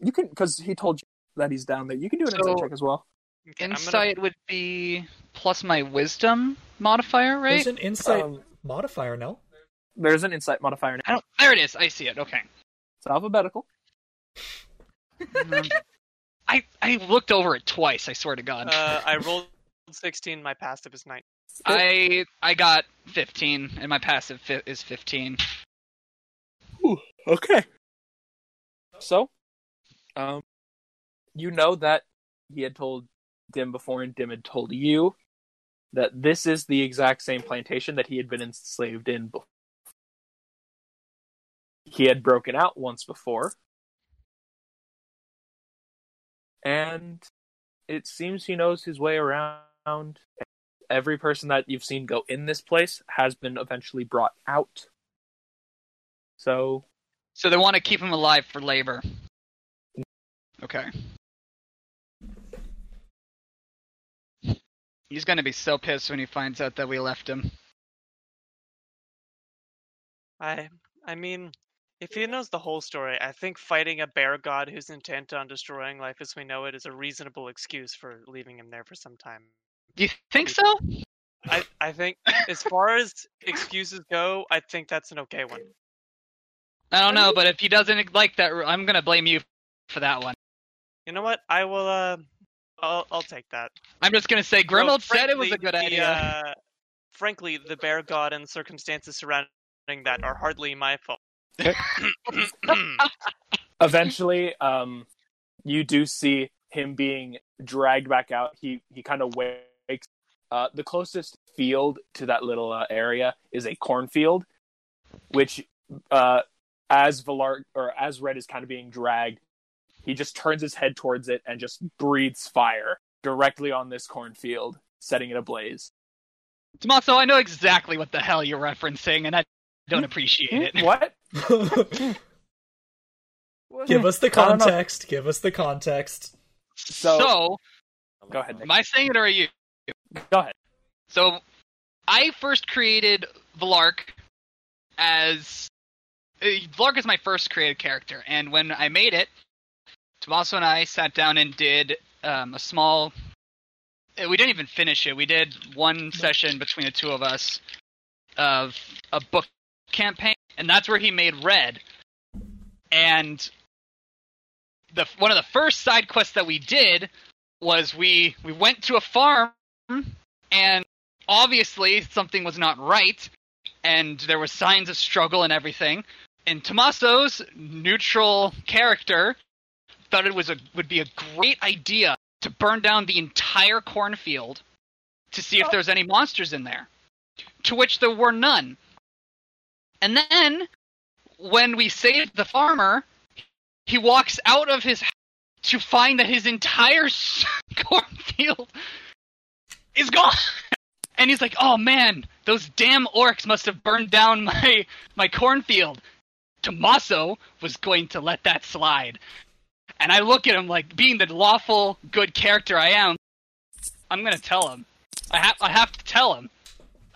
Speaker 1: you can because he told you that he's down there. You can do an
Speaker 9: So-
Speaker 1: insight check as well.
Speaker 5: Okay, I'm gonna-
Speaker 9: insight would be plus my wisdom modifier, right?
Speaker 3: There's an insight
Speaker 1: Um,
Speaker 3: modifier, no?
Speaker 1: There's an insight modifier. Now.
Speaker 9: I don't. There it is. I see it. Okay.
Speaker 1: It's alphabetical.
Speaker 9: Um, I I looked over it twice. I swear to God.
Speaker 5: Uh, I rolled 16. My passive is 9.
Speaker 9: I I got 15, and my passive fi- is 15.
Speaker 1: Okay. So, um, you know that he had told Dim before, and Dim had told you that this is the exact same plantation that he had been enslaved in before. He had broken out once before. And it seems he knows his way around. Every person that you've seen go in this place has been eventually brought out. So
Speaker 9: So they want to keep him alive for labor. Okay. He's gonna be so pissed when he finds out that we left him.
Speaker 5: I I mean, if he knows the whole story, I think fighting a bear god who's intent on destroying life as we know it is a reasonable excuse for leaving him there for some time.
Speaker 9: You think so?
Speaker 5: I I think as far as excuses go, I think that's an okay one.
Speaker 9: I don't know, but if he doesn't like that, ru- I'm gonna blame you for that one.
Speaker 5: You know what? I will. Uh, I'll I'll take that.
Speaker 9: I'm just gonna say Grimald
Speaker 5: So,
Speaker 9: said it was a
Speaker 5: frankly,
Speaker 9: good
Speaker 5: the,
Speaker 9: idea.
Speaker 5: uh, frankly, the bear god and circumstances surrounding that are hardly my fault.
Speaker 1: uh, eventually um you do see him being dragged back out he he kind of wakes uh the closest field to that little uh, area is a cornfield which uh as Valar or as red is kind of being dragged he just turns his head towards it and just breathes fire directly on this cornfield setting it ablaze
Speaker 9: Tommaso, I know exactly what the hell you're referencing, and I don't appreciate it.
Speaker 1: Hmm? what
Speaker 3: give us the
Speaker 1: I don't know.
Speaker 3: context. Give us the context.
Speaker 1: so,
Speaker 9: so
Speaker 1: go ahead Nick.
Speaker 9: am I saying it or are you?
Speaker 1: go ahead
Speaker 9: So, I first created Vlark as uh, Vlark is my first created character, and when I made it, Tommaso and I sat down and did um, a small. uh, We didn't even finish it. We did one session between the two of us of a book campaign, and that's where he made Red. And the one of the first side quests that we did was we we went to a farm and obviously something was not right and there were signs of struggle and everything and Tommaso's neutral character thought it was a would be a great idea to burn down the entire cornfield to see if there's any monsters in there to which there were none and then when we saved the farmer he walks out of his house to find that his entire cornfield is gone. And he's like, "Oh man, those damn orcs must have burned down my my cornfield." Tommaso was going to let that slide. And I look at him like, being the lawful good character I am, I'm gonna tell him. I have I have to tell him.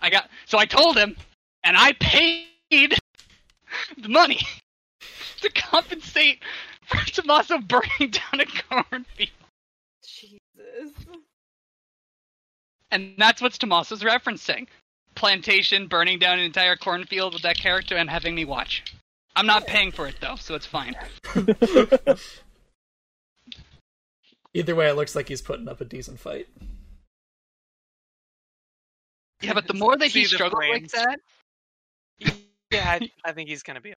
Speaker 9: I got so I told him, and I paid the money to compensate for Tommaso burning down a cornfield.
Speaker 8: Jesus.
Speaker 9: And that's what Tommaso's referencing. Plantation burning down an entire cornfield with that character and having me watch. I'm not paying for it though, so it's fine.
Speaker 3: Either way, it looks like he's putting up a decent fight.
Speaker 9: Yeah, but the more that
Speaker 5: See
Speaker 9: he
Speaker 5: the
Speaker 9: struggles like
Speaker 5: flames.
Speaker 9: that,
Speaker 5: yeah, I, I think he's gonna be.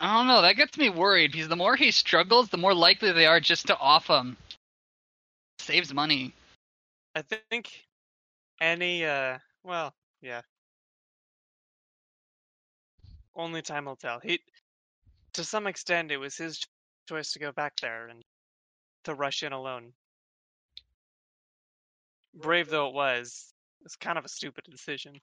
Speaker 9: I don't know, that gets me worried because the more he struggles, the more likely they are just to off him. Saves money.
Speaker 5: I think any. Uh, well, yeah. Only time will tell. He, to some extent, it was his choice to go back there and to rush in alone. Brave though it was, it's kind of a stupid decision.